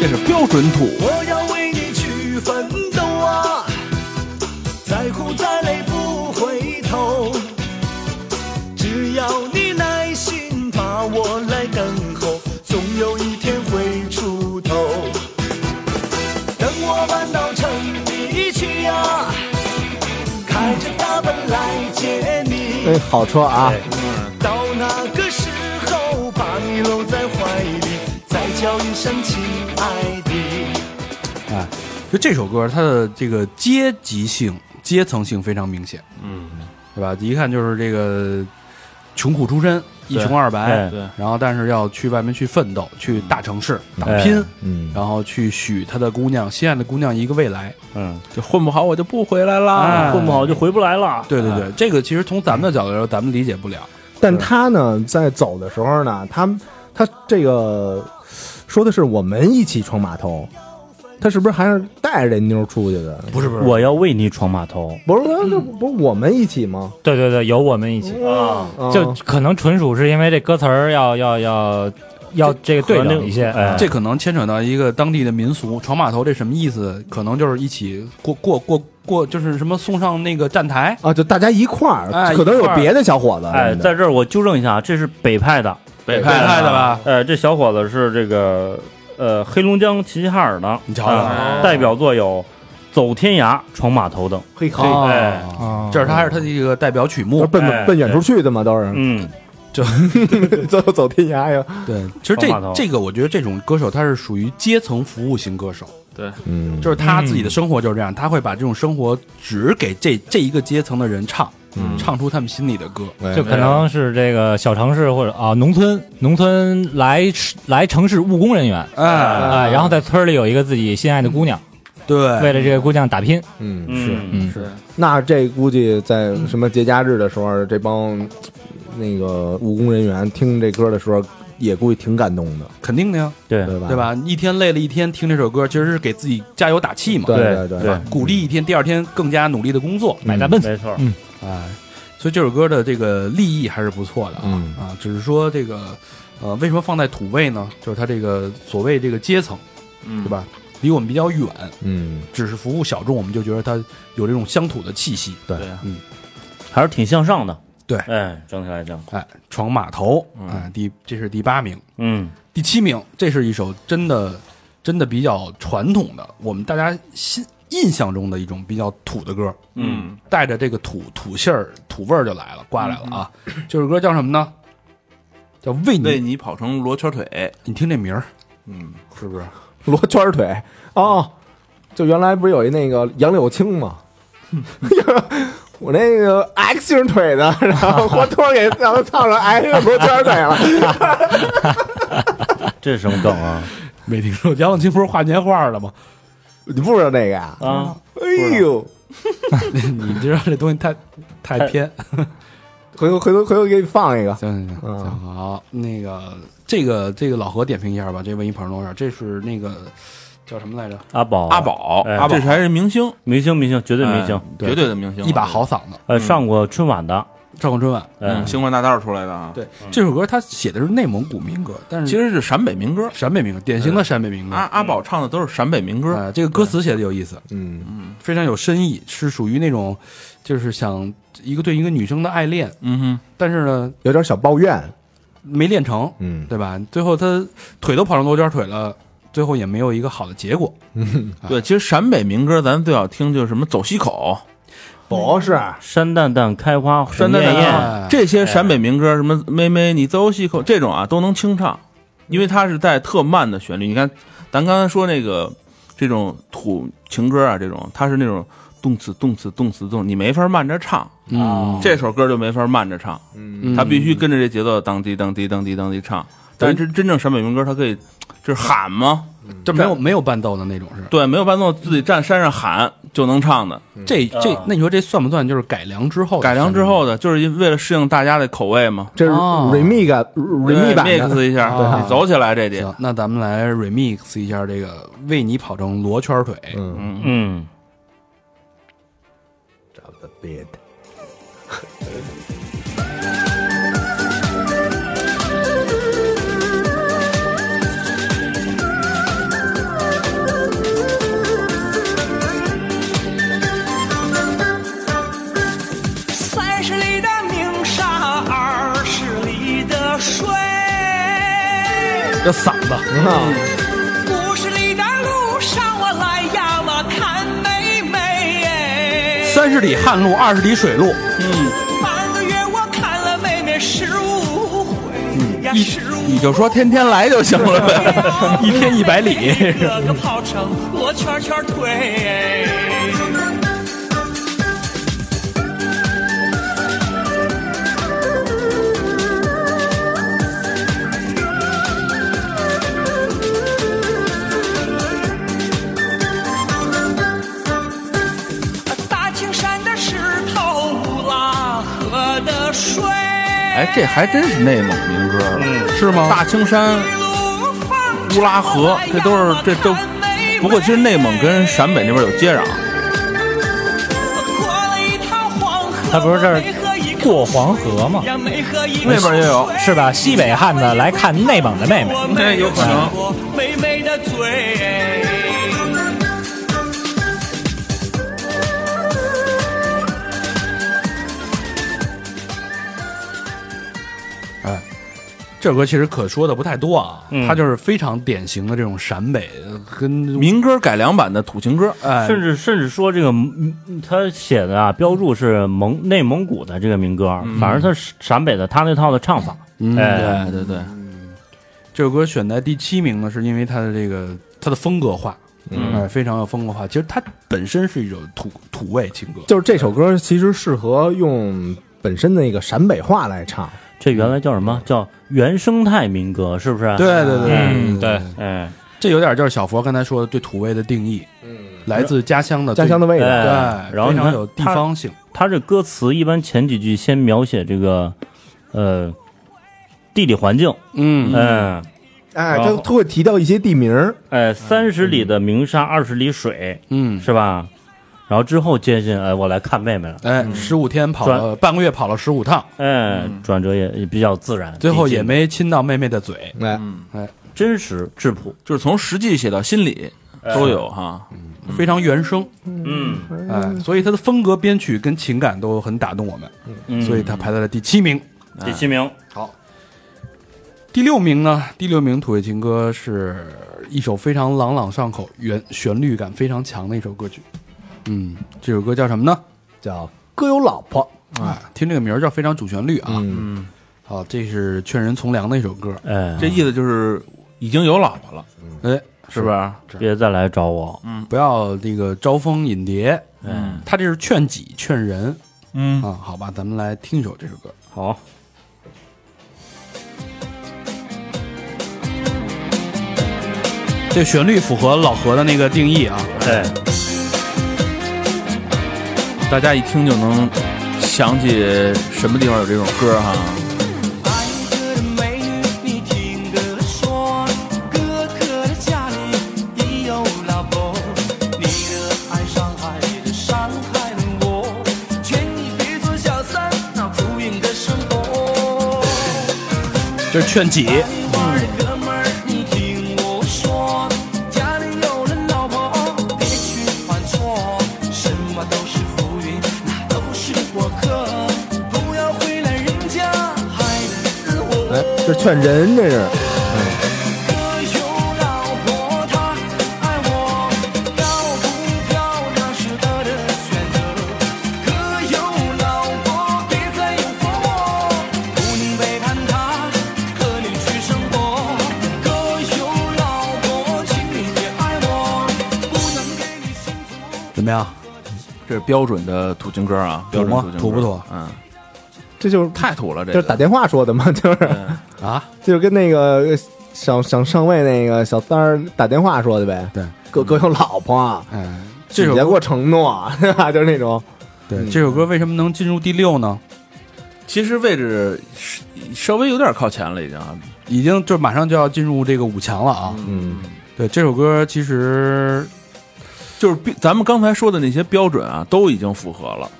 Speaker 6: 这是标准土，
Speaker 10: 我要为你去奋斗啊！再苦再累不回啊
Speaker 3: 哎，好车啊！
Speaker 10: 到那个时候，把你搂在怀里，再叫一声亲爱的。
Speaker 2: 哎，就这首歌，它的这个阶级性、阶层性非常明显，嗯，对吧？一看就是这个穷苦出身，一穷二白，
Speaker 4: 哎
Speaker 6: 对
Speaker 2: 然后但是要去外面去奋斗，去大城市打
Speaker 4: 哎
Speaker 2: 拼，
Speaker 3: 嗯，
Speaker 2: 然后去许他的姑娘心爱的姑娘一个未来。
Speaker 4: 嗯，
Speaker 6: 就混不好我就不回来了。
Speaker 2: 哎
Speaker 4: 混不好就回不来了。
Speaker 2: 对对对，
Speaker 3: 哎
Speaker 2: 这个其实从咱们的角度来说，咱们理解不了。
Speaker 3: 但他呢，在走的时候呢，他他这个说的是我们一起闯码头，他是不是还是带着这妞出去的？
Speaker 2: 不是不
Speaker 4: 我要为你闯码头。
Speaker 3: 哦不是，那不是我们一起吗？
Speaker 5: 对对对，有我们一起，
Speaker 3: 啊
Speaker 5: 就可能纯属是因为这歌词儿要要要要这个对
Speaker 4: 和那
Speaker 5: 等一些，
Speaker 4: 哎
Speaker 2: 这可能牵扯到一个当地的民俗，闯码头这什么意思？可能就是一起过过过过，就是什么送上那个站台，
Speaker 3: 啊，就大家一块儿，
Speaker 2: 哎
Speaker 3: 可能有
Speaker 2: 一块儿
Speaker 3: 别的小伙子。啊
Speaker 4: 哎，
Speaker 3: 真的
Speaker 4: 在这儿我纠正一下，这是北派的。
Speaker 6: 北
Speaker 2: 派
Speaker 6: 派
Speaker 2: 的吧？
Speaker 4: 呃，这小伙子是这个呃黑龙江齐齐哈尔的，
Speaker 2: 你瞧哦瞧
Speaker 4: 啊代表作有《走天涯》《闯码头》等。
Speaker 3: 嘿，好，
Speaker 2: 哦
Speaker 4: 哎
Speaker 2: 这是他还是他的一个代表曲
Speaker 3: 都
Speaker 2: 目
Speaker 3: 是。奔
Speaker 4: 哎
Speaker 3: 奔远处去的嘛，都是
Speaker 4: 嗯，
Speaker 3: 走走天涯呀。
Speaker 2: 对，其实这
Speaker 4: 闯码头
Speaker 2: 这个，我觉得这种歌手他是属于阶层服务型歌手，
Speaker 3: 嗯，
Speaker 2: 就是他自己的生活就是这样，他会把这种生活只给这这一个阶层的人唱，
Speaker 3: 嗯
Speaker 2: 唱出他们心里的歌。
Speaker 3: 哎
Speaker 5: 就可能是这个小城市或者啊农村，农村来来城市务工人员
Speaker 2: 哎，
Speaker 5: 啊，然后在村里有一个自己心爱的姑娘，
Speaker 2: 对，
Speaker 5: 为了这个姑娘打拼，
Speaker 3: 嗯，
Speaker 4: 嗯
Speaker 5: 嗯，
Speaker 3: 那这估计在什么节假日的时候，这帮那个务工人员听这歌的时候，也估计挺感动的，
Speaker 2: 肯定的呀，
Speaker 4: 对
Speaker 3: 对吧？
Speaker 2: 对？吧？一天累了一天，听这首歌其实是给自己加油打气嘛，
Speaker 3: 对嗯
Speaker 4: 对
Speaker 3: 对，
Speaker 2: 鼓励一天，第二天更加努力的工作。
Speaker 5: 买大
Speaker 4: 嗯
Speaker 5: 奔，嗯
Speaker 4: 没错。嗯
Speaker 2: 哎，所以这首歌的这个立意还是不错的啊、
Speaker 3: 嗯
Speaker 2: 啊，只是说这个呃，为什么放在土味呢？就是它这个所谓这个阶层，
Speaker 6: 嗯
Speaker 2: 对吧？离我们比较远，
Speaker 3: 嗯，
Speaker 2: 只是服务小众，我们就觉得它有这种乡土的气息。嗯
Speaker 3: 对
Speaker 4: 还是挺向上的。
Speaker 2: 对
Speaker 4: 哎，整体来讲，
Speaker 2: 哎，闯码头，哎，第这是第八名，
Speaker 4: 嗯，
Speaker 2: 第七名，这是一首真的真的比较传统的，我们大家心印象中的一种比较土的歌，
Speaker 6: 嗯，
Speaker 2: 带着这个土土性儿、土味儿就来了，挂来了啊！
Speaker 4: 嗯
Speaker 2: 这首歌叫什么呢？叫为你，
Speaker 6: 为你跑成罗圈腿，
Speaker 2: 你听这名儿，
Speaker 6: 嗯，
Speaker 2: 是不是？
Speaker 3: 罗圈腿哦，就原来不是有一那个杨柳青吗？ 我那个 X 型腿的，然后 活脱给让他操上 X 罗圈腿 了。
Speaker 4: 这是什么梗啊？
Speaker 2: 没听说杨永清不是画年画的吗？
Speaker 3: 你不知道那个呀？
Speaker 4: 啊，
Speaker 3: 哎呦，
Speaker 2: 你知道这东西太太偏。
Speaker 3: 回头回头回头给你放一个。
Speaker 2: 行行行
Speaker 3: 嗯
Speaker 2: 行，好，那个这个这个老何点评一下吧，这文艺跑龙圈，这是那个叫什么来着？
Speaker 4: 阿宝，
Speaker 6: 阿，宝，
Speaker 4: 哎
Speaker 6: 阿宝，这还是明星，
Speaker 4: 明星，明星，绝对明星
Speaker 6: 哎。
Speaker 2: 对
Speaker 6: 绝对的明星，
Speaker 2: 一把好嗓子，
Speaker 4: 呃，上过春晚的，
Speaker 2: 上过春晚。
Speaker 6: 嗯，
Speaker 4: 嗯，
Speaker 6: 星光大道出来的啊，
Speaker 2: 对，这首歌他写的是内蒙古民歌，但是
Speaker 6: 其实是陕北民歌，
Speaker 2: 陕北民歌，典型的陕北民歌。
Speaker 6: 阿阿宝唱的都是陕北民歌，
Speaker 2: 啊，这个歌词写的有意思，
Speaker 3: 嗯
Speaker 2: 非常有深意，是属于那种，就是想一个对一个女生的爱恋，
Speaker 6: 嗯
Speaker 2: 但是呢
Speaker 3: 有点小抱怨。
Speaker 2: 没练成，
Speaker 3: 嗯
Speaker 2: 对吧？最后她腿都跑成罗圈腿了，最后也没有一个好的 结果。
Speaker 5: 嗯
Speaker 6: 哼，
Speaker 2: 啊
Speaker 6: 对，其实陕北民歌咱们最好听就是什么走西口，
Speaker 3: 不是，
Speaker 4: 山蛋蛋开花红
Speaker 6: 山丹
Speaker 4: 艳
Speaker 6: 丹
Speaker 4: 艳，
Speaker 6: 啊这些陕北民歌，什么妹妹你走西口这种啊，都能清唱，因为它是带特慢的旋律。你看，咱刚才说那个这种土情歌啊，这种它是那种动词动词动词动，你没法慢着唱，
Speaker 2: 嗯，
Speaker 6: 这首歌就没法慢着唱，
Speaker 2: 嗯
Speaker 6: 它必须跟着这节奏当滴当滴当滴当滴唱。但是真正陕北民歌，它可以就是喊嘛，
Speaker 2: 这没有没有伴奏的那种是。
Speaker 6: 对，没有伴奏，自己站山上喊就能唱的。
Speaker 2: 嗯这这，那你说这算不算就是改良之后的
Speaker 6: 改良之
Speaker 2: 陕
Speaker 6: 后的，就是因为了适应大家的口味嘛
Speaker 3: 这是
Speaker 2: 哦
Speaker 3: remix 版 remix 版的
Speaker 6: 呃 mix 一下，
Speaker 2: 啊
Speaker 6: 你走起来这
Speaker 2: 北
Speaker 6: 得
Speaker 2: 民歌？行，那咱们来 remix 一下这个“为你跑成罗圈腿”。
Speaker 3: 嗯
Speaker 4: 嗯，
Speaker 3: ，drop the beat。
Speaker 10: 三十里的鸣沙，二十里的水，
Speaker 2: 这嗓子，
Speaker 4: 嗯
Speaker 6: 嗯
Speaker 10: 五十里的路上我来呀，我看妹妹。
Speaker 2: 三十里旱路，二十里水路，
Speaker 6: 嗯
Speaker 10: 半个月我
Speaker 2: 一你就说天天来就行了呗， 一天一百 里。
Speaker 10: 个个跑成我圈圈腿。大青山的石头，乌拉河的水。
Speaker 6: 哎，这还真是内蒙民歌了，是吗？大青山、
Speaker 10: 乌
Speaker 6: 乌拉河，这都是这都。不过其实内蒙跟陕北那边有接壤，
Speaker 5: 他不是这儿过黄河吗？
Speaker 6: 那边也有。
Speaker 5: 是吧？西北汉子来看内蒙的妹妹，
Speaker 6: 那哎有可能。
Speaker 10: 美美的嘴。
Speaker 2: 哎这歌其实可说的不太多啊，
Speaker 4: 嗯
Speaker 2: 它就是非常典型的这种陕北呃跟
Speaker 6: 民歌改良版的土情歌，
Speaker 2: 哎，
Speaker 4: 甚至甚至说这个嗯他写的啊，标注是蒙内蒙古的这个民歌，
Speaker 6: 嗯
Speaker 4: 反正他是陕北的他那套的唱法，
Speaker 2: 嗯
Speaker 4: 哎，
Speaker 6: 对对对，
Speaker 2: 这首歌选在第七名呢，是因为它的这个它的风格化，嗯、非常有风格化。其实它本身是一首土土味情歌，
Speaker 3: 就是这首歌其实适合用本身的那个陕北话来唱，
Speaker 4: 这原来叫什么？叫原生态民歌，是不是？，
Speaker 2: 对对对
Speaker 5: 嗯，对，
Speaker 4: 哎，
Speaker 2: 这有点就是小佛刚才说的对土味的定义，嗯，来自家乡的
Speaker 3: 家乡的味道。
Speaker 4: 哎
Speaker 2: 对，
Speaker 4: 然后
Speaker 2: 非
Speaker 4: 你
Speaker 2: 常
Speaker 4: 看
Speaker 2: 有地
Speaker 4: 它
Speaker 2: 方性，
Speaker 4: 他这歌词一般前几句先描写这个，呃，地理环境，
Speaker 2: 嗯
Speaker 4: 嗯，
Speaker 3: 哎，
Speaker 4: 然
Speaker 3: 他
Speaker 4: 后
Speaker 3: 他会提到一些地名儿，
Speaker 4: 哎，三十里的鸣沙，二十里水，
Speaker 2: 嗯，
Speaker 4: 是吧？然后之后接近，哎，我来看妹妹了，嗯
Speaker 2: 哎，十五天跑了半个月，跑了十五趟，嗯
Speaker 4: 哎，转折也也比较自然，
Speaker 2: 最后
Speaker 4: 比较
Speaker 2: 也没亲到妹妹的嘴，
Speaker 3: 哎，
Speaker 4: 真实质朴，
Speaker 6: 嗯
Speaker 4: 哎
Speaker 6: 就是从实际写到心里都有哈。
Speaker 2: 非常原生，
Speaker 4: 嗯，
Speaker 2: 哎，所以它的风格、编曲跟情感都很打动我们，
Speaker 10: 嗯
Speaker 2: 所以它排在了第七名。
Speaker 4: 嗯
Speaker 2: 啊
Speaker 4: 第七名，
Speaker 2: 第六名呢？第六名《土味情歌》是一首非常朗朗上口、原旋律感非常强的一首歌曲。嗯，这首歌叫什么呢？
Speaker 3: 叫哥有老婆，
Speaker 2: 啊，听这个名儿叫非常主旋律啊。
Speaker 3: 嗯，
Speaker 2: 好，这是劝人从良的一首歌，
Speaker 4: 哎，
Speaker 6: 这意思就是已经有老婆了，
Speaker 2: 哎，
Speaker 6: 是不是？
Speaker 4: 别再来找我，
Speaker 2: 不要那个招蜂引蝶，
Speaker 4: 嗯，
Speaker 2: 他这是劝己劝人
Speaker 6: 嗯，
Speaker 2: 啊。好吧，咱们来听一首这首歌。
Speaker 4: 好，
Speaker 2: 这个旋律符合老何的那个定义啊。
Speaker 4: 哎，
Speaker 6: 哎大家一听就能想起什么地方有这种歌哈。
Speaker 10: 安哥的美女，你听哥说，哥哥的家里已有老婆，你的爱伤害的伤害了我，劝你别做小三，那浮云的生活。
Speaker 2: 这是劝己，
Speaker 4: 嗯
Speaker 10: 玩的哥们儿，你听我说，家里有了老婆，别去犯错，什么都是浮云，那都是过客，不要为了人家还能自我。
Speaker 3: 哎，这劝人这是，
Speaker 10: 哥有老婆，他爱我，漂不漂亮是他的选择。哥有老婆，别再诱惑我，不能背叛他，和你去生活。哥有老婆，请你别爱我，不能给你幸福。
Speaker 2: 怎么样？
Speaker 6: 这是标准的土情歌啊，
Speaker 2: 土
Speaker 6: 标准
Speaker 2: 吗
Speaker 6: 土情歌
Speaker 2: 土不土？
Speaker 6: 嗯，
Speaker 3: 这就是
Speaker 6: 太土了，这
Speaker 3: 就
Speaker 6: 个
Speaker 3: 是打电话说的嘛，就是
Speaker 2: 啊，
Speaker 3: 就是跟那个想想上位那个小三儿打电话说的呗。
Speaker 2: 对，
Speaker 3: 哥哥有老婆，啊
Speaker 2: 哎， 这首
Speaker 3: 别给我承诺， 就是那种嗯
Speaker 2: 对这首歌为什么能进入第六呢？
Speaker 6: 其实位置是稍微有点靠前了，已经啊。
Speaker 2: 已经就马上就要进入这个五强了啊！
Speaker 3: 嗯，
Speaker 2: 对这首歌，其实
Speaker 6: 就是标咱们刚才说的那些标准啊，都已经符合了，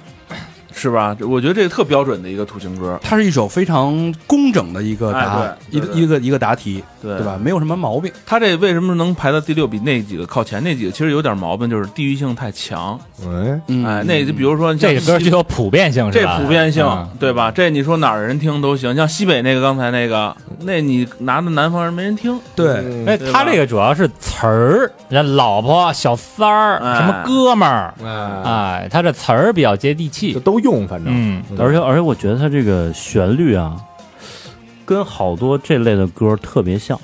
Speaker 6: 是吧？我觉得这个特标准的一个土情歌，
Speaker 2: 它是一首非常工整的一个答案，
Speaker 6: 哎对对对
Speaker 2: 一个一个一个答题，
Speaker 6: 对
Speaker 2: 对吧？？没有什么毛病。
Speaker 6: 他这为什么能排到第六，比那几个靠前？那几个其实有点毛病，就是地域性太强。
Speaker 3: 哎，
Speaker 2: 嗯，
Speaker 6: 哎，那就比如说像
Speaker 5: 这个歌
Speaker 6: 西
Speaker 5: 具有普遍性，是
Speaker 6: 这
Speaker 5: 吧？啊嗯
Speaker 6: 普遍性，对吧？这你说哪儿人听都行，像西北那个刚才那个，那你拿到南方人没人听，
Speaker 2: 对，
Speaker 5: 哎，
Speaker 6: 对
Speaker 5: 他
Speaker 6: 吧
Speaker 5: 这个主要是词儿，那老婆、小三儿、
Speaker 6: 哎
Speaker 5: 什么哥们儿，
Speaker 3: 啊，
Speaker 5: 哎，他这词儿比较接地
Speaker 3: 就
Speaker 5: 气。
Speaker 3: 都用，反正
Speaker 5: 嗯，
Speaker 4: 而且而且我觉得他这个旋律啊，
Speaker 5: 跟好多这类的歌特别像。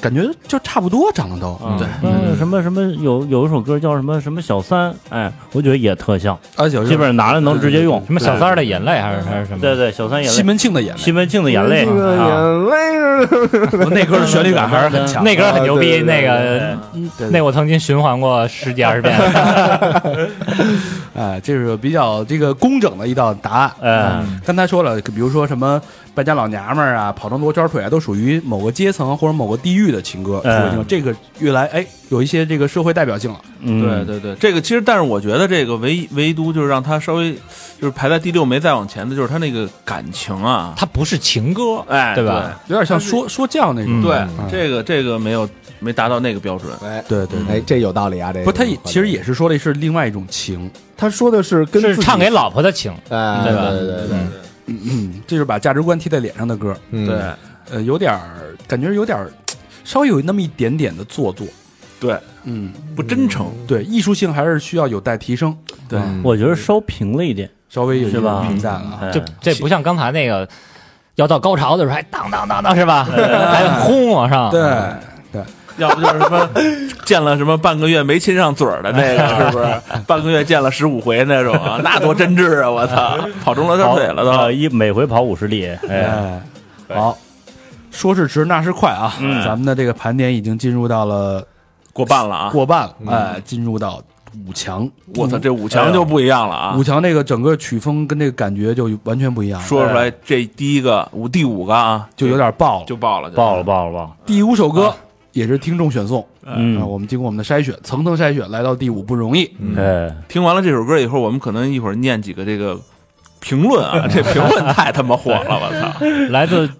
Speaker 2: 感觉就差不多长得都
Speaker 5: 啊
Speaker 6: 对
Speaker 5: 嗯，什么什么有有一首歌叫什么什么小三，哎，我觉得也特像，
Speaker 2: 啊，小
Speaker 5: 基本上拿着能直接用。
Speaker 10: 什么小三儿的眼泪还是还是什么？
Speaker 5: 对对，小三眼
Speaker 2: 西
Speaker 5: 泪，
Speaker 2: 门庆的眼泪，
Speaker 5: 西门庆的眼泪
Speaker 3: 这个
Speaker 5: 啊，
Speaker 3: 眼泪是
Speaker 2: 那歌的旋律感还是很强。
Speaker 10: 那歌很牛逼，
Speaker 3: 啊对对
Speaker 10: 那
Speaker 3: 对
Speaker 10: 个
Speaker 2: 对
Speaker 5: 嗯
Speaker 10: 那我曾经循环过十几二十遍。
Speaker 2: 哎，这是比较这个工整的一道答案。
Speaker 5: 哎，
Speaker 2: 刚才说了，比如说什么败家老娘们儿啊，跑成罗圈腿啊，都属于某个阶层或者某个地域的情歌。
Speaker 5: 哎
Speaker 2: 属于这个越来哎有一些这个社会代表性了。
Speaker 5: 嗯
Speaker 6: 对对对，这个其实，但是我觉得这个唯唯独就是让他稍微就是排在第六没再往前的，就是他那个感情啊，
Speaker 10: 它不是情歌，
Speaker 6: 哎，
Speaker 10: 对吧？
Speaker 2: 有点像说说教那种。
Speaker 10: 嗯
Speaker 6: 对，
Speaker 2: 嗯
Speaker 6: 这个这个没有没达到那个标准，
Speaker 2: 对对对，
Speaker 3: 哎，这有道理啊，这个
Speaker 2: 不，他也其实也是说的是另外一种情，
Speaker 3: 他说的是跟
Speaker 10: 是
Speaker 3: 自己
Speaker 10: 唱给老婆的情。
Speaker 3: 哎，
Speaker 10: 对
Speaker 3: 对
Speaker 10: 吧
Speaker 3: 对对对，
Speaker 2: 嗯，这就是把价值观贴在脸上的歌。
Speaker 3: 嗯
Speaker 6: 对，
Speaker 2: 呃，有点儿感觉有点儿稍微有那么一点点的做作。
Speaker 6: 对，
Speaker 2: 嗯，
Speaker 6: 不真诚，
Speaker 2: 对，艺术性还是需要有待提升。对
Speaker 5: 我觉得稍平了一点，
Speaker 2: 稍微有一
Speaker 5: 是吧
Speaker 2: 点平淡了。
Speaker 10: 这
Speaker 5: 哎
Speaker 10: 这不像刚才那个要到高潮的时候还哎当当当当是吧？哎还 轰往上。
Speaker 2: 对，
Speaker 6: 要不就是什么见了什么半个月没亲上嘴儿的 那个，是不是？半个月见了十五回那种啊，那多真挚啊！我操，
Speaker 10: 哎
Speaker 6: 跑中了他腿了
Speaker 5: 啊
Speaker 10: 呃
Speaker 6: 都。
Speaker 5: 一每回跑五十里，哎，
Speaker 2: 哎，好，说是迟，那是快啊！
Speaker 5: 嗯
Speaker 2: 咱们的这个盘点已经进入到了
Speaker 6: 过半了啊！
Speaker 2: 过半了，哎，进入到五强。
Speaker 6: 我操，这五强就不一样了啊
Speaker 2: 五！强这个整个曲风跟这个感觉就完全不一样了，哎
Speaker 6: 说出来这第一个五第五个啊，
Speaker 2: 就有点爆了。
Speaker 6: 就爆了，就嗯
Speaker 5: 爆了爆了爆了，
Speaker 2: 第五首
Speaker 6: 啊
Speaker 2: 歌也是听众选送，啊，
Speaker 5: 嗯，
Speaker 2: 我们经过我们的筛选，层层筛选，来到第五不容易。
Speaker 5: 哎，
Speaker 6: 听完了这首歌以后，我们可能一会儿念几个这个评论啊，这评论太他妈火
Speaker 2: 哎
Speaker 6: 了，我 操！
Speaker 10: 来自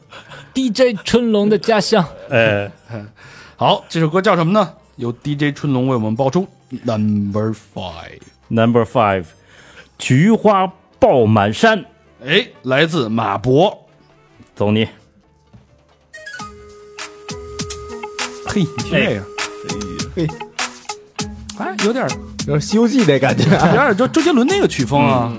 Speaker 10: DJ 春龙的家乡，
Speaker 5: 哎，
Speaker 2: 好，这首歌叫什么呢？由 DJ 春龙为我们报出 Number Five，
Speaker 5: Number Five，菊花爆满山，
Speaker 2: 哎，来自马博。
Speaker 5: 走你。
Speaker 2: 嘿，你听这个，嘿，哎，有点儿
Speaker 3: 有点《西游记》那感觉啊，
Speaker 2: 有点儿周周杰伦那个曲风啊，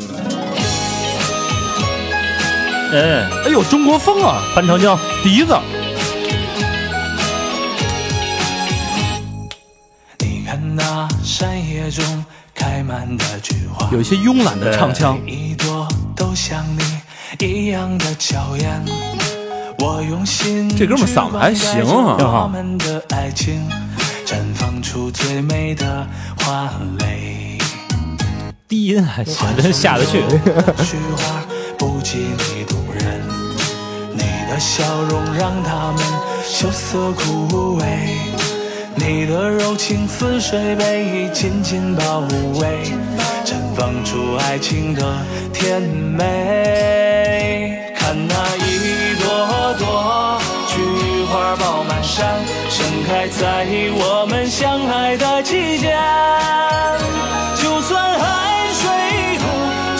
Speaker 5: 嗯，
Speaker 2: 哎呦，中国风啊，
Speaker 5: 潘长江，
Speaker 2: 笛子，
Speaker 8: 你看
Speaker 2: 嗯
Speaker 8: 那山野中开满的菊花，
Speaker 2: 有一些慵懒的唱腔，
Speaker 8: 每一朵都像你一样的娇艳。我用心
Speaker 6: 这哥们儿嗓子还行
Speaker 8: 去
Speaker 6: 啊
Speaker 8: 灌溉着我们的爱情绽放出最美的花蕾。
Speaker 10: 低音还行， 真下得去。
Speaker 8: 菊花不及你动人，你的笑容让他们羞涩枯萎，你的柔情似水被紧紧包围，绽放出爱情的甜美。看那一朵朵菊花爆满山，盛开在我们相爱的季节。就算汗水苦，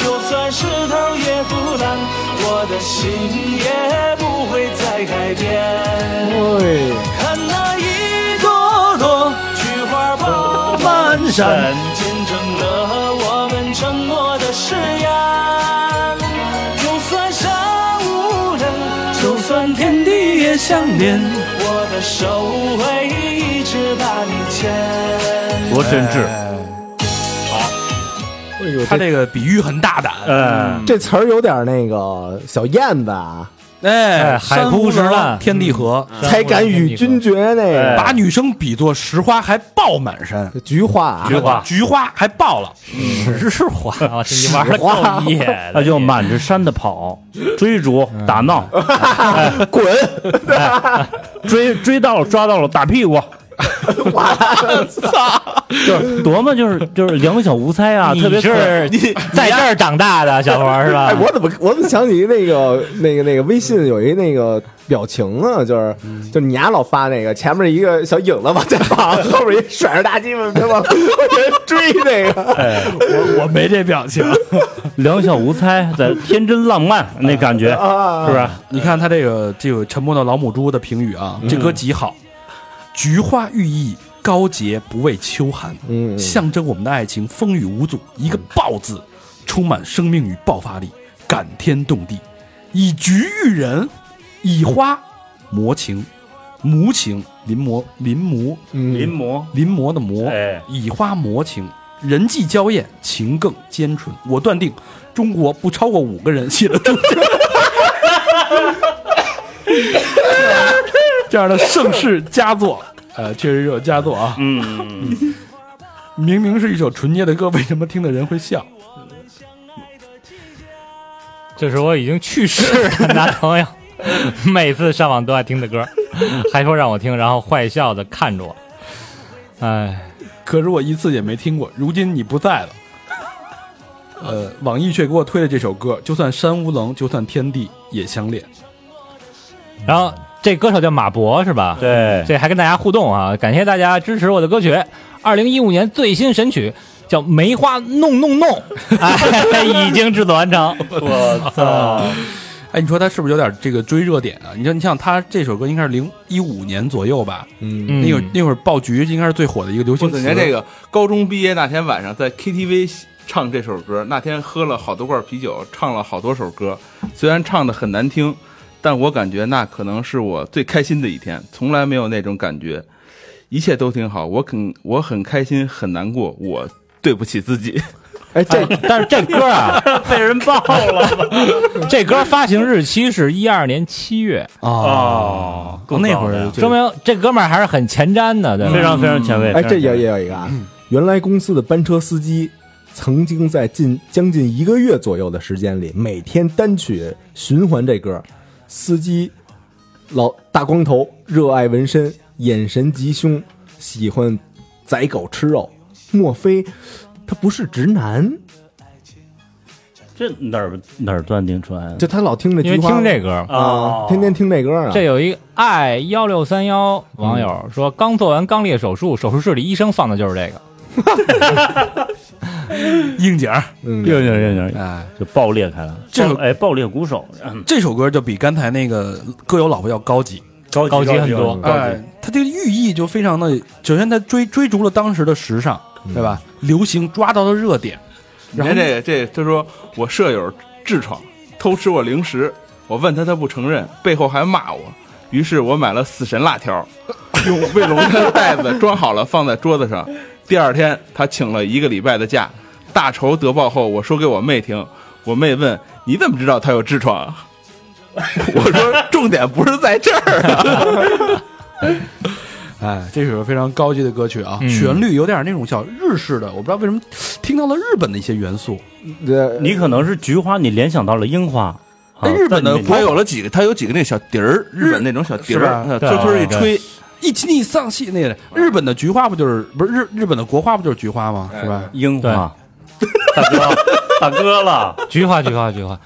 Speaker 8: 就算石头也腐烂，我的心也不会再改变。
Speaker 3: 对，
Speaker 8: 看那一朵朵菊花爆满山， 见证了我们承诺的誓言。就算山无人，就算天地也相连，我的手会一直把你牵。
Speaker 5: 多真挚，
Speaker 3: 哎呦，
Speaker 2: 他
Speaker 3: 这
Speaker 2: 这个比喻很大胆，
Speaker 5: 嗯，
Speaker 3: 这词儿有点那个小燕子啊，
Speaker 2: 哎，
Speaker 10: 海
Speaker 2: 山
Speaker 10: 枯
Speaker 2: 无
Speaker 10: 石
Speaker 2: 棱
Speaker 10: 烂
Speaker 2: 天地合，
Speaker 3: 才敢与君绝那
Speaker 5: 嗯哎
Speaker 3: 个
Speaker 2: 把女生比作石花还爆满山，
Speaker 3: 菊花啊，
Speaker 5: 菊花
Speaker 2: 菊花还爆了，
Speaker 10: 是 花，我这你玩的够野的，
Speaker 5: 那就满着山的跑，追逐打 闹，
Speaker 10: 哎
Speaker 3: 滚，
Speaker 5: 追追到了抓到了打屁股，就是多么就是就是两小无猜啊，
Speaker 10: 你
Speaker 5: 特别
Speaker 10: 是在这儿长大的小黄是吧
Speaker 3: 哎，？我怎么 我怎么想起那个那个那个微信有一那个表情啊，就是
Speaker 2: 嗯
Speaker 3: 就是你丫老发那个前面一个小影子往前 跑，后面一甩着大鸡巴往往前追那个，
Speaker 5: 哎
Speaker 2: 我没这表 情。
Speaker 5: 两小无猜的天真浪漫嗯那感觉，
Speaker 3: 啊
Speaker 5: 是不是？嗯
Speaker 2: 你看他这个这个沉默的老母猪的评语啊，这歌极好，菊花寓意。高洁不畏秋寒，
Speaker 3: 嗯嗯
Speaker 2: 象征我们的爱情风雨无阻。一个“爆”字，充满生命与爆发力，感天动地，以菊喻人，以花磨情，母情临摹临摹
Speaker 3: 嗯，
Speaker 4: 临摹，
Speaker 2: 临摹的摹，
Speaker 4: 哎，
Speaker 2: 以花磨情，人际娇艳，情更坚纯。我断定，中国不超过五个人写了出 这样的盛世佳作。呃，确实有佳作啊。
Speaker 4: 嗯，
Speaker 2: 明明是一首纯洁的歌，为什么听的人会笑？
Speaker 5: 这是我已经去 世的男朋友，每次上网都爱听的歌，还说让我听，然后坏笑的看着我。哎，
Speaker 2: 可是我一次也没听过。如今你不在了，呃，网易却给我推了这首歌，就算山无棱，就算天地也相恋。
Speaker 5: 然后这歌手叫马博是吧？
Speaker 4: 对，
Speaker 5: 这还跟大家互动啊，感谢大家支持我的歌曲。二零一五年最新神曲叫《梅花弄弄弄》， 哎，已经制作完 成。
Speaker 4: 我操，
Speaker 2: 哎，你说他是不是有点这个追热点啊？你像你像他这首歌应该是零一五年左右吧，
Speaker 3: 嗯，
Speaker 5: 嗯
Speaker 2: 那会儿那会儿爆菊应该是最火的一个流
Speaker 6: 我
Speaker 2: 行词。
Speaker 6: 怎觉这个高中毕业那天晚上在 KTV 唱这首歌，那天喝了好多罐啤酒，唱了好多首歌，虽然唱的很难听，但我感觉那可能是我最开心的一天，从来没有那种感觉，一切都挺好，我很我很开心，很难过，我对不起自己。
Speaker 3: 哎，这
Speaker 5: 但是这歌啊，
Speaker 4: 被人爆了
Speaker 5: 这歌发行日期是一二年七月，
Speaker 4: 哦，够
Speaker 2: 那
Speaker 4: 早
Speaker 2: 会
Speaker 4: 的
Speaker 2: 儿
Speaker 4: 呀
Speaker 2: 就
Speaker 5: 说明这哥们儿还是很前瞻的，对吧？
Speaker 4: 非常非常前卫。非
Speaker 3: 哎，
Speaker 4: 常
Speaker 3: 这也
Speaker 4: 前卫
Speaker 3: 也有一个啊，原来公司的班车司机曾经在近将近一个月左右的时间里，每天单曲循环这歌。司机老大光头，热爱纹身，眼神极凶，喜欢宰狗吃肉。莫非他不是直男？
Speaker 4: 这哪儿哪儿断定出来的？
Speaker 3: 就他老听这
Speaker 5: 因
Speaker 3: 菊
Speaker 5: 为
Speaker 3: 花
Speaker 5: 听这歌，
Speaker 4: 哦
Speaker 3: 啊，天天听这歌 啊。
Speaker 5: 这有一爱幺六三幺网友说，刚做完肛裂手术，手术室里医生放的就是这个。
Speaker 2: 应景儿。
Speaker 3: 嗯，
Speaker 4: 硬硬硬硬，
Speaker 2: 哎，
Speaker 4: 就爆裂开了。
Speaker 2: 这
Speaker 4: 爆哎，爆裂鼓手，嗯
Speaker 2: 这首歌就比刚才那个呃歌有老婆要高级。
Speaker 4: 高
Speaker 5: 高级很多
Speaker 4: 高级
Speaker 2: 哎，它这个寓意就非常的，首先它追追逐了当时的时尚，对吧？流行抓到了热点，
Speaker 6: 你看这个这，他说我舍友痔疮，偷吃我零食，我问他他不承认，背后还骂我，于是我买了死神辣条，用卫龙的袋子装好了放在桌子上。第二天他请了一个礼拜的假，大仇得报后，我说给我妹听，我妹问你怎么知道他有痔疮啊？ 我说重点不是在这儿啊，
Speaker 2: 哎，这首非常高级的歌曲啊，
Speaker 4: 嗯
Speaker 2: 旋律有点那种小日式的，我不知道为什么听到了日本的一些元素，
Speaker 3: 这
Speaker 4: 你可能是菊花，你联想到了樱花。啊
Speaker 2: 哎日本的
Speaker 4: 但你
Speaker 6: 他有了几个，他有几个那小笛儿，日本那种小笛
Speaker 2: 是
Speaker 6: 儿
Speaker 2: 吧，
Speaker 6: 呃
Speaker 4: 啊
Speaker 6: 推推一吹，
Speaker 2: 一起你丧气那个日本的菊花不就是不是日日本的国花不就是菊花吗？是吧？
Speaker 4: 哎樱
Speaker 5: 对
Speaker 4: 花，大 哥，大哥了，
Speaker 5: 菊花，菊花，菊花，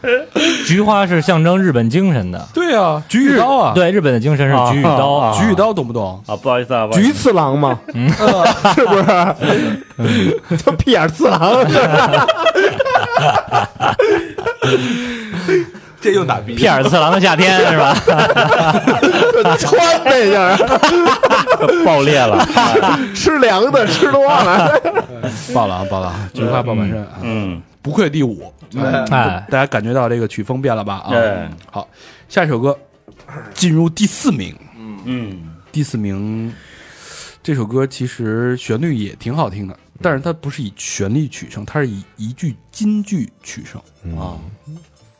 Speaker 5: 菊花是象征日本精神的。
Speaker 2: 对啊，菊与刀啊，
Speaker 5: 对，日本的精神是菊与刀。嗯
Speaker 4: 啊
Speaker 2: 菊与刀懂不懂？
Speaker 4: 啊，不好意思啊，不好意思
Speaker 3: 菊次郎嘛，是不是？叫屁眼次郎是吧？
Speaker 6: 这又打鼻
Speaker 5: 皮尔次郎的夏天是吧？
Speaker 3: 窜那一下。
Speaker 4: 爆裂了。
Speaker 3: 吃凉的吃多了，
Speaker 2: 爆了啊，爆了啊，菊花爆满身啊，
Speaker 4: 嗯，
Speaker 2: 不愧第五，嗯
Speaker 5: 哎，
Speaker 2: 大家感觉到这个曲风变了吧？啊
Speaker 4: 对，
Speaker 2: 好，下一首歌进入第四名，
Speaker 4: 嗯，
Speaker 2: 第四名这首歌其实旋律也挺好听的，但是它不是以旋律取胜，它是以一句金句取胜。啊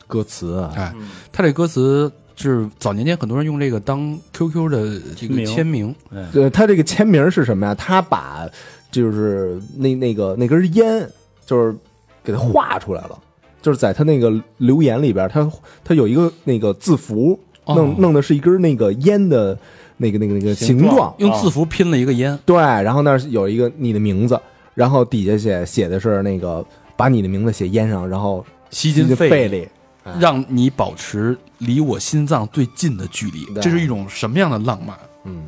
Speaker 3: 歌词啊，
Speaker 2: 哎，它这歌词是早年间很多人用这个当 QQ 的这
Speaker 4: 签
Speaker 2: 个
Speaker 4: 名
Speaker 2: 签名，哎
Speaker 3: 呃，他这个签名是什么呀？他把就是那那个那根烟，就是给他画出来了，就是在他那个留言里边，他他有一个那个字符，
Speaker 2: 哦
Speaker 3: 弄弄的是一根那个烟的那个那个那个形状，啊
Speaker 2: 用字符拼了一个烟。
Speaker 3: 对，然后那儿有一个你的名字，然后底下写写的是那个把你的名字写烟上，然后
Speaker 2: 吸
Speaker 3: 进
Speaker 2: 进
Speaker 3: 肺
Speaker 2: 肺里，
Speaker 3: 里，哎
Speaker 2: 让你保持离我心脏最近的距离，
Speaker 3: 对
Speaker 2: 这是一种什么样的 浪漫？
Speaker 3: 嗯，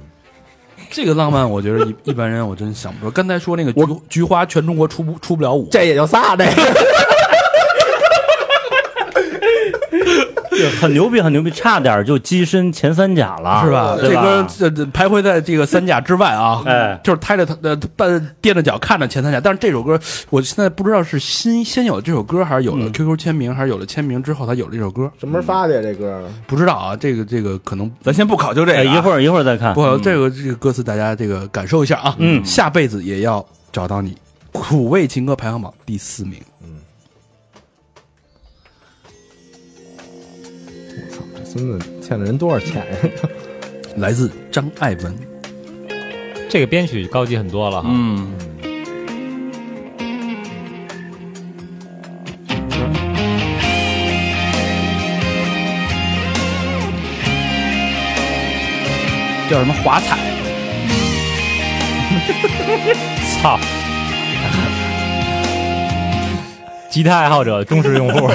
Speaker 2: 这个浪漫，我觉得一一般人我真想不出。刚才说那个菊菊花，全中国出不出不了五，
Speaker 3: 这也就仨这个。
Speaker 4: 对，很牛逼，很牛逼，差点就跻身前三甲了，
Speaker 2: 是吧？
Speaker 4: 对吧？
Speaker 2: 这歌这徘徊在这个三甲之外啊，
Speaker 4: 哎
Speaker 2: 就是拍着他呃半垫着脚看着前三甲，但是这首歌我现在不知道是新先有这首歌，还是有了 QQ 签名，还是有了签名之后他有了这首歌，
Speaker 3: 嗯什么时候发的呀？这歌
Speaker 2: 不知道啊，这个这个可能
Speaker 6: 咱先不考究这
Speaker 4: 哎，
Speaker 6: 个啊，
Speaker 4: 一会儿一会儿再看。
Speaker 2: 不这个这个歌词大家这个感受一下啊，
Speaker 4: 嗯
Speaker 2: 下辈子也要找到你，苦味情歌排行榜第四名，
Speaker 3: 这孙子欠了人多少钱呀？
Speaker 2: 来自张爱文，
Speaker 5: 这个编曲高级很多了哈。
Speaker 6: 嗯，
Speaker 2: 叫什么华彩，
Speaker 5: 操！吉他爱好者忠实用户，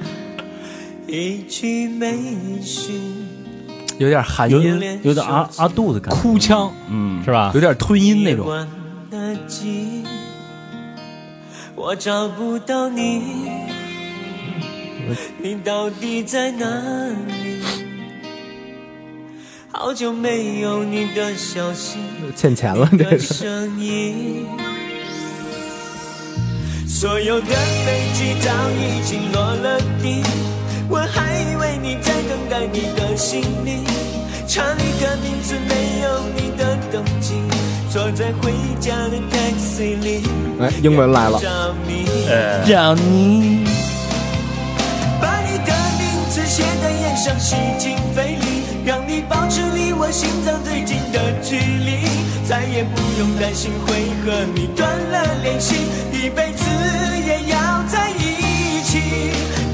Speaker 10: 一句没讯，
Speaker 2: 有点含
Speaker 4: 有
Speaker 2: 音，
Speaker 4: 有点阿阿杜的感觉，
Speaker 5: 哭腔
Speaker 6: 嗯，
Speaker 5: 是吧
Speaker 2: 有？点吞音那种。
Speaker 10: 关得紧，我找不到你，你到底在哪里？好久没有你的消息，
Speaker 3: 欠钱了，
Speaker 10: 你
Speaker 3: 这
Speaker 10: 的
Speaker 3: 是
Speaker 10: 声音。所有的悲剧早已经落了地，我还以为你在等待你的行李。查理的名字没有你的登记，坐在回家的 taxi 里。
Speaker 3: 哎，英文来了，
Speaker 10: 着迷，
Speaker 2: 让你
Speaker 10: 把你的名字写在烟上，吸进肺里，让你保持离我心脏最近的距离，再也不用担心会和你断了联系，一辈子也要在一起。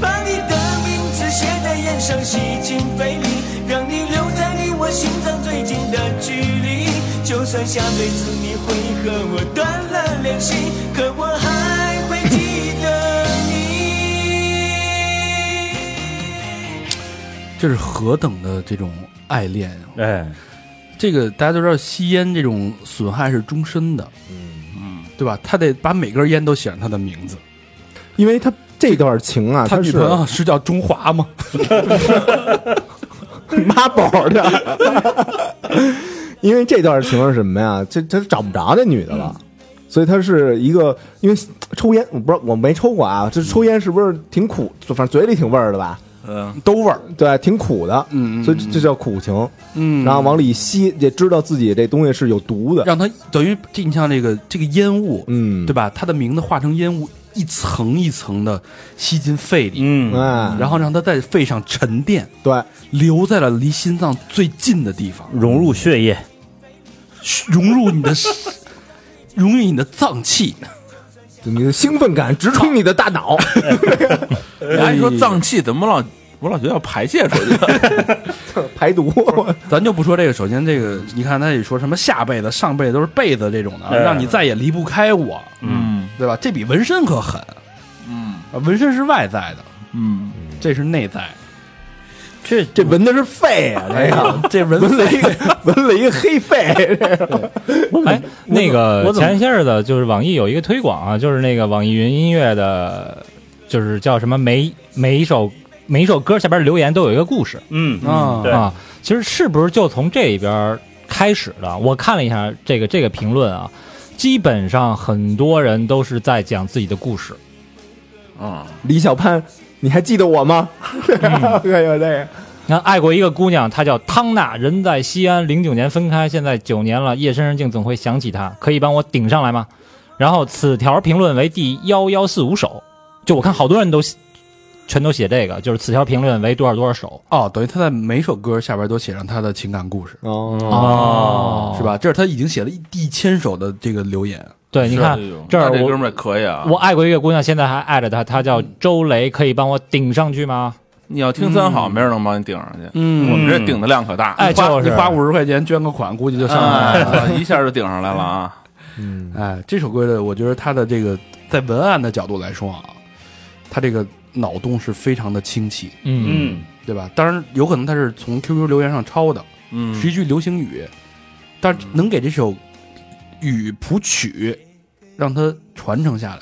Speaker 10: 把你的名字写在烟上，吸进肺里，让你留在离我心脏最近的距离。就算下辈子你会和我断了联系，可我还会记得你。
Speaker 2: 这是何等的这种爱恋啊！
Speaker 4: 哎，
Speaker 2: 这个大家都知道，吸烟这种损害是终身的，嗯嗯，对吧？他得把每根烟都写上他的名字。
Speaker 3: 因为他这段情啊，
Speaker 2: 他
Speaker 3: 他
Speaker 2: 女
Speaker 3: 是
Speaker 2: 朋友是叫中华吗？
Speaker 3: 妈宝的。因为这段情是什么呀？这他找不着这女的了，
Speaker 2: 嗯
Speaker 3: 所以他是一个因为抽烟，我不知道我没抽过啊，这抽烟是不是挺苦？反正嘴里挺味儿的吧？
Speaker 6: 嗯，
Speaker 2: 都味儿，
Speaker 3: 对，挺苦的，
Speaker 2: 嗯嗯
Speaker 3: 所以这这叫苦情。
Speaker 2: 嗯
Speaker 3: 然后往里吸，也知道自己这东西是有毒的，
Speaker 2: 让他等于这，你像这个这个烟雾，
Speaker 3: 嗯，
Speaker 2: 对吧？他的名字化成烟雾，一层一层的吸进肺里，
Speaker 4: 嗯，
Speaker 3: 哎，
Speaker 2: 然后让它在肺上沉淀，
Speaker 3: 对，
Speaker 2: 留在了离心脏最近的地方，
Speaker 4: 融入血液，
Speaker 2: 融入你的， 融入你的脏器。
Speaker 3: 就你的兴奋感直冲你的大 脑，
Speaker 2: 嗯
Speaker 6: 人家说脏器怎么老我老觉得要排泄 出去，
Speaker 3: 排毒。
Speaker 2: 咱就不说这个，首先这个，你看他也说什么下辈子、上辈子都是被子这种的，啊
Speaker 4: 哎
Speaker 2: 让你再也离不开我，
Speaker 6: 嗯
Speaker 2: 对吧？这比纹身可狠，
Speaker 6: 嗯
Speaker 2: 啊纹身是外在的，
Speaker 6: 嗯，
Speaker 2: 这是内在。哎
Speaker 4: 这
Speaker 3: 这闻的是肺啊，这个
Speaker 2: 这纹
Speaker 3: 闻了一个闻了一个黑肺，
Speaker 5: 哎，那
Speaker 4: 我
Speaker 5: 个
Speaker 4: 怎么
Speaker 5: 前些日子就是网易有一个推广啊，就是那个网易云音乐的，就是叫什么每每一首每一首歌下边留言都有一个故事
Speaker 4: 嗯
Speaker 2: 啊
Speaker 4: 对
Speaker 5: 啊。其实是不是就从这里边开始的？我看了一下这个这个评论啊，基本上很多人都是在讲自己的故事。
Speaker 4: 哦
Speaker 6: 啊，
Speaker 3: 李小攀，你还记得我吗？ 哎呦，这个
Speaker 5: 你看，爱过一个姑娘，她叫汤娜，人在西安，零九年分开，现在九年了。夜深人静总会想起她，可以帮我顶上来吗？然后此条评论为第幺幺四五首，就我看好多人都写全都写这个，就是此条评论为多少多少首
Speaker 2: 哦，等于他在每首歌下边都写上他的情感故事，
Speaker 3: 哦，
Speaker 5: 哦
Speaker 2: 是？吧？这是他已经写了一第一千首的这个留言，
Speaker 5: 对，你看
Speaker 6: 是哎呦
Speaker 5: 这儿
Speaker 6: 那这哥
Speaker 5: 我
Speaker 6: 们儿可以啊，
Speaker 5: 我爱过一个姑娘，现在还爱着她，她叫周雷，可以帮我顶上去吗？
Speaker 6: 你要听三好，没人能帮你顶上去，
Speaker 2: 嗯
Speaker 6: 我们这顶的量可大，
Speaker 5: 哎，
Speaker 2: 花
Speaker 5: 就是
Speaker 2: 你花五十块钱捐个款，估计就上来了。
Speaker 3: 哎
Speaker 6: 啊，一下就顶上来了啊，
Speaker 2: 哎，这首歌的，我觉得他的这个在文案的角度来说啊，他这个脑洞是非常的清奇，
Speaker 5: 嗯
Speaker 4: 嗯
Speaker 2: 对吧？当然，有可能他是从 QQ 留言上抄的，
Speaker 6: 嗯
Speaker 2: 是一句流行语，但是能给这首语谱曲让它传承下来，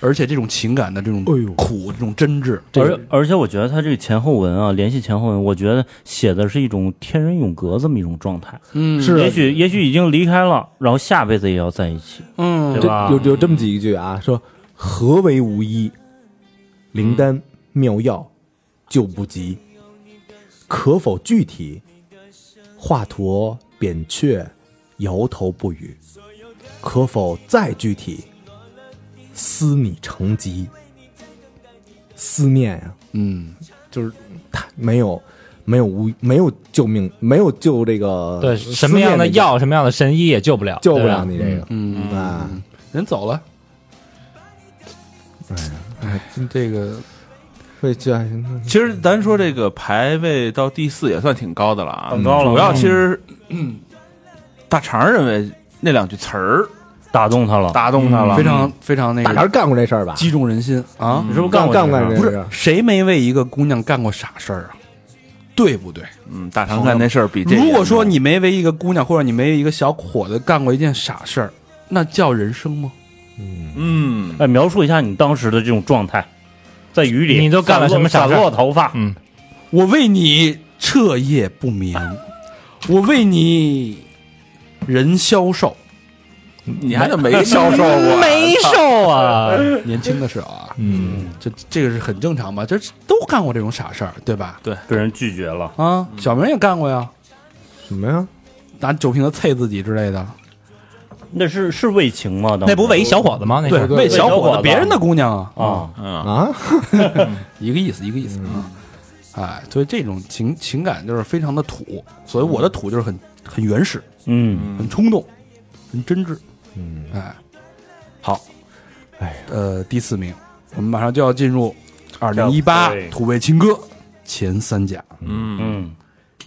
Speaker 2: 而且这种情感的这种
Speaker 3: 哎呦
Speaker 2: 苦、这种真挚，
Speaker 5: 而而且我觉得他这个前后文啊，联系前后文，我觉得写的是一种天人永隔这么一种状态。
Speaker 2: 嗯
Speaker 3: 是
Speaker 5: 也许也许已经离开了，然后下辈子也要在一起，
Speaker 2: 嗯
Speaker 5: 对
Speaker 3: 这
Speaker 5: 吧？
Speaker 3: 有有这么几句啊，说何为无医？灵丹
Speaker 11: 嗯
Speaker 3: 妙药救不及，可否具体？华佗扁鹊摇头不语，可否再具体？思你成疾，思念呀、
Speaker 2: 嗯，
Speaker 3: 就是他没有没有无没有救命，没有救这个
Speaker 11: 对，
Speaker 3: 呃思
Speaker 11: 什么样的
Speaker 3: 念药
Speaker 11: 药，什么样的神医也救不了，
Speaker 3: 救不
Speaker 11: 对吧
Speaker 3: 了你这个，嗯啊。
Speaker 2: 人走了，哎呀，哎，这个
Speaker 3: 会这样，
Speaker 6: 其实咱说这个排位到第四也算挺高的了啊，
Speaker 5: 很高了
Speaker 6: 主要其实，
Speaker 2: 嗯
Speaker 6: 大肠认为那两句词儿
Speaker 5: 打动他了。
Speaker 6: 打动他了，
Speaker 2: 嗯
Speaker 6: 嗯
Speaker 2: 非常非常那
Speaker 3: 大
Speaker 2: 个
Speaker 3: 肠干过这事儿吧？
Speaker 2: 击中人心啊！
Speaker 5: 你是不是
Speaker 3: 干
Speaker 5: 过
Speaker 3: 干过
Speaker 5: 这事儿
Speaker 3: 这
Speaker 2: 不
Speaker 3: 事
Speaker 2: 是
Speaker 3: 儿
Speaker 2: 谁没为一个姑娘干过傻事儿啊？对不对？
Speaker 6: 嗯，大肠干那事儿比这个
Speaker 2: 如果说你没为一个姑娘或者你没为一个小伙子干过一件傻事儿，那叫人生吗？
Speaker 6: 嗯，
Speaker 5: 哎，描述一下你当时的这种状态，在雨里，
Speaker 11: 你都干了什么傻
Speaker 5: 散
Speaker 11: 事
Speaker 5: 落头发，
Speaker 11: 嗯，
Speaker 2: 我为你彻夜不眠，我为你人消瘦。
Speaker 6: 你还怎么没销售过？
Speaker 11: 没瘦啊，
Speaker 2: 年轻的时候啊，
Speaker 11: 嗯，
Speaker 2: 这这个是很正常吧？这都干过这种傻事儿，对吧？
Speaker 5: 被人拒绝了。
Speaker 2: 啊，小明也干过呀，
Speaker 3: 什么呀？
Speaker 2: 拿酒瓶子啐自己之类的。
Speaker 5: 那是是为情吗？当时
Speaker 11: 那不为一小伙子吗？那
Speaker 2: 对，
Speaker 11: 是
Speaker 2: 为小
Speaker 5: 为小伙
Speaker 2: 伙
Speaker 5: 子
Speaker 2: 子，别人的姑娘啊，
Speaker 5: 啊，
Speaker 6: 嗯，
Speaker 3: 啊， 嗯
Speaker 2: 一个意思，一个意思啊。哎，所以这种情情感就是非常的土，所以我的土就是很很原始、
Speaker 5: 嗯，
Speaker 2: 很冲动、很真挚。
Speaker 3: 嗯，
Speaker 2: 哎，好，
Speaker 3: 哎，
Speaker 2: 呃，第四名，我们马上就要进入二零一八
Speaker 5: 对
Speaker 2: 土味情歌前三甲。
Speaker 5: 嗯，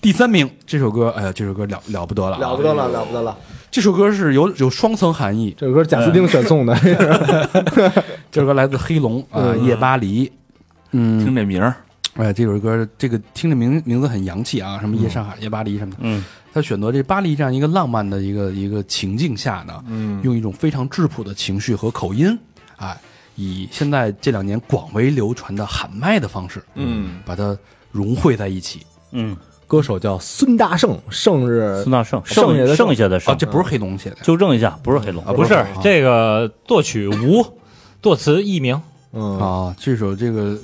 Speaker 2: 第三名，这首歌，哎呀，这首歌了了不得
Speaker 11: 嗯
Speaker 2: 了啊，
Speaker 3: 了不得了，了不得了！
Speaker 2: 这首歌是有有双层含义。嗯
Speaker 3: 这首歌是贾斯汀选送的，
Speaker 2: 这首歌来自黑龙啊，夜巴黎。嗯，
Speaker 6: 听这名儿，
Speaker 2: 哎，这首歌这个听着名名字很洋气啊，什么夜上海、夜巴黎什么的。
Speaker 5: 嗯，
Speaker 2: 他选择这巴黎这样一个浪漫的一个一个情境下呢，嗯，用一种非常质朴的情绪和口音，哎，以现在这两年广为流传的喊麦的方式，
Speaker 6: 嗯，
Speaker 2: 把它融汇在一起。
Speaker 5: 嗯，
Speaker 3: 歌手叫孙大圣，圣是
Speaker 5: 孙大圣
Speaker 3: 剩下的
Speaker 5: 剩下的
Speaker 2: 啊，
Speaker 5: 剩
Speaker 2: 这不是黑龙写的，
Speaker 5: 纠正一下，不是黑龙，
Speaker 11: 不是
Speaker 2: 啊
Speaker 11: 这个作曲无，作词佚名，
Speaker 3: 嗯，
Speaker 2: 啊，这首这个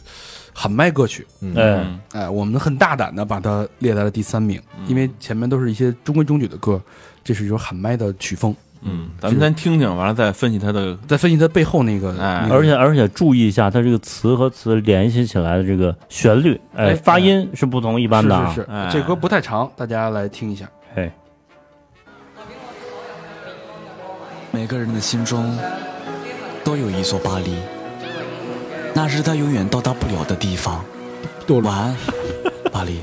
Speaker 2: 喊麦歌曲，
Speaker 5: 哎，
Speaker 6: 嗯
Speaker 2: 哎，我们很大胆的把它列在了第三名，因为前面都是一些中规中矩的歌，这是一首喊麦的曲风。
Speaker 6: 嗯，咱们先听听，完了再分析他的，
Speaker 2: 再分析它背哦后那个，
Speaker 6: 哎
Speaker 2: 那个
Speaker 5: 嗯而且而且注意一下，它这个词和词联系起来的这个旋律，哎，
Speaker 2: 哎
Speaker 5: 发音是不同一般的啊
Speaker 2: 是是。
Speaker 6: 哎
Speaker 2: 是，这歌不太长，大家来听一下。
Speaker 5: 哎，
Speaker 7: 每个人的心中都有一座巴黎，那是他永远到达不了的地方。
Speaker 3: 到
Speaker 7: 晚
Speaker 3: 了
Speaker 7: 安，巴黎。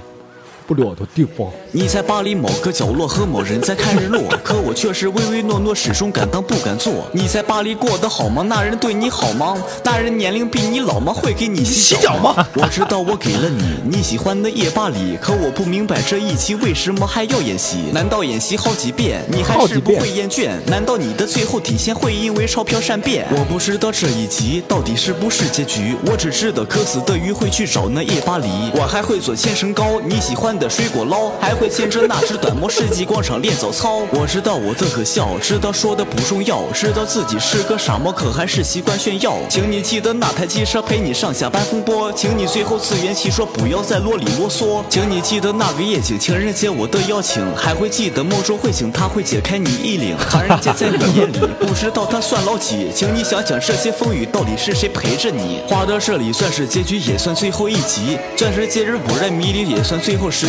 Speaker 3: 不了的地方，
Speaker 7: 你在巴黎某个角落和某人在看日落，可我却是唯唯诺诺，始终敢当不敢做。你在巴黎过得好吗？那人对你好吗？那人年龄比你老吗？会给你洗脚吗？我知道我给了你你喜欢的夜巴黎，可我不明白这一期为什么还要演习？难道演习好几遍你还
Speaker 3: 好几
Speaker 7: 是不
Speaker 3: 遍
Speaker 7: 会厌倦？难道你的最后底线会因为钞票善变？我不知道这一集到底是不是结局，我只知道渴死的鱼会去找那夜巴黎，我还会做健身高，你喜欢的水果捞，还会牵着那只短毛世纪广场练早操。我知道我的可笑，知道说的不重要，知道自己是个傻猫，可还是习惯炫耀。请你记得那台机车陪你上下班风波，请你最后自圆其说，不要再啰里啰嗦。请你记得那个夜景，情人节我的邀请，还会记得梦中会醒，他会解开你衣领。唐人街在你眼里，不知道他算老几，请你想想这些风雨到底是谁陪着你。话到这里算是结局，也算最后一集。钻石戒指不在迷离，也算最后实习。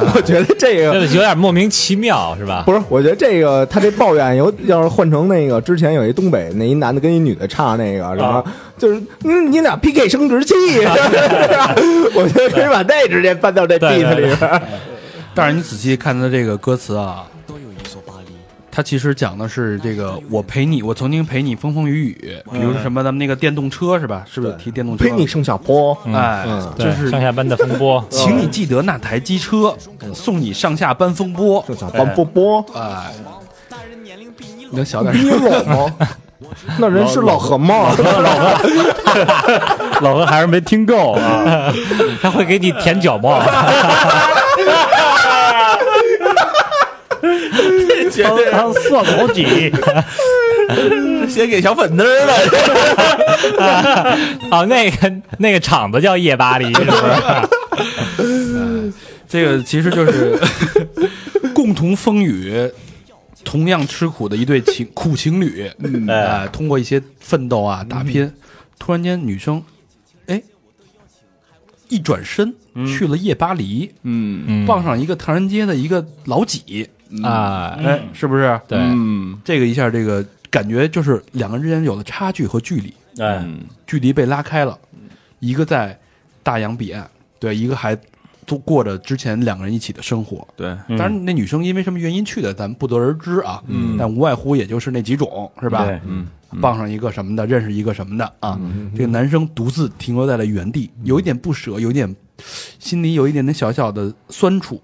Speaker 3: 我觉得这
Speaker 11: 这
Speaker 3: 个
Speaker 11: 个有点莫名其妙是吧？
Speaker 3: 不是，我觉得这个他这抱怨有，要是换成那个之前有一东北那一男的跟一女的唱那
Speaker 2: 啊
Speaker 3: 个什么，就是嗯你俩 PK 生殖器， 我觉得可以把那直接搬到这 beat 里边儿，
Speaker 2: 但是你仔细看它这个歌词啊，
Speaker 7: 都有一座巴黎，
Speaker 2: 它其实讲的是这个我陪你，我曾经陪你风风雨雨，比
Speaker 6: 嗯
Speaker 2: 如说什么咱们那个电动车是吧？是不是有提电动车？啊
Speaker 3: 陪你上下坡，
Speaker 2: 哎，
Speaker 3: 嗯
Speaker 11: 对
Speaker 2: 就是哎
Speaker 11: 上下班的风 波，
Speaker 2: 请你记得那台机车送你上下班风波，
Speaker 3: 上下坡波波，
Speaker 2: 哎，你能小点
Speaker 3: 你
Speaker 2: 声。
Speaker 3: 老吗？那人是老何吗？
Speaker 4: 老何还是没听够啊，
Speaker 5: 他会给你舔脚吗？
Speaker 6: 绝 对
Speaker 4: 当色头 几，
Speaker 6: 先给小粉灯儿了。
Speaker 5: 哦，那个那个厂子叫夜巴黎，是 不是？
Speaker 2: 这个其实就是 共同风雨。同样吃苦的一对情苦情侣，呃，通过一些奋斗啊打拼，突然间女生，哎，一转身去了夜巴黎，
Speaker 6: 嗯
Speaker 2: 傍上一个唐人街的一个老几，
Speaker 5: 啊，
Speaker 2: 哎，是不是？
Speaker 5: 对，
Speaker 6: 嗯
Speaker 2: 这个一下，这个感觉就是两个人之间有了差距和距离，
Speaker 4: 哎，
Speaker 6: 嗯
Speaker 2: 距离被拉开了，一个在大洋彼岸，对，一个还都过着之前两个人一起的生活。
Speaker 6: 对，
Speaker 4: 嗯
Speaker 2: 当然，那女生因为什么原因去的，咱不得而知啊。
Speaker 6: 嗯
Speaker 2: 但无外乎也就是那几种，是吧？
Speaker 4: 对嗯
Speaker 6: 嗯
Speaker 2: 傍上一个什么的，认识一个什么的啊。这个男生独自停留在了原地，有一点不舍，有一点心里有一点点小小的酸楚，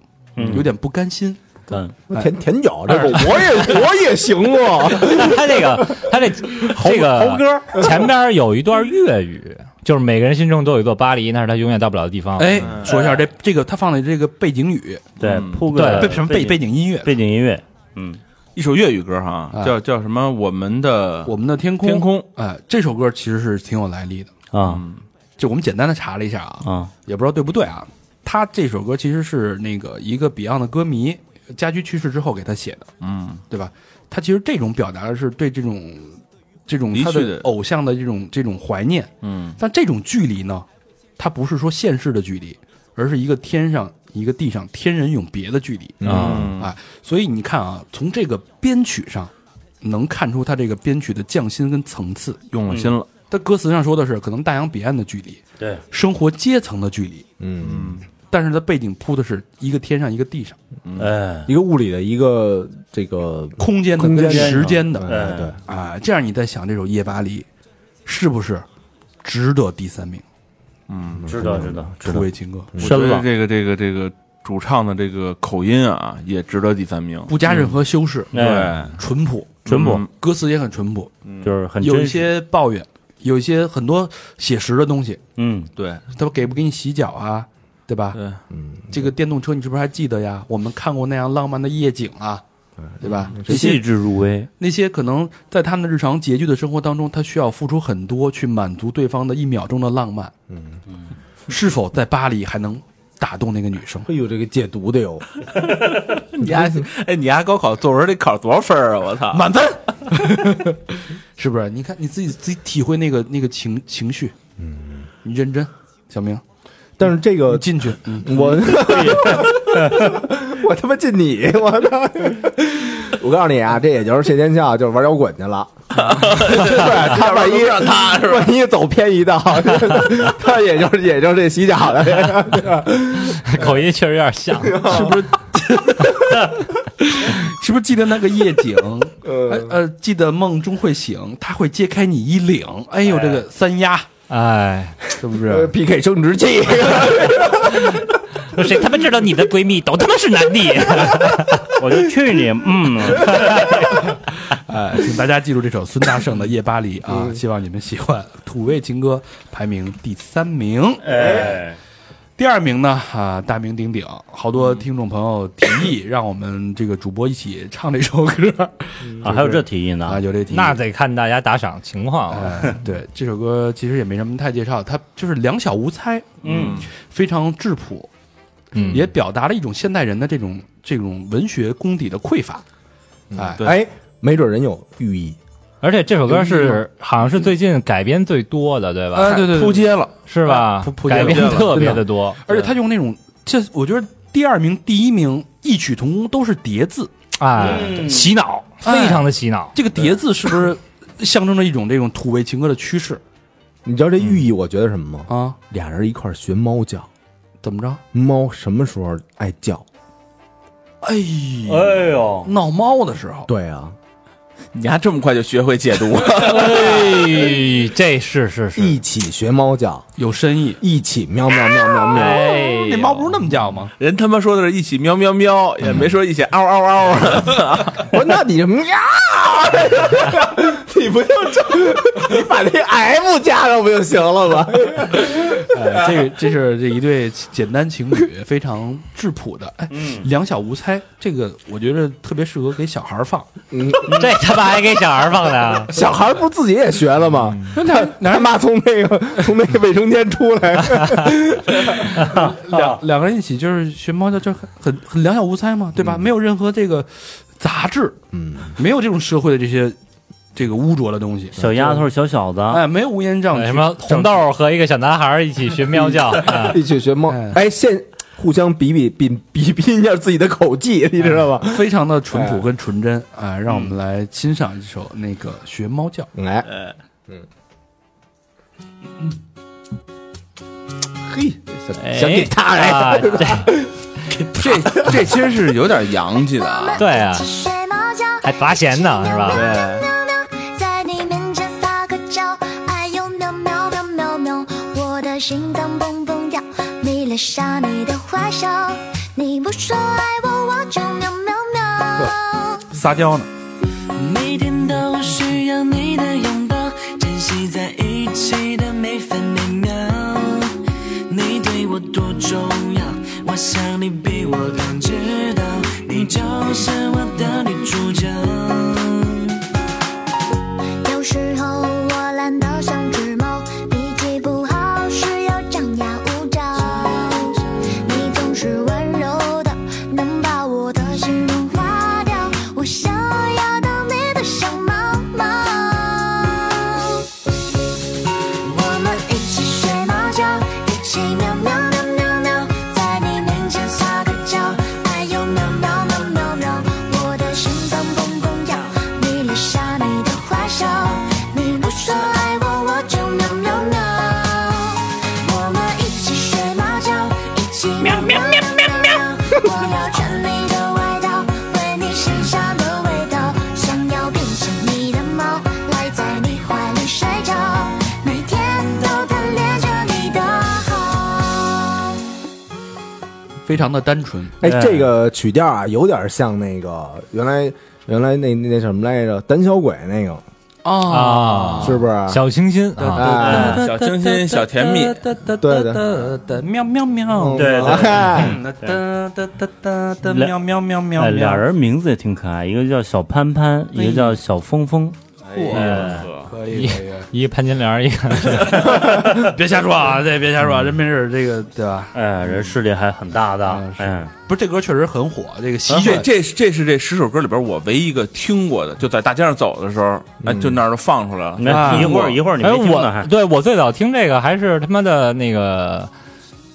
Speaker 2: 有点不甘心。
Speaker 4: 嗯，
Speaker 3: 舔舔脚这个我也我也行啊，
Speaker 5: 他这个他这这
Speaker 3: 猴
Speaker 5: 个
Speaker 3: 哥
Speaker 5: 前边有一段粤语，就是每个人心中都有一座巴黎，那是他永远到不了的地方。嗯
Speaker 2: 哎，说一下这这个他放的这个背景语，
Speaker 4: 对，
Speaker 6: 嗯
Speaker 4: 铺个
Speaker 2: 背什么背背景音乐，
Speaker 4: 背景音乐，嗯，
Speaker 6: 一首粤语歌哈，
Speaker 2: 哎
Speaker 6: 叫叫什么？我们的
Speaker 2: 我们的天空，
Speaker 6: 天空，
Speaker 2: 哎，这首歌其实是挺有来历的。嗯
Speaker 4: 啊
Speaker 2: 就我们简单的查了一下啊，
Speaker 4: 啊，
Speaker 2: 也不知道对不对啊。他这首歌其实是那个一个 Beyond 的歌迷家驹去世之后给他写的，
Speaker 6: 嗯
Speaker 2: 对吧？他其实这种表达的是对这种这种
Speaker 6: 离去
Speaker 2: 他
Speaker 6: 的
Speaker 2: 的偶像的这种这种怀念，
Speaker 6: 嗯
Speaker 2: 但这种距离呢，它不是说现世的距离，而是一个天上一个地上天人永别的距离。
Speaker 6: 嗯
Speaker 2: 哎，所以你看啊，从这个编曲上能看出他这个编曲的匠心跟层次。
Speaker 6: 用了心了，
Speaker 2: 他歌词上说的是可能大洋彼岸的距离，
Speaker 4: 对，
Speaker 2: 生活阶层的距离，
Speaker 3: 嗯，
Speaker 2: 但是他背景铺的是一个天上一个地上，
Speaker 4: 哎，
Speaker 3: 一个物理的一个这个
Speaker 2: 空间的
Speaker 3: 空间
Speaker 2: 跟时间的，
Speaker 3: 哎对，
Speaker 2: 啊，这样你在想这首《夜巴黎》是不是值得第三名？
Speaker 6: 嗯，
Speaker 4: 知道知道知
Speaker 2: 土
Speaker 4: 道，
Speaker 2: 味情歌
Speaker 6: 我觉
Speaker 4: 深
Speaker 6: 得
Speaker 4: 了，
Speaker 6: 这个这个这个主唱的这个口音啊，也值得第三名。
Speaker 2: 不加任何修饰，
Speaker 4: 嗯
Speaker 6: 对，
Speaker 2: 淳朴，
Speaker 4: 淳朴嗯
Speaker 6: 嗯
Speaker 2: 歌词也很淳朴，
Speaker 4: 就是很
Speaker 2: 有一
Speaker 4: 真实，
Speaker 2: 些抱怨，有一些很多写实的东西，
Speaker 4: 嗯，
Speaker 6: 对
Speaker 2: 他给不给你洗脚啊？对吧？
Speaker 6: 对，
Speaker 3: 嗯
Speaker 2: 这个电动车你是不是还记得呀？我们看过那样浪漫的夜景啊，对吧？
Speaker 6: 嗯
Speaker 3: 嗯
Speaker 2: 这些
Speaker 4: 细致入微，
Speaker 2: 那些可能在他们的日常拮据的生活当中，他需要付出很多去满足对方的一秒钟的浪漫。嗯是否在巴黎还能打动那个女生？
Speaker 3: 会有这个解读的哟。
Speaker 6: 你丫哎，你丫高考作文得考多少分儿啊？我操， 满分。
Speaker 2: 是不是？你看你自己自己体会那个那个情情绪。嗯，你认真，小明，
Speaker 3: 但是这个
Speaker 2: 你进去。嗯，
Speaker 3: 我 我他妈进你！我操！ 我告诉你啊，这也就是谢天笑就是玩摇滚去了。 对，他万一让他万一走偏一道， 他也就是也就是这洗脚的。
Speaker 5: 口音确实有点像，
Speaker 2: 是不是？是不是记得那个夜 景？呃呃，记得梦中会醒，他会揭开你衣领。哎呦，这个三丫
Speaker 5: 哎，
Speaker 2: 是不是？
Speaker 3: PK 呃生 殖器，
Speaker 5: 谁他妈知道你的闺蜜都他妈是男 的？
Speaker 4: 我就去你，嗯，
Speaker 2: 哎，请大家记住这首孙大圣的《夜巴黎》啊，
Speaker 5: 嗯
Speaker 2: 希望你们喜欢。土味情歌排名第三名，
Speaker 4: 哎，
Speaker 2: 第二名呢啊，大名鼎鼎，好多听众朋友提议让我们这个主播一起唱这首歌
Speaker 4: 啊，还有这提议
Speaker 2: 啊，
Speaker 4: 呢，
Speaker 2: 有这提议。
Speaker 5: 那得看大家打赏情况啊了。
Speaker 2: 哎，对，这首歌其实也没什么太介绍，它就是两小无猜，
Speaker 4: 嗯，
Speaker 2: 非常质朴，
Speaker 5: 嗯
Speaker 2: 也表达了一种现代人的这种这种文学功底的匮乏。
Speaker 5: 嗯
Speaker 2: 哎，
Speaker 6: 对
Speaker 3: 哎，没准人有寓意。
Speaker 5: 而且这首歌是好像是最近改编最多的，啊对吧？
Speaker 2: 哎对对对
Speaker 6: 扑街了，
Speaker 5: 是吧？
Speaker 2: 扑啊扑街了
Speaker 5: 改编
Speaker 6: 啊扑街了
Speaker 5: 特别的多，
Speaker 2: 而且他用那种，这我觉得第二名、第一名异曲同工，都是叠字。
Speaker 4: 嗯
Speaker 5: 哎，洗脑，
Speaker 2: 哎
Speaker 5: 非常的洗脑。
Speaker 2: 这个叠字是不是象征着一种这种土味情歌的趋势
Speaker 3: 你知道这寓意我觉得什么吗？
Speaker 2: 啊？
Speaker 3: 俩人一块儿学猫叫，
Speaker 2: 怎么着？
Speaker 3: 猫什么时候爱叫？
Speaker 2: 哎，
Speaker 4: 哎呦，
Speaker 2: 闹猫的时候，
Speaker 3: 对啊，
Speaker 6: 你还这么快就学会解读啊了？
Speaker 5: 哎，这是是是，
Speaker 3: 一起学猫叫，
Speaker 2: 有深意。
Speaker 3: 一起喵喵喵喵喵。
Speaker 5: 哎呦，
Speaker 2: 那猫不是那么叫吗？
Speaker 6: 人他妈说的是一起喵喵喵，也没说一起嗷嗷嗷 的。
Speaker 3: 我说那你 就喵， 你不就这，你把那 M 加上不就行 了吗？？
Speaker 2: 哎，这个这是这一对简单情侣非常质朴的，哎，
Speaker 5: 嗯
Speaker 2: 两小无猜，这个我觉得特别适合给小孩儿放。
Speaker 5: 这他妈还给小孩放的啊
Speaker 3: 嗯 小孩不自己也学了吗？
Speaker 5: 嗯
Speaker 2: 那
Speaker 3: 他妈从那个从那个卫生间出 来，
Speaker 2: 两两个人一起就是学猫叫，就很很很两小无猜嘛，对
Speaker 3: 嗯
Speaker 2: 吧？没有任何这个杂质，嗯，没有这种社会的这些这个污浊的东西，
Speaker 4: 小丫头、小小子，
Speaker 2: 哎，没有乌烟瘴气，
Speaker 5: 什么红豆和一个小男孩一起学喵 叫，啊
Speaker 3: 一起学猫。哎，现互相比比比比比一下自己的口技，你知道吗？
Speaker 2: 哎非常的淳朴跟纯真，哎，让我们来欣赏一首那个学猫叫。
Speaker 3: 来，
Speaker 4: 哎
Speaker 3: 嘿，
Speaker 5: 哎
Speaker 3: 想给他
Speaker 5: 啊
Speaker 3: 来，
Speaker 5: 这
Speaker 6: 这这其实是有点洋气的啊。
Speaker 5: 对啊，
Speaker 12: 学猫叫，
Speaker 5: 还拔弦呢是吧？
Speaker 6: 对，
Speaker 12: 在你面前撒个娇，哎呦喵喵喵喵喵，我的心脏蹦蹦跳，迷恋上你的坏笑，你不说爱我，我就喵喵喵。
Speaker 2: 撒娇呢，
Speaker 13: 每天都需要你的拥抱，珍惜在一起的每分每秒。你对我多重要，我想你比我更知道，你就是我的女主角。
Speaker 12: 有时候我懒得像只猫，脾气不好时要张牙舞爪。你总是温柔的，能把我的心融化掉。我想要当你的小猫猫。我们一起学猫叫，一起喵喵喵喵喵，在你面前撒个娇，哎呦喵喵喵喵喵，我的心脏砰砰跳，迷恋上你的坏笑，你不说爱我，我就喵喵喵。我们一起学猫叫，一起喵喵喵喵喵，我要穿你的外套，闻你身上的味道，想要变成你的猫，赖在你怀里睡着，每天都贪恋着你的好。
Speaker 2: 非常的单纯，
Speaker 3: 哎，这个曲调啊，有点像那个原来原来那那什么来着，胆小鬼那个，
Speaker 2: 哦
Speaker 5: 啊，
Speaker 3: 是不是？
Speaker 5: 小清新啊，
Speaker 3: 哎，
Speaker 2: 嗯
Speaker 6: 小清新，小甜蜜，
Speaker 3: 对
Speaker 2: 的，喵喵喵，
Speaker 4: 对对
Speaker 3: 哎
Speaker 2: 嗯哒哒哒哒哒，喵喵喵喵
Speaker 4: 哎，俩
Speaker 2: 喵，
Speaker 4: 人名字也挺可爱，一个叫小潘潘，一个叫小峰峰。哎
Speaker 2: 可以可以，
Speaker 5: 哎一个潘金莲，一个
Speaker 2: 别瞎说啊，这别瞎说啊，这没事儿，这个对吧？
Speaker 4: 嗯哎，人势力还很大
Speaker 2: 哎
Speaker 4: 的。
Speaker 2: 是
Speaker 4: 哎，
Speaker 2: 不是这歌确实很火，这个席
Speaker 6: 这
Speaker 2: 卷
Speaker 6: 这是这是这十首歌里边我唯一一个听过的，就在大街上走的时候，哎，就那儿就放出来了。
Speaker 4: 那一会儿一会儿你
Speaker 5: 哎，
Speaker 4: 没听呢
Speaker 5: 啊我
Speaker 4: 还。
Speaker 5: 对我最早听这个还是他妈的那个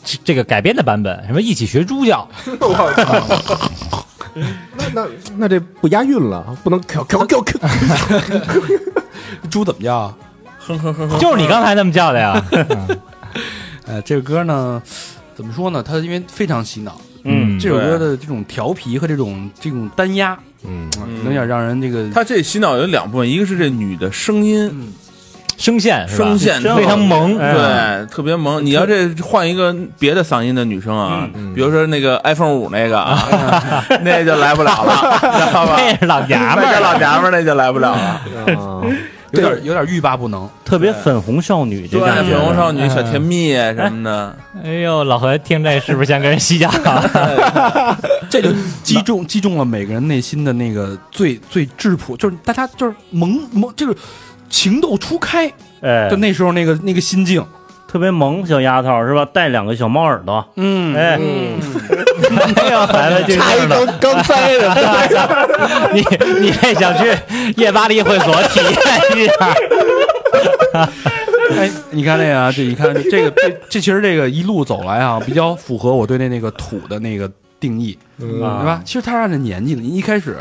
Speaker 5: 这这个改编的版本，什么一起学猪叫，
Speaker 3: 哎那 那这不押韵了，不能 Q Q Q Q。
Speaker 2: 猪怎么叫啊？
Speaker 5: 就是你刚才那么叫的 呀？
Speaker 2: 呃，这个歌呢，怎么说呢？它因为非常洗脑，
Speaker 5: 嗯
Speaker 2: 这首歌的这种调皮和这种这种单压，
Speaker 3: 嗯，
Speaker 2: 嗯有点让人这个
Speaker 6: 他这洗脑有两部分，一个是这女的声音，
Speaker 5: 声线是吧？
Speaker 6: 声线
Speaker 5: 非常萌，哎
Speaker 6: 对，特别萌。你要这换一个别的嗓音的女生啊，
Speaker 5: 嗯
Speaker 6: 比如说那个 iPhone 五 那个啊，那就来不了了，知道吧？
Speaker 5: 那是老娘们
Speaker 6: 那
Speaker 5: 儿
Speaker 6: 这。老娘们儿那就来不了了。
Speaker 3: 啊
Speaker 2: 有点有点欲罢不能。
Speaker 4: 特别粉红少女这
Speaker 6: 对，
Speaker 4: 感觉，嗯
Speaker 6: 粉红少女、小甜蜜啊什 么的，
Speaker 5: 哎呦，老何听这是不是像跟人洗脚？啊
Speaker 2: 这就击中击中了每个人内心的那个最最质朴，就是大家就是萌萌，就是情窦初开，
Speaker 4: 哎
Speaker 2: 就，那时候那个那个心境。
Speaker 4: 特别萌小丫头是吧？戴两个小猫耳朵，
Speaker 2: 嗯，
Speaker 4: 哎，
Speaker 5: 哎
Speaker 4: 没有孩子就是
Speaker 3: 插一
Speaker 4: 的，
Speaker 3: 根钢塞的，
Speaker 5: 你你这想去夜巴黎会所体验一下？
Speaker 2: 哎，你看这个啊，这一 看这个这这其实这个一路走来啊，比较符合我对那那个土的那个定义，对吧？其实他按照年纪呢，你一开始，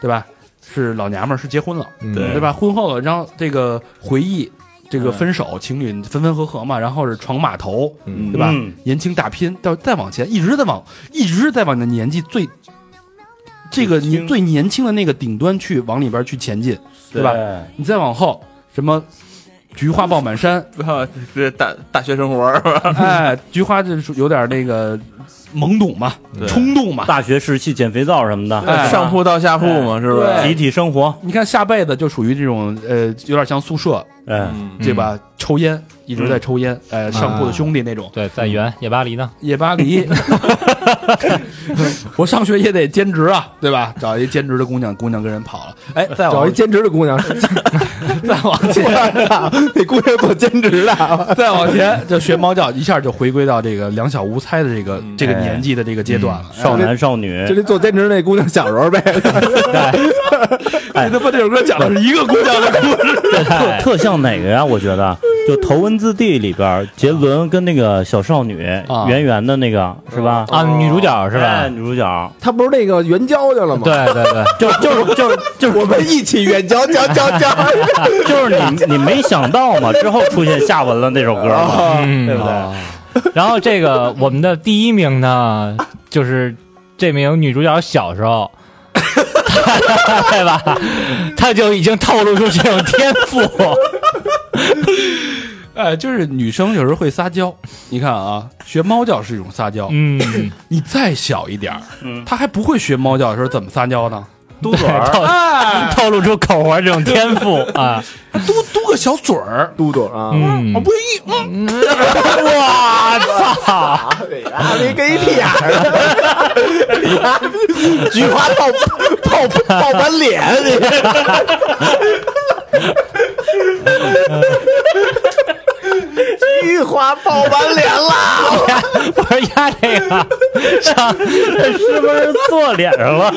Speaker 2: 对吧？是老娘们儿，是结婚了，
Speaker 3: 对
Speaker 2: 对吧？婚后了，然后这个回忆，这个分手，情侣分分合合嘛，然后是闯码头，
Speaker 3: 嗯
Speaker 2: 对吧
Speaker 4: 嗯？
Speaker 2: 言情大拼，到再往前，一直在往，一直在往你的年纪最这个你最年轻的那个顶端去往里边去前进，对吧？你再往后什么菊花爆满山，
Speaker 6: 不要这大大学生活儿是吧？
Speaker 2: 哎，菊花就是有点那个懵懂嘛，
Speaker 6: 对
Speaker 2: 冲动嘛。
Speaker 7: 大学时期捡肥皂什么的，
Speaker 2: 哎
Speaker 6: 上铺到下铺嘛，是不是？
Speaker 5: 哎
Speaker 7: 集体生活，
Speaker 2: 你看下辈子就属于这种呃，有点像宿舍
Speaker 7: 哎，
Speaker 6: 嗯
Speaker 2: 对吧？抽烟一直在抽烟，呃，上铺的兄弟那种。
Speaker 5: 对，在原夜巴黎呢，
Speaker 2: 夜 巴黎，我上学也得兼职啊，对吧？找一兼职的姑娘，姑娘跟人跑了，哎，再
Speaker 3: 找
Speaker 2: 往
Speaker 3: 一兼职的姑娘，
Speaker 2: 再往前，
Speaker 3: 那姑娘做兼职的，
Speaker 2: 再往前就学猫叫，一下就回归到这个两小无猜的这个
Speaker 6: 嗯
Speaker 2: 这个年纪的这个阶段
Speaker 5: 哎
Speaker 2: 了。哎
Speaker 7: 少男少女，
Speaker 3: 就那做兼职那姑娘小时候呗，
Speaker 2: 你他妈这首歌讲的是一个姑娘的故 事，
Speaker 7: 特哎特像哪个呀？我觉得就《头文字 D》里边，杰伦跟那个小少女
Speaker 2: 啊
Speaker 7: 圆圆的那个是吧？
Speaker 5: 啊，女主角是吧
Speaker 7: 哎？女主角
Speaker 3: 她不是那个援交去了吗？
Speaker 5: 对 对对，
Speaker 7: 就就是就是就是
Speaker 3: 我们一起援交，交交 交，
Speaker 7: 就是你你没想到嘛？之后出现下文了那首歌嘛，
Speaker 2: 啊
Speaker 5: 嗯
Speaker 7: 对不对？
Speaker 5: 然后这个我们的第一名呢，就是这名女主角小时 候，对 吧？她就已经透露出这 种天 赋，
Speaker 2: 呃，就是女生有时候会撒娇。你看啊，学猫叫是一种撒娇，
Speaker 5: 嗯，
Speaker 2: 你再小一点儿，她还不会学猫叫的时候怎么撒娇呢？
Speaker 7: 嘟嘴儿，
Speaker 5: 透
Speaker 2: 哎
Speaker 5: 透露出口活这种 天赋啊，
Speaker 2: 嘟嘟个小嘴儿，
Speaker 3: 嘟嘟啊，
Speaker 5: 嗯
Speaker 2: 我，不愿意。嗯
Speaker 5: 我操，
Speaker 3: 啊，你给屁眼儿，菊花爆爆爆满脸，你。菊花爆满脸啦！
Speaker 5: 不是呀，这个上
Speaker 7: 是不是坐脸上了？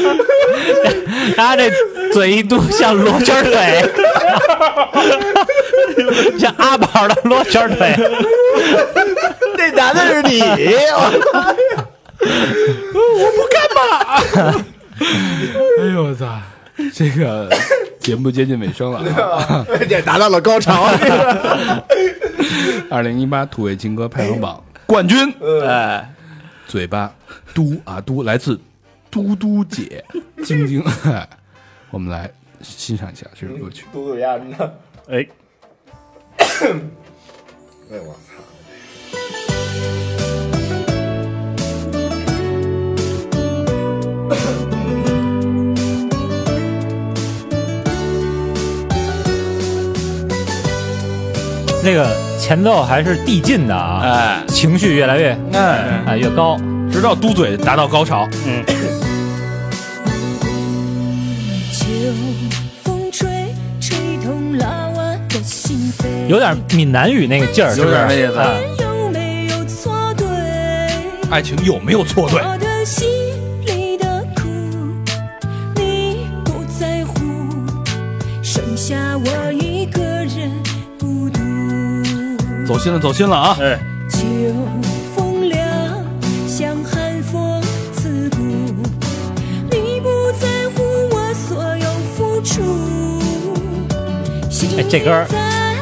Speaker 5: 他这嘴一嘟像罗圈腿， 像阿宝的罗圈腿，
Speaker 3: 那男的是 你，我
Speaker 2: 哎呦我操，这个节目接近尾声了啊。
Speaker 3: 也达到了高潮。
Speaker 2: 二零一八土味情歌排行榜冠军，哎，嘴巴嘟啊嘟，来自嘟嘟姐晶晶， 哎我们来欣赏一下这首歌曲。
Speaker 3: 嘟嘟呀，你看，
Speaker 7: 哎，
Speaker 3: 哎我操！
Speaker 5: 那个前奏还是递进的啊，
Speaker 2: 哎
Speaker 5: 情绪越来越
Speaker 2: 哎，
Speaker 5: 啊越高，嗯
Speaker 2: 直到嘟嘴达到高潮，
Speaker 10: 秋风吹，吹痛了我的心扉。
Speaker 5: 有点闽南语那个劲儿，是不
Speaker 6: 有
Speaker 5: 是
Speaker 6: 点那意思
Speaker 5: 啊
Speaker 10: 有没有错对？
Speaker 2: 爱情有没有错对？
Speaker 10: 我的心里的苦，你不在乎，剩下我一个人孤独。
Speaker 2: 走心了，走心了啊！
Speaker 7: 哎
Speaker 10: 秋风凉，像寒风刺骨，你不在乎我所有付出。
Speaker 5: 哎这歌儿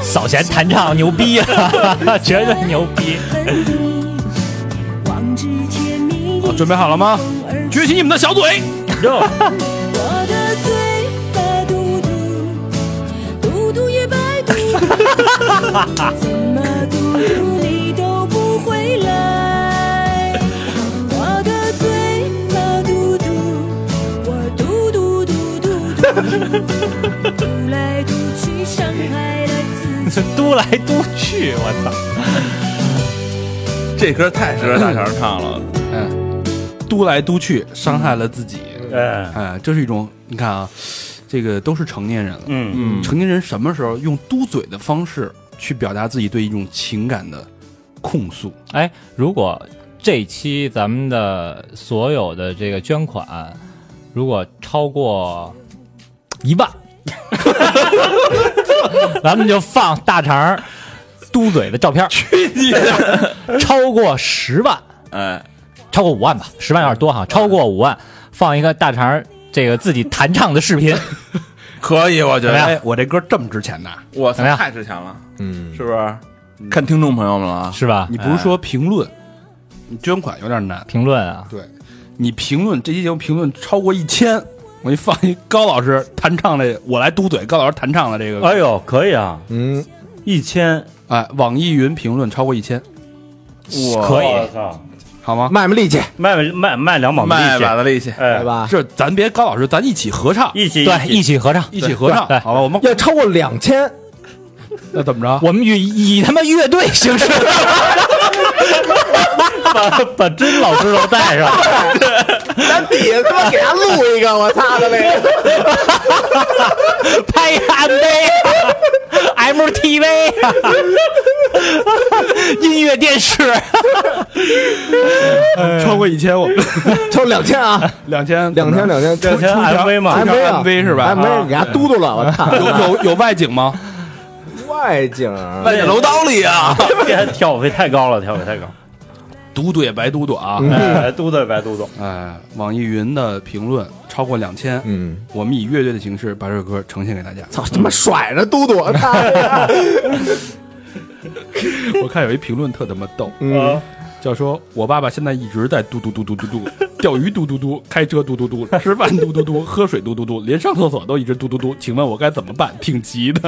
Speaker 5: 扫弦弹唱牛逼啊，绝对牛逼！
Speaker 2: 好准备好了吗？举起你们的小嘴，
Speaker 10: 我的嘴巴嘟嘟，嘟嘟也白嘟，怎么嘟嘟你都不回来。我的嘴巴嘟嘟，我嘟嘟嘟嘟嘟，嘟来嘟去伤害了自己。
Speaker 5: 嘟来嘟去，我操！
Speaker 6: 这歌太适合大小声唱了，
Speaker 2: 嗯，嘟来嘟去，伤害了自己，
Speaker 7: 哎，
Speaker 2: 哎，这是一种你看啊，这个都是成年人了，
Speaker 7: 嗯，
Speaker 6: 嗯，
Speaker 2: 成年人什么时候用嘟嘴的方式去表达自己对一种情感的控诉？
Speaker 5: 哎，如果这期咱们的所有的这个捐款，如果超过一万， 咱们就放大肠儿嘟嘴的照片。去 你的！超过十万，
Speaker 6: 哎，
Speaker 5: 超过五万吧，十万有点多哈，超过五万放一个大肠儿这个自己弹唱的视频，
Speaker 6: 可以，我觉
Speaker 5: 怎
Speaker 6: 得，
Speaker 5: 么样
Speaker 2: 哎，我这歌这么值钱呐？
Speaker 6: 我
Speaker 5: 怎
Speaker 6: 操
Speaker 5: 么，样
Speaker 6: 太值钱了，
Speaker 3: 嗯，
Speaker 6: 是不是？看听众朋友们了啊，
Speaker 5: 是吧？
Speaker 2: 你不是说评论、你捐款有点难，
Speaker 5: 评论啊，
Speaker 2: 对，你评论这期节目评论超过一千，我给你放一高老师弹唱的，我来嘟嘴，高老师弹唱的这个，
Speaker 4: 哎呦，可以啊，
Speaker 3: 嗯，
Speaker 4: 一千，
Speaker 2: 哎，网易云评论超过一千，
Speaker 4: 可以，
Speaker 2: 好吗？
Speaker 3: 卖卖力气，
Speaker 4: 卖卖卖两膀子
Speaker 6: 卖
Speaker 4: 力
Speaker 6: 把
Speaker 4: 气，
Speaker 6: 的力气，
Speaker 4: 哎
Speaker 3: 对，吧？
Speaker 2: 这咱别高老师，咱一起合唱，
Speaker 4: 一起
Speaker 5: 对，一起合唱。
Speaker 2: 一起合唱，
Speaker 5: 对
Speaker 2: 好吧？我们
Speaker 3: 要超过两千，
Speaker 2: 那怎么着？
Speaker 5: 我们以以他妈乐队形式，
Speaker 4: 把把真老师都带上，
Speaker 3: 咱底下他妈给他录一个，我操他那个！
Speaker 5: 拍啊 MV、MTV、音乐电 视，
Speaker 2: 超过一千，我们
Speaker 3: 超两千啊，
Speaker 2: 哎两千
Speaker 3: 两千两千，
Speaker 4: 两千 MV 嘛，
Speaker 3: MV 啊
Speaker 2: MV 是吧啊
Speaker 3: ？MV 给他嘟嘟了，我操！
Speaker 2: 有有有外景吗？
Speaker 3: 外景儿，
Speaker 6: 在楼道里啊，
Speaker 4: 别跳位太高了，跳位太高，
Speaker 2: 嘟嘟也白嘟嘟啊！
Speaker 3: 嗯
Speaker 4: 哎，嘟嘟白嘟嘟，
Speaker 2: 哎，网易云的评论超过两千，
Speaker 3: 嗯，
Speaker 2: 我们以乐队的形式把这首歌呈现给大家。
Speaker 3: 操他妈甩着嘟嘟，他
Speaker 2: 我看有一评论特他妈逗，
Speaker 3: 嗯
Speaker 2: 叫说我爸爸现在一直在嘟嘟嘟嘟嘟嘟， 钓鱼嘟嘟嘟，开车嘟嘟嘟，吃饭嘟嘟嘟，喝水嘟嘟嘟，连上厕所都一直嘟嘟嘟，请问我该怎么办？挺急的。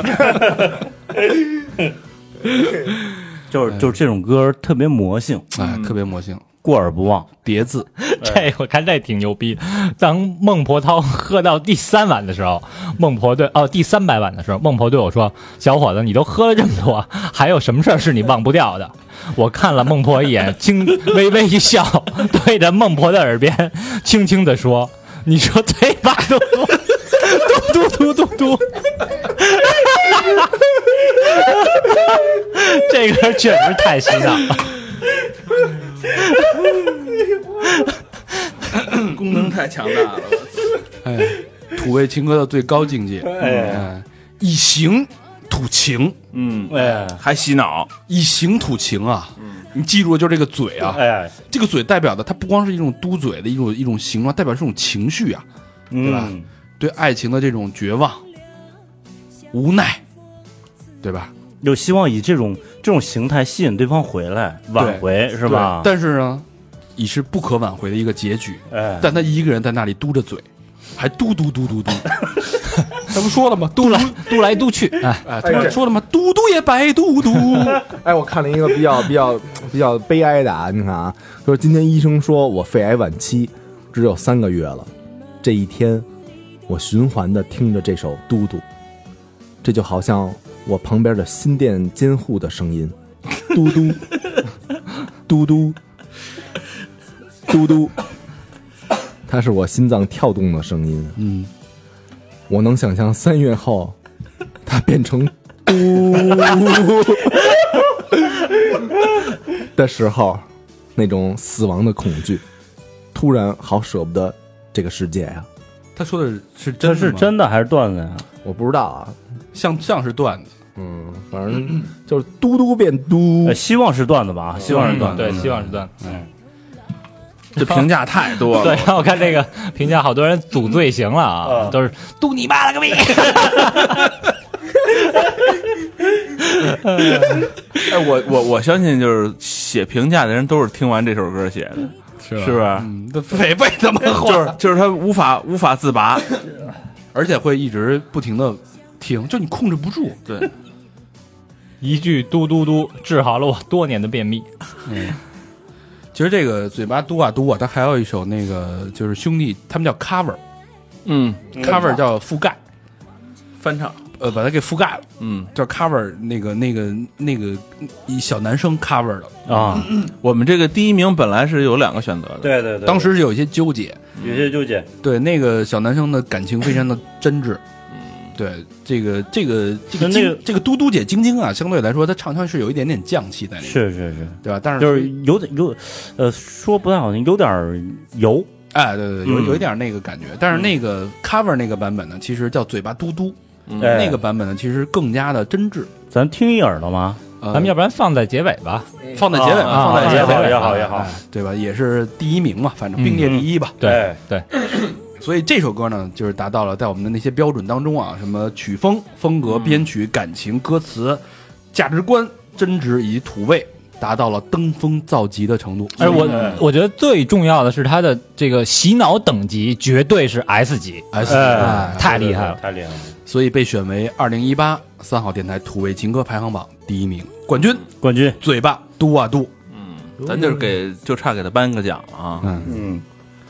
Speaker 4: 就是就是这种歌特别魔性，
Speaker 2: 哎，特别魔性，
Speaker 4: 过耳不忘，
Speaker 2: 叠字，
Speaker 5: 嗯 这我看这挺牛逼。当孟婆汤喝到第三碗的时候，孟婆对哦第三百碗的时候，孟婆对我说：“小伙子，你都喝了这么多，还有什么事儿是你忘不掉的？”我看了孟婆一眼，轻微微一笑，对着孟婆的耳边轻轻地说：“你说对吧？”嘟嘟嘟嘟嘟嘟，这歌确实太洗 脑了。
Speaker 6: 功能太强大了。
Speaker 2: 哎，土味情歌的最高境界，哎，以形吐情，
Speaker 6: 嗯，
Speaker 4: 哎
Speaker 6: 还洗脑，
Speaker 2: 以形吐情啊！你记住，就是这个嘴啊，
Speaker 4: 哎，
Speaker 2: 这个嘴代表的，它不光是一种嘟嘴的一种一种形状，代表是一种情绪啊，
Speaker 4: 嗯，
Speaker 2: 对爱情的这种绝望、无奈，对吧？
Speaker 4: 就希望以这种这种形态吸引对方回来，挽回是吧？
Speaker 2: 对但是呢，已是不可挽回的一个结局。
Speaker 4: 哎，
Speaker 2: 但他一个人在那里嘟着嘴，还嘟嘟 嘟嘟嘟，他不说了吗？嘟来
Speaker 5: 嘟来嘟去，哎，
Speaker 2: 哎，他不说了吗？嘟嘟也白嘟嘟。
Speaker 3: 哎，我看了一个比较比较比较悲哀的啊，你看啊，说今天医生说我肺癌晚期，只有三个月了，这一天我循环的听着这首《嘟嘟》，这就好像我旁边的心电监护的声音，嘟 嘟，嘟嘟，嘟嘟，它是我心脏跳动的声音。嗯，我能想象三月后它变成嘟。的时候，那种死亡的恐惧，突然好舍不得这个世界呀、
Speaker 2: 他说的是真
Speaker 4: 这
Speaker 2: 的
Speaker 4: 是
Speaker 2: 吗
Speaker 4: 真的还是段子呀？
Speaker 3: 我不知道啊，
Speaker 2: 像像是段子，
Speaker 3: 嗯，反 正就是嘟嘟变嘟
Speaker 4: 呃，希望是段子
Speaker 2: 嗯
Speaker 4: 吧，希望是段子。嗯
Speaker 5: 对，希望是段子。
Speaker 6: 这评价太多
Speaker 5: 对
Speaker 6: 了。，
Speaker 5: 然后我看这个评价，好多人组罪行了啊，
Speaker 4: 嗯
Speaker 5: 都是嘟你妈了个逼！
Speaker 6: 哎，我我我相信，就是写评价的人都是听完这首歌写的，是吧？是吧？
Speaker 2: 嗯，他违背他 妈话，
Speaker 6: 就是就是他无法无法自拔，
Speaker 2: 而且会一直不停的听，就你控制不住。
Speaker 6: 对，
Speaker 5: 一句嘟嘟嘟，治好了我多年的便秘。
Speaker 6: 嗯
Speaker 2: 其实这个嘴巴嘟啊嘟啊，它还有一首那个就是兄弟，他们叫 cover，cover
Speaker 6: 嗯，
Speaker 2: 叫覆盖，
Speaker 6: 翻唱，
Speaker 2: 呃，把它给覆盖了，
Speaker 6: 嗯，
Speaker 2: 叫 cover 那个那个那个一小男生 cover 的，
Speaker 4: 啊，
Speaker 5: 嗯
Speaker 6: 我们这个第一名本来是有两个选择的，
Speaker 4: 对对对，
Speaker 2: 当时是有一些纠结，
Speaker 4: 有些纠结，
Speaker 2: 对那个小男生的感情非常的真挚。对这个这个这个
Speaker 4: 嗯那
Speaker 2: 晶
Speaker 4: 那个
Speaker 2: 这个嘟嘟姐晶晶啊，相对来说她唱腔是有一点点犟气在里面，
Speaker 4: 是是是，
Speaker 2: 对吧？但是
Speaker 4: 就是有点有，呃，说不太好听，有点儿油，
Speaker 2: 哎，对对对，有
Speaker 4: 嗯
Speaker 2: 有一点那个感觉，但是那个
Speaker 5: 嗯
Speaker 2: cover 那个版本呢，其实叫嘴巴嘟嘟，
Speaker 4: 哎
Speaker 2: 那个版本呢，其实更加的真挚。呃
Speaker 4: 咱听一耳朵吗？
Speaker 2: 咱
Speaker 5: 咱们要不然放在结尾吧？
Speaker 2: 放在结尾吧，
Speaker 5: 啊
Speaker 2: 放在结尾吧
Speaker 4: 也好也好
Speaker 2: 哎对吧？也是第一名嘛，反正并列第一吧。哎
Speaker 5: 对对，
Speaker 2: 所以这首歌呢，就是达到了在我们的那些标准当中啊，什么曲风、风格、编曲、感情、歌词、价值观、真挚以及土味达到了登峰造极的程度。
Speaker 5: 哎，我
Speaker 2: 嗯
Speaker 5: 我觉得最重要的是他的这个洗脑等级绝对是 S 级，
Speaker 2: S 级啊
Speaker 5: 哎太厉害了。
Speaker 14: 太厉害了！
Speaker 2: 所以被选为二零一八三好电台土味情歌排行榜第一名冠军。
Speaker 4: 冠军，
Speaker 2: 嘴巴嘟啊嘟，
Speaker 5: 嗯
Speaker 4: 哦
Speaker 6: 咱就是给就差给他颁个奖了啊！
Speaker 14: 嗯，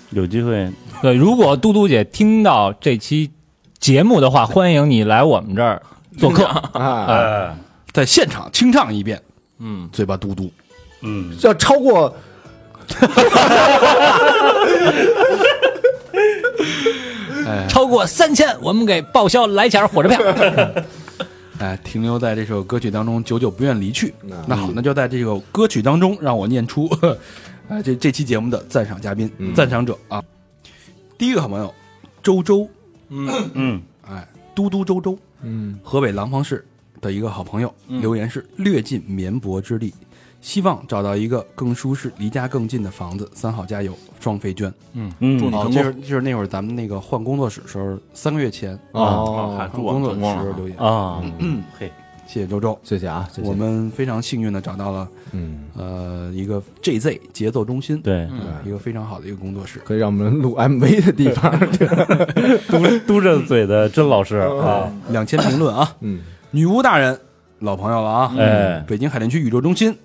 Speaker 4: 有机会
Speaker 5: 对，如果嘟嘟姐听到这期节目的话，欢迎你来我们这儿做客。
Speaker 3: 啊，
Speaker 14: 呃，
Speaker 2: 在现场清唱一遍，
Speaker 6: 嗯，
Speaker 2: 嘴巴嘟嘟。
Speaker 14: 嗯，
Speaker 3: 要超过
Speaker 5: 超过三千，我们给报销来钱儿火车票。
Speaker 2: 哎，停留在这首歌曲当中，久久不愿离去。那好，那就在这首歌曲当中， 让我念出，哎，这这期节目的赞赏嘉宾、赞赏者啊。第一个好朋友周周，
Speaker 4: 嗯
Speaker 2: 哎，嘟嘟周周，嗯，河北廊坊市的一个好朋友，留言是略尽绵薄之力，希望找到一个更舒适、离家更近的房子。三好加油，双飞娟。
Speaker 4: 嗯，
Speaker 6: 祝你
Speaker 2: 哦，
Speaker 6: 成功
Speaker 2: 这是这是那会儿咱们那个换工作室时候，三个月前
Speaker 6: 啊！
Speaker 3: 哦，
Speaker 6: 祝
Speaker 2: 换
Speaker 6: 我
Speaker 2: 工
Speaker 6: 们
Speaker 2: 作
Speaker 6: 成功
Speaker 2: 室时
Speaker 6: 了
Speaker 2: 留言，嗯
Speaker 4: 啊，嘿，
Speaker 2: 谢谢周周。
Speaker 3: 谢谢啊，谢谢
Speaker 2: 我们非常幸运的找到了，
Speaker 3: 嗯，
Speaker 2: 呃，一个 JZ 节奏中心，
Speaker 4: 对，
Speaker 2: 呃，一个非常好的一个工作室。
Speaker 3: 可以让我们录 MV 的地 方，
Speaker 4: 嘟嘟着嘴的甄老师
Speaker 2: 嗯
Speaker 4: 啊，
Speaker 2: 两千评论啊，
Speaker 3: 嗯，
Speaker 2: 女巫大人，老朋友了啊，
Speaker 4: 哎
Speaker 2: 北京海淀区宇宙中心，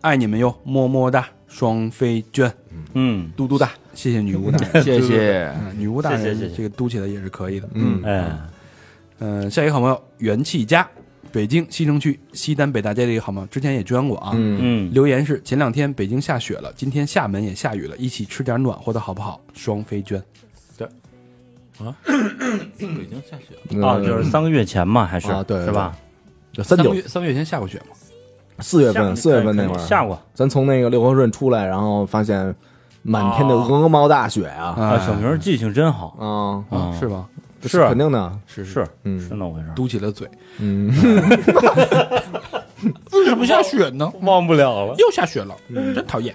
Speaker 2: 爱你们哟，么么哒，双飞娟，
Speaker 4: 嗯，
Speaker 2: 嘟嘟哒，谢谢女巫大 人，
Speaker 6: 谢谢
Speaker 2: 嗯女巫
Speaker 4: 谢
Speaker 2: 大
Speaker 4: 谢谢
Speaker 2: 人
Speaker 4: 谢
Speaker 2: 这个嘟起来也是可以的，
Speaker 3: 嗯
Speaker 4: 哎，
Speaker 2: 嗯，下一个好朋友元气家，北京西城区西单北大街的一个好朋友，之前也捐过啊，
Speaker 3: 嗯
Speaker 4: 嗯，
Speaker 2: 留言是前两天北京下雪了，今天厦门也下雨了，一起吃点暖和的好不好？双飞娟，
Speaker 6: 啊北京下雪了，
Speaker 4: 啊，就是三个月前嘛，还是
Speaker 3: 啊对对
Speaker 4: 是吧？
Speaker 3: 就三九
Speaker 2: 个月三个月前下过雪吗？
Speaker 3: 四月份，四月份那会儿
Speaker 4: 下过
Speaker 3: 咱从那个六合顺出来，然后发现满天的鹅毛大雪啊，
Speaker 4: 哦啊，小明记性真好，
Speaker 3: 啊，
Speaker 4: 啊
Speaker 2: 是吧？
Speaker 4: 是
Speaker 3: 肯定的，
Speaker 2: 是
Speaker 4: 是是
Speaker 3: 嗯
Speaker 4: 那么回事儿，
Speaker 2: 嘟起了嘴，
Speaker 3: 嗯，
Speaker 2: 为什么下雪呢？
Speaker 4: 忘不了嗯了，
Speaker 2: 又下雪了，真讨厌。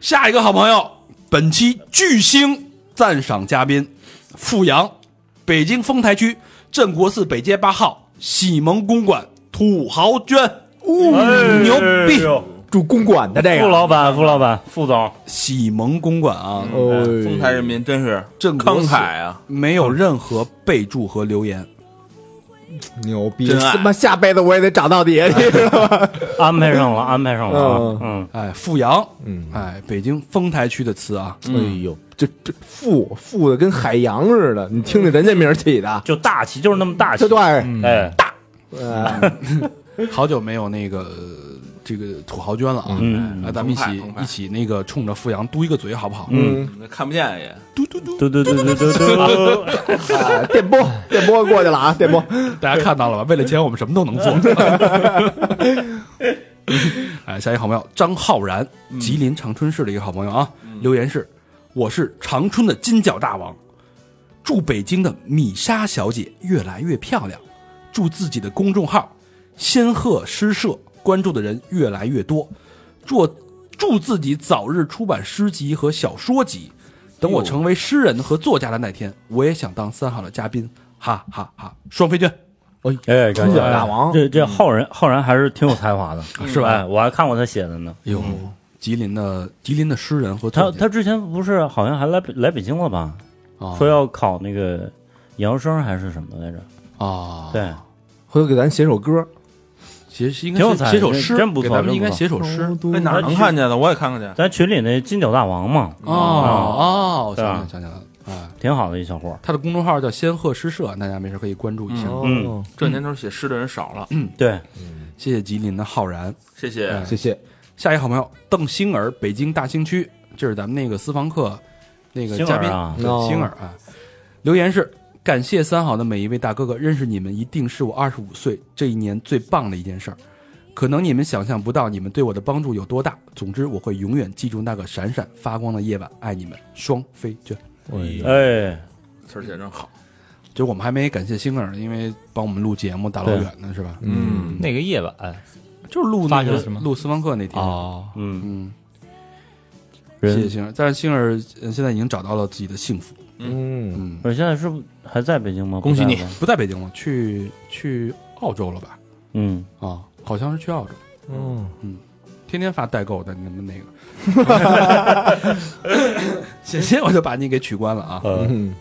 Speaker 2: 下一个好朋友，本期巨星赞赏嘉宾，阜阳，北京丰台区镇国寺北街八号喜盟公馆土豪娟，
Speaker 4: 哎
Speaker 2: 牛逼！
Speaker 3: 住公馆的这
Speaker 4: 副
Speaker 3: 个，
Speaker 4: 老板，嗯哎副老板，副总，
Speaker 2: 喜盟公馆啊，
Speaker 3: 哦，
Speaker 6: 哎丰台人民真是
Speaker 2: 镇国
Speaker 6: 慷
Speaker 2: 寺
Speaker 6: 慨啊！
Speaker 2: 没有任何备注和留言，
Speaker 3: 牛逼，
Speaker 6: 真爱哎
Speaker 3: 他妈下辈子我也得找到底，啊你知道吗？
Speaker 4: 安排上了，安排上了啊，嗯，
Speaker 2: 哎，阜阳，
Speaker 3: 嗯
Speaker 2: 哎，北京丰台区的词啊，
Speaker 3: 哎呦，这这富富的跟海洋似的，你听听人家名儿起的，
Speaker 4: 就大气，就是那么大气
Speaker 3: 这，对，嗯
Speaker 4: 哎，
Speaker 3: 呃
Speaker 2: 嗯 好久没有那个呃这个土豪捐了啊，
Speaker 4: 嗯
Speaker 2: 来咱们一
Speaker 6: 澎湃
Speaker 2: 起
Speaker 6: 澎湃
Speaker 2: 一起那个冲着阜阳嘟一个嘴好不好？
Speaker 4: 嗯，
Speaker 6: 那看不见也，
Speaker 4: 嘟嘟嘟嘟嘟 嘟，
Speaker 3: 啊电波电波过去了啊，电波，
Speaker 2: 大家看到了吧？为了钱，我们什么都能做。 哎，下一个好朋友张浩然，
Speaker 4: 嗯
Speaker 2: 吉林长春市的一个好朋友啊，留言是：我是长春的金角大王，祝北京的米莎小姐越来越漂亮，祝自己的公众号“仙鹤诗社”关注的人越来越多，祝祝自己早日出版诗集和小说集。等我成为诗人和作家的那天，我也想当三好的嘉宾，哈哈哈双飞娟。
Speaker 4: 哎，
Speaker 3: 感谢大王
Speaker 4: 这这浩然浩然还是挺有才华的，
Speaker 6: 嗯
Speaker 4: 是吧？哎我还看过他写的呢。
Speaker 2: 有哎吉林的吉林的诗人和
Speaker 4: 他
Speaker 2: 作家
Speaker 4: 他之前不是好像还来北来北京了吧？
Speaker 2: 啊
Speaker 4: 说要考那个研究生还是什么来着？
Speaker 2: 啊，
Speaker 4: 对，
Speaker 3: 回头给咱写首歌，
Speaker 2: 写应
Speaker 4: 挺有
Speaker 2: 该写
Speaker 4: 才
Speaker 2: 写首
Speaker 4: 真
Speaker 2: 诗，
Speaker 4: 真不
Speaker 2: 给
Speaker 4: 错
Speaker 2: 咱们
Speaker 4: 真
Speaker 2: 应
Speaker 4: 不
Speaker 2: 该
Speaker 4: 错
Speaker 2: 写首诗
Speaker 6: 那哎哪儿能看见的？我也看看去。
Speaker 4: 咱群里那金角大王嘛，
Speaker 2: 哦哦，我
Speaker 4: 对吧
Speaker 2: 想起来了想起来了，哎，
Speaker 4: 挺好的一小伙儿。
Speaker 2: 他的公众号叫仙鹤诗社，啊大家没事可以关注一下。
Speaker 6: 哦
Speaker 4: 嗯，
Speaker 6: 这年头写诗的人少了，
Speaker 2: 嗯
Speaker 4: 对，
Speaker 2: 谢谢吉林的浩然，
Speaker 6: 嗯
Speaker 2: 哎
Speaker 6: 谢谢。
Speaker 3: 谢谢，
Speaker 2: 下一个好朋友邓星儿，北京大兴区，这是咱们那个私房课那个
Speaker 4: 星
Speaker 2: 嘉
Speaker 4: 儿
Speaker 2: 宾
Speaker 10: 嗯
Speaker 4: 啊
Speaker 2: 对
Speaker 3: 哦
Speaker 2: 星儿啊，留言是。感谢三好的每一位大哥哥，认识你们一定是我二十五岁这一年最棒的一件事儿。可能你们想象不到你们对我的帮助有多大。总之，我会永远记住那个闪闪发光的夜晚，爱你们，双飞娟。
Speaker 4: 哎，
Speaker 6: 词儿写真好，
Speaker 2: 就我们还没感谢星儿呢，因为帮我们录节目大老
Speaker 4: 对
Speaker 2: 远的是吧？
Speaker 3: 嗯，
Speaker 5: 那个夜晚
Speaker 2: 就是录
Speaker 5: 发
Speaker 2: 那
Speaker 5: 生了
Speaker 2: 个
Speaker 5: 什么
Speaker 2: 录私房课那天。
Speaker 5: 哦，
Speaker 4: 嗯，
Speaker 2: 嗯，谢谢
Speaker 4: 人，
Speaker 2: 星儿，但是星儿呃现在已经找到了自己的幸福。
Speaker 3: 嗯，
Speaker 2: 嗯，
Speaker 4: 我现在是不还在北京吗？
Speaker 6: 恭喜你
Speaker 4: 不在吧
Speaker 2: 不在北京了，去去澳洲了吧？
Speaker 4: 嗯，
Speaker 2: 啊，好像是去澳洲。
Speaker 3: 哦，
Speaker 2: 天天发代购的你们那个， 险些我就把你给取关了啊。
Speaker 3: 嗯，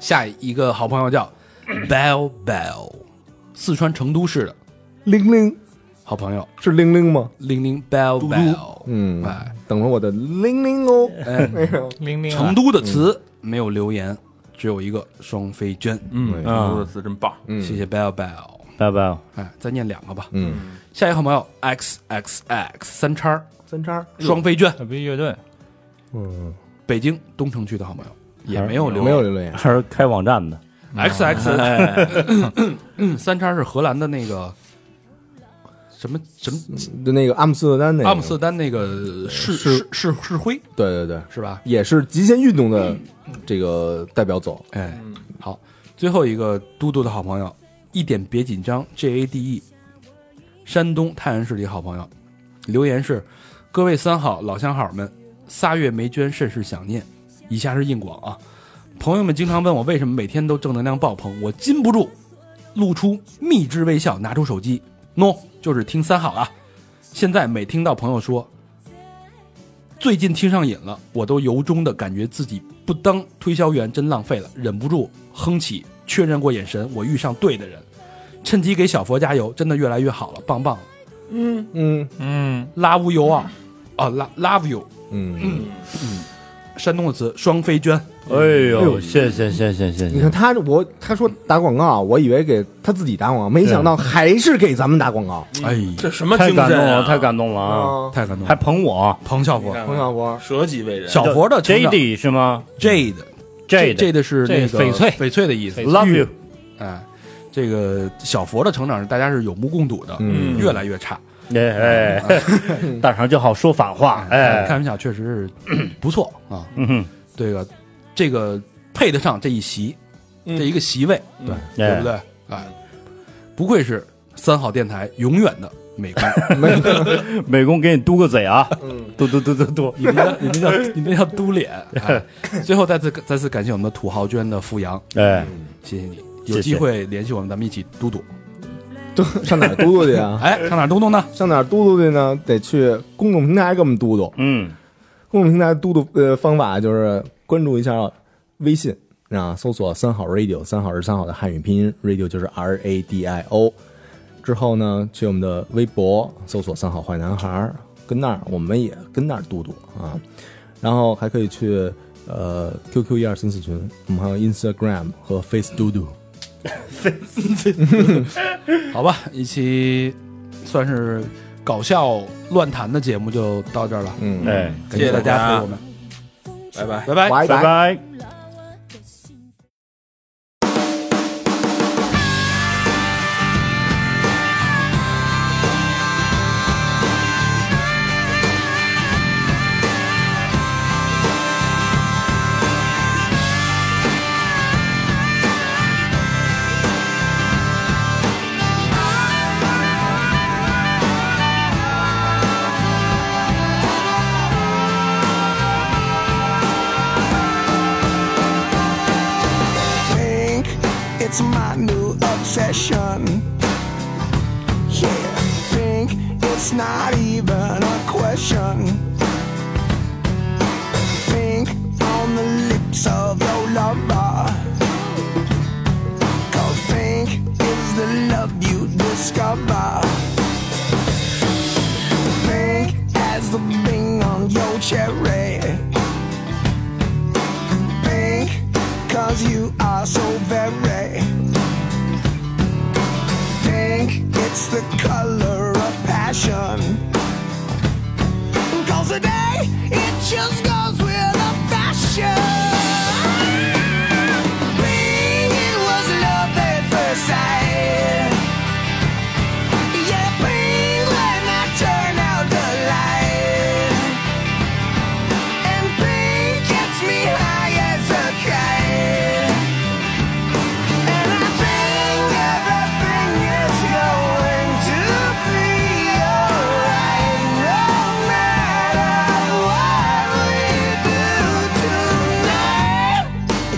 Speaker 2: 下一个好朋友叫 Bell Bell，四川成都市的
Speaker 3: 铃铃
Speaker 2: 好朋友，
Speaker 3: 是铃铃吗？
Speaker 2: 零零 Bell Bell，
Speaker 3: 嗯
Speaker 2: 哎，
Speaker 3: 等着我的铃铃哦。
Speaker 2: 哎，
Speaker 3: 哎呦
Speaker 15: 零零
Speaker 2: 成都的词没有留言，只有一个双飞娟，哎
Speaker 6: 嗯，说的词真棒，
Speaker 3: 嗯
Speaker 2: 谢谢 Bell Bell，
Speaker 5: 拜拜。
Speaker 2: 哎，再念两个吧。
Speaker 3: 嗯，
Speaker 2: 下一个好朋友 X X X 三叉儿
Speaker 3: 三叉，
Speaker 2: 双飞娟，
Speaker 15: 那不是乐队，
Speaker 3: 嗯，
Speaker 2: 北京东城区的好朋友，也没有留
Speaker 3: 没有留言，
Speaker 5: 还是开网站的，哎
Speaker 2: X X 哎三叉是荷兰的那个什么什么
Speaker 3: 就那个阿姆斯特丹那个，
Speaker 2: 阿姆斯特丹那个市市市市徽
Speaker 3: 对对对，
Speaker 2: 是吧？
Speaker 3: 也是极限运
Speaker 2: 嗯
Speaker 3: 动的这个代表作。
Speaker 2: 哎，好，最后一个嘟嘟的好朋友，一点别紧张，J A D E，山东泰安市里好朋友，留言是：各位三好老乡好们，仨月没捐，甚是想念。以下是硬广啊，朋友们经常问我为什么每天都正能量爆棚，我禁不住露出蜜汁微笑，拿出手机，no，就是听三好啊。现在每听到朋友说最近听上瘾了，我都由衷的感觉自己不当推销员真浪费了，忍不住哼起，确认过眼神，我遇上对的人，趁机给小佛加油，真的越来越好了，棒棒
Speaker 3: 嗯
Speaker 15: 嗯，
Speaker 2: ，love you 啊，啊，love love you，
Speaker 3: 嗯，
Speaker 2: 山东的词双飞娟，
Speaker 5: 哎呦，谢谢谢谢谢
Speaker 3: 你
Speaker 5: 谢
Speaker 3: 看，他我他说打广告，我以为给他自己打广告，没想到还是给咱们打广告。
Speaker 2: 哎，
Speaker 6: 这什么
Speaker 5: 太
Speaker 6: 精神
Speaker 5: 感动
Speaker 6: 啊！
Speaker 5: 了，太感动了啊！
Speaker 3: 啊，
Speaker 2: 太感动
Speaker 5: 还
Speaker 2: 了，
Speaker 5: 捧我
Speaker 2: 彭小佛，
Speaker 3: 冯小波，
Speaker 6: 舍己为人，
Speaker 2: 小佛的成长
Speaker 5: JD 是吗
Speaker 2: Jade
Speaker 5: ？Jade
Speaker 2: Jade 是那个
Speaker 15: 翡翠
Speaker 2: 翡翠的意思，
Speaker 5: Love you，
Speaker 2: 哎，这个小佛的成长是大家是有目共睹的，
Speaker 3: 嗯
Speaker 2: 越来越差，
Speaker 5: 哎
Speaker 2: 嗯
Speaker 5: 哎，大肠就好说反话，哎，
Speaker 2: 开玩笑确实 是不错啊，
Speaker 5: 嗯哼，
Speaker 2: 这个这个配得上这一席，
Speaker 3: 嗯
Speaker 2: 这一个席位，对对
Speaker 5: 哎
Speaker 2: 不对？哎，不愧是三好电台永远的美 工，
Speaker 5: 美工给你嘟个嘴啊，
Speaker 3: 嗯
Speaker 5: 嘟嘟嘟嘟嘟，
Speaker 2: 你们 叫你们叫你们叫嘟脸。哎最后再次再次感谢我们的土豪娟的扶阳，嗯
Speaker 5: 哎，
Speaker 2: 谢谢你。
Speaker 5: 谢
Speaker 2: 有机会联系我们，咱们一起嘟嘟。
Speaker 3: 嘟 上哪儿嘟嘟去啊？
Speaker 2: 哎，上哪儿嘟嘟呢？
Speaker 3: 上哪儿嘟嘟去呢？得去公众平台给我们嘟嘟。
Speaker 5: 嗯，
Speaker 3: 公众平台嘟嘟呃方法就是关注一下微信啊，搜索“三好 radio”，三好是三好的汉语拼音，radio 就是 R A D I O。之后呢，去我们的微博搜索“三好坏男孩儿”，跟那儿我们也跟那儿嘟嘟啊。然后还可以去呃 QQ 一二三四群，我们还有 Instagram 和 Face 嘟嘟。
Speaker 2: 好吧，一期算是搞笑乱谈的节目就到这儿了。
Speaker 3: 嗯，
Speaker 5: 哎，
Speaker 2: 感谢大家陪我们，
Speaker 6: 拜拜。
Speaker 2: 拜拜。
Speaker 5: 拜
Speaker 3: 拜拜。
Speaker 5: 拜。
Speaker 14: think it's my new obsession. Yeah, think it's not even a question. Think on the lips of your lover. Cause think is the love you discover. Think as the bing on your cherry think Cause you are so very Pink, it's the color of passion Cause today it just goes with the fashion Pink, it was love at first sight Yeah, pink, when I turn out the light and pain gets me high as a kite. And I think everything is going to be alright, no matter what we do tonight.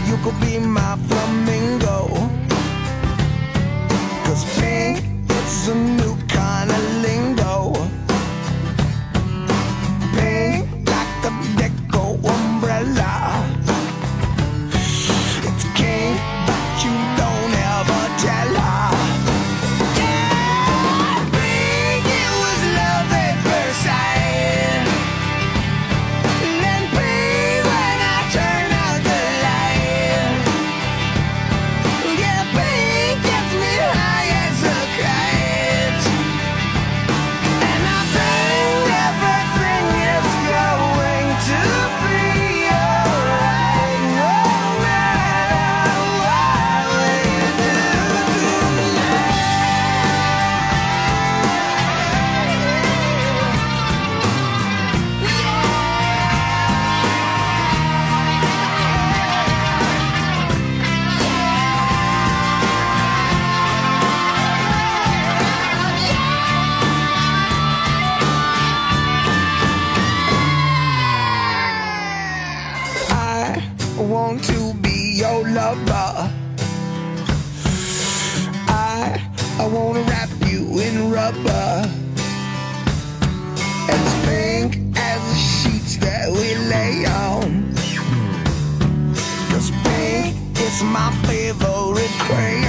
Speaker 14: rubber as pink as the sheets that we lay on. Cause pink is my favorite crayon.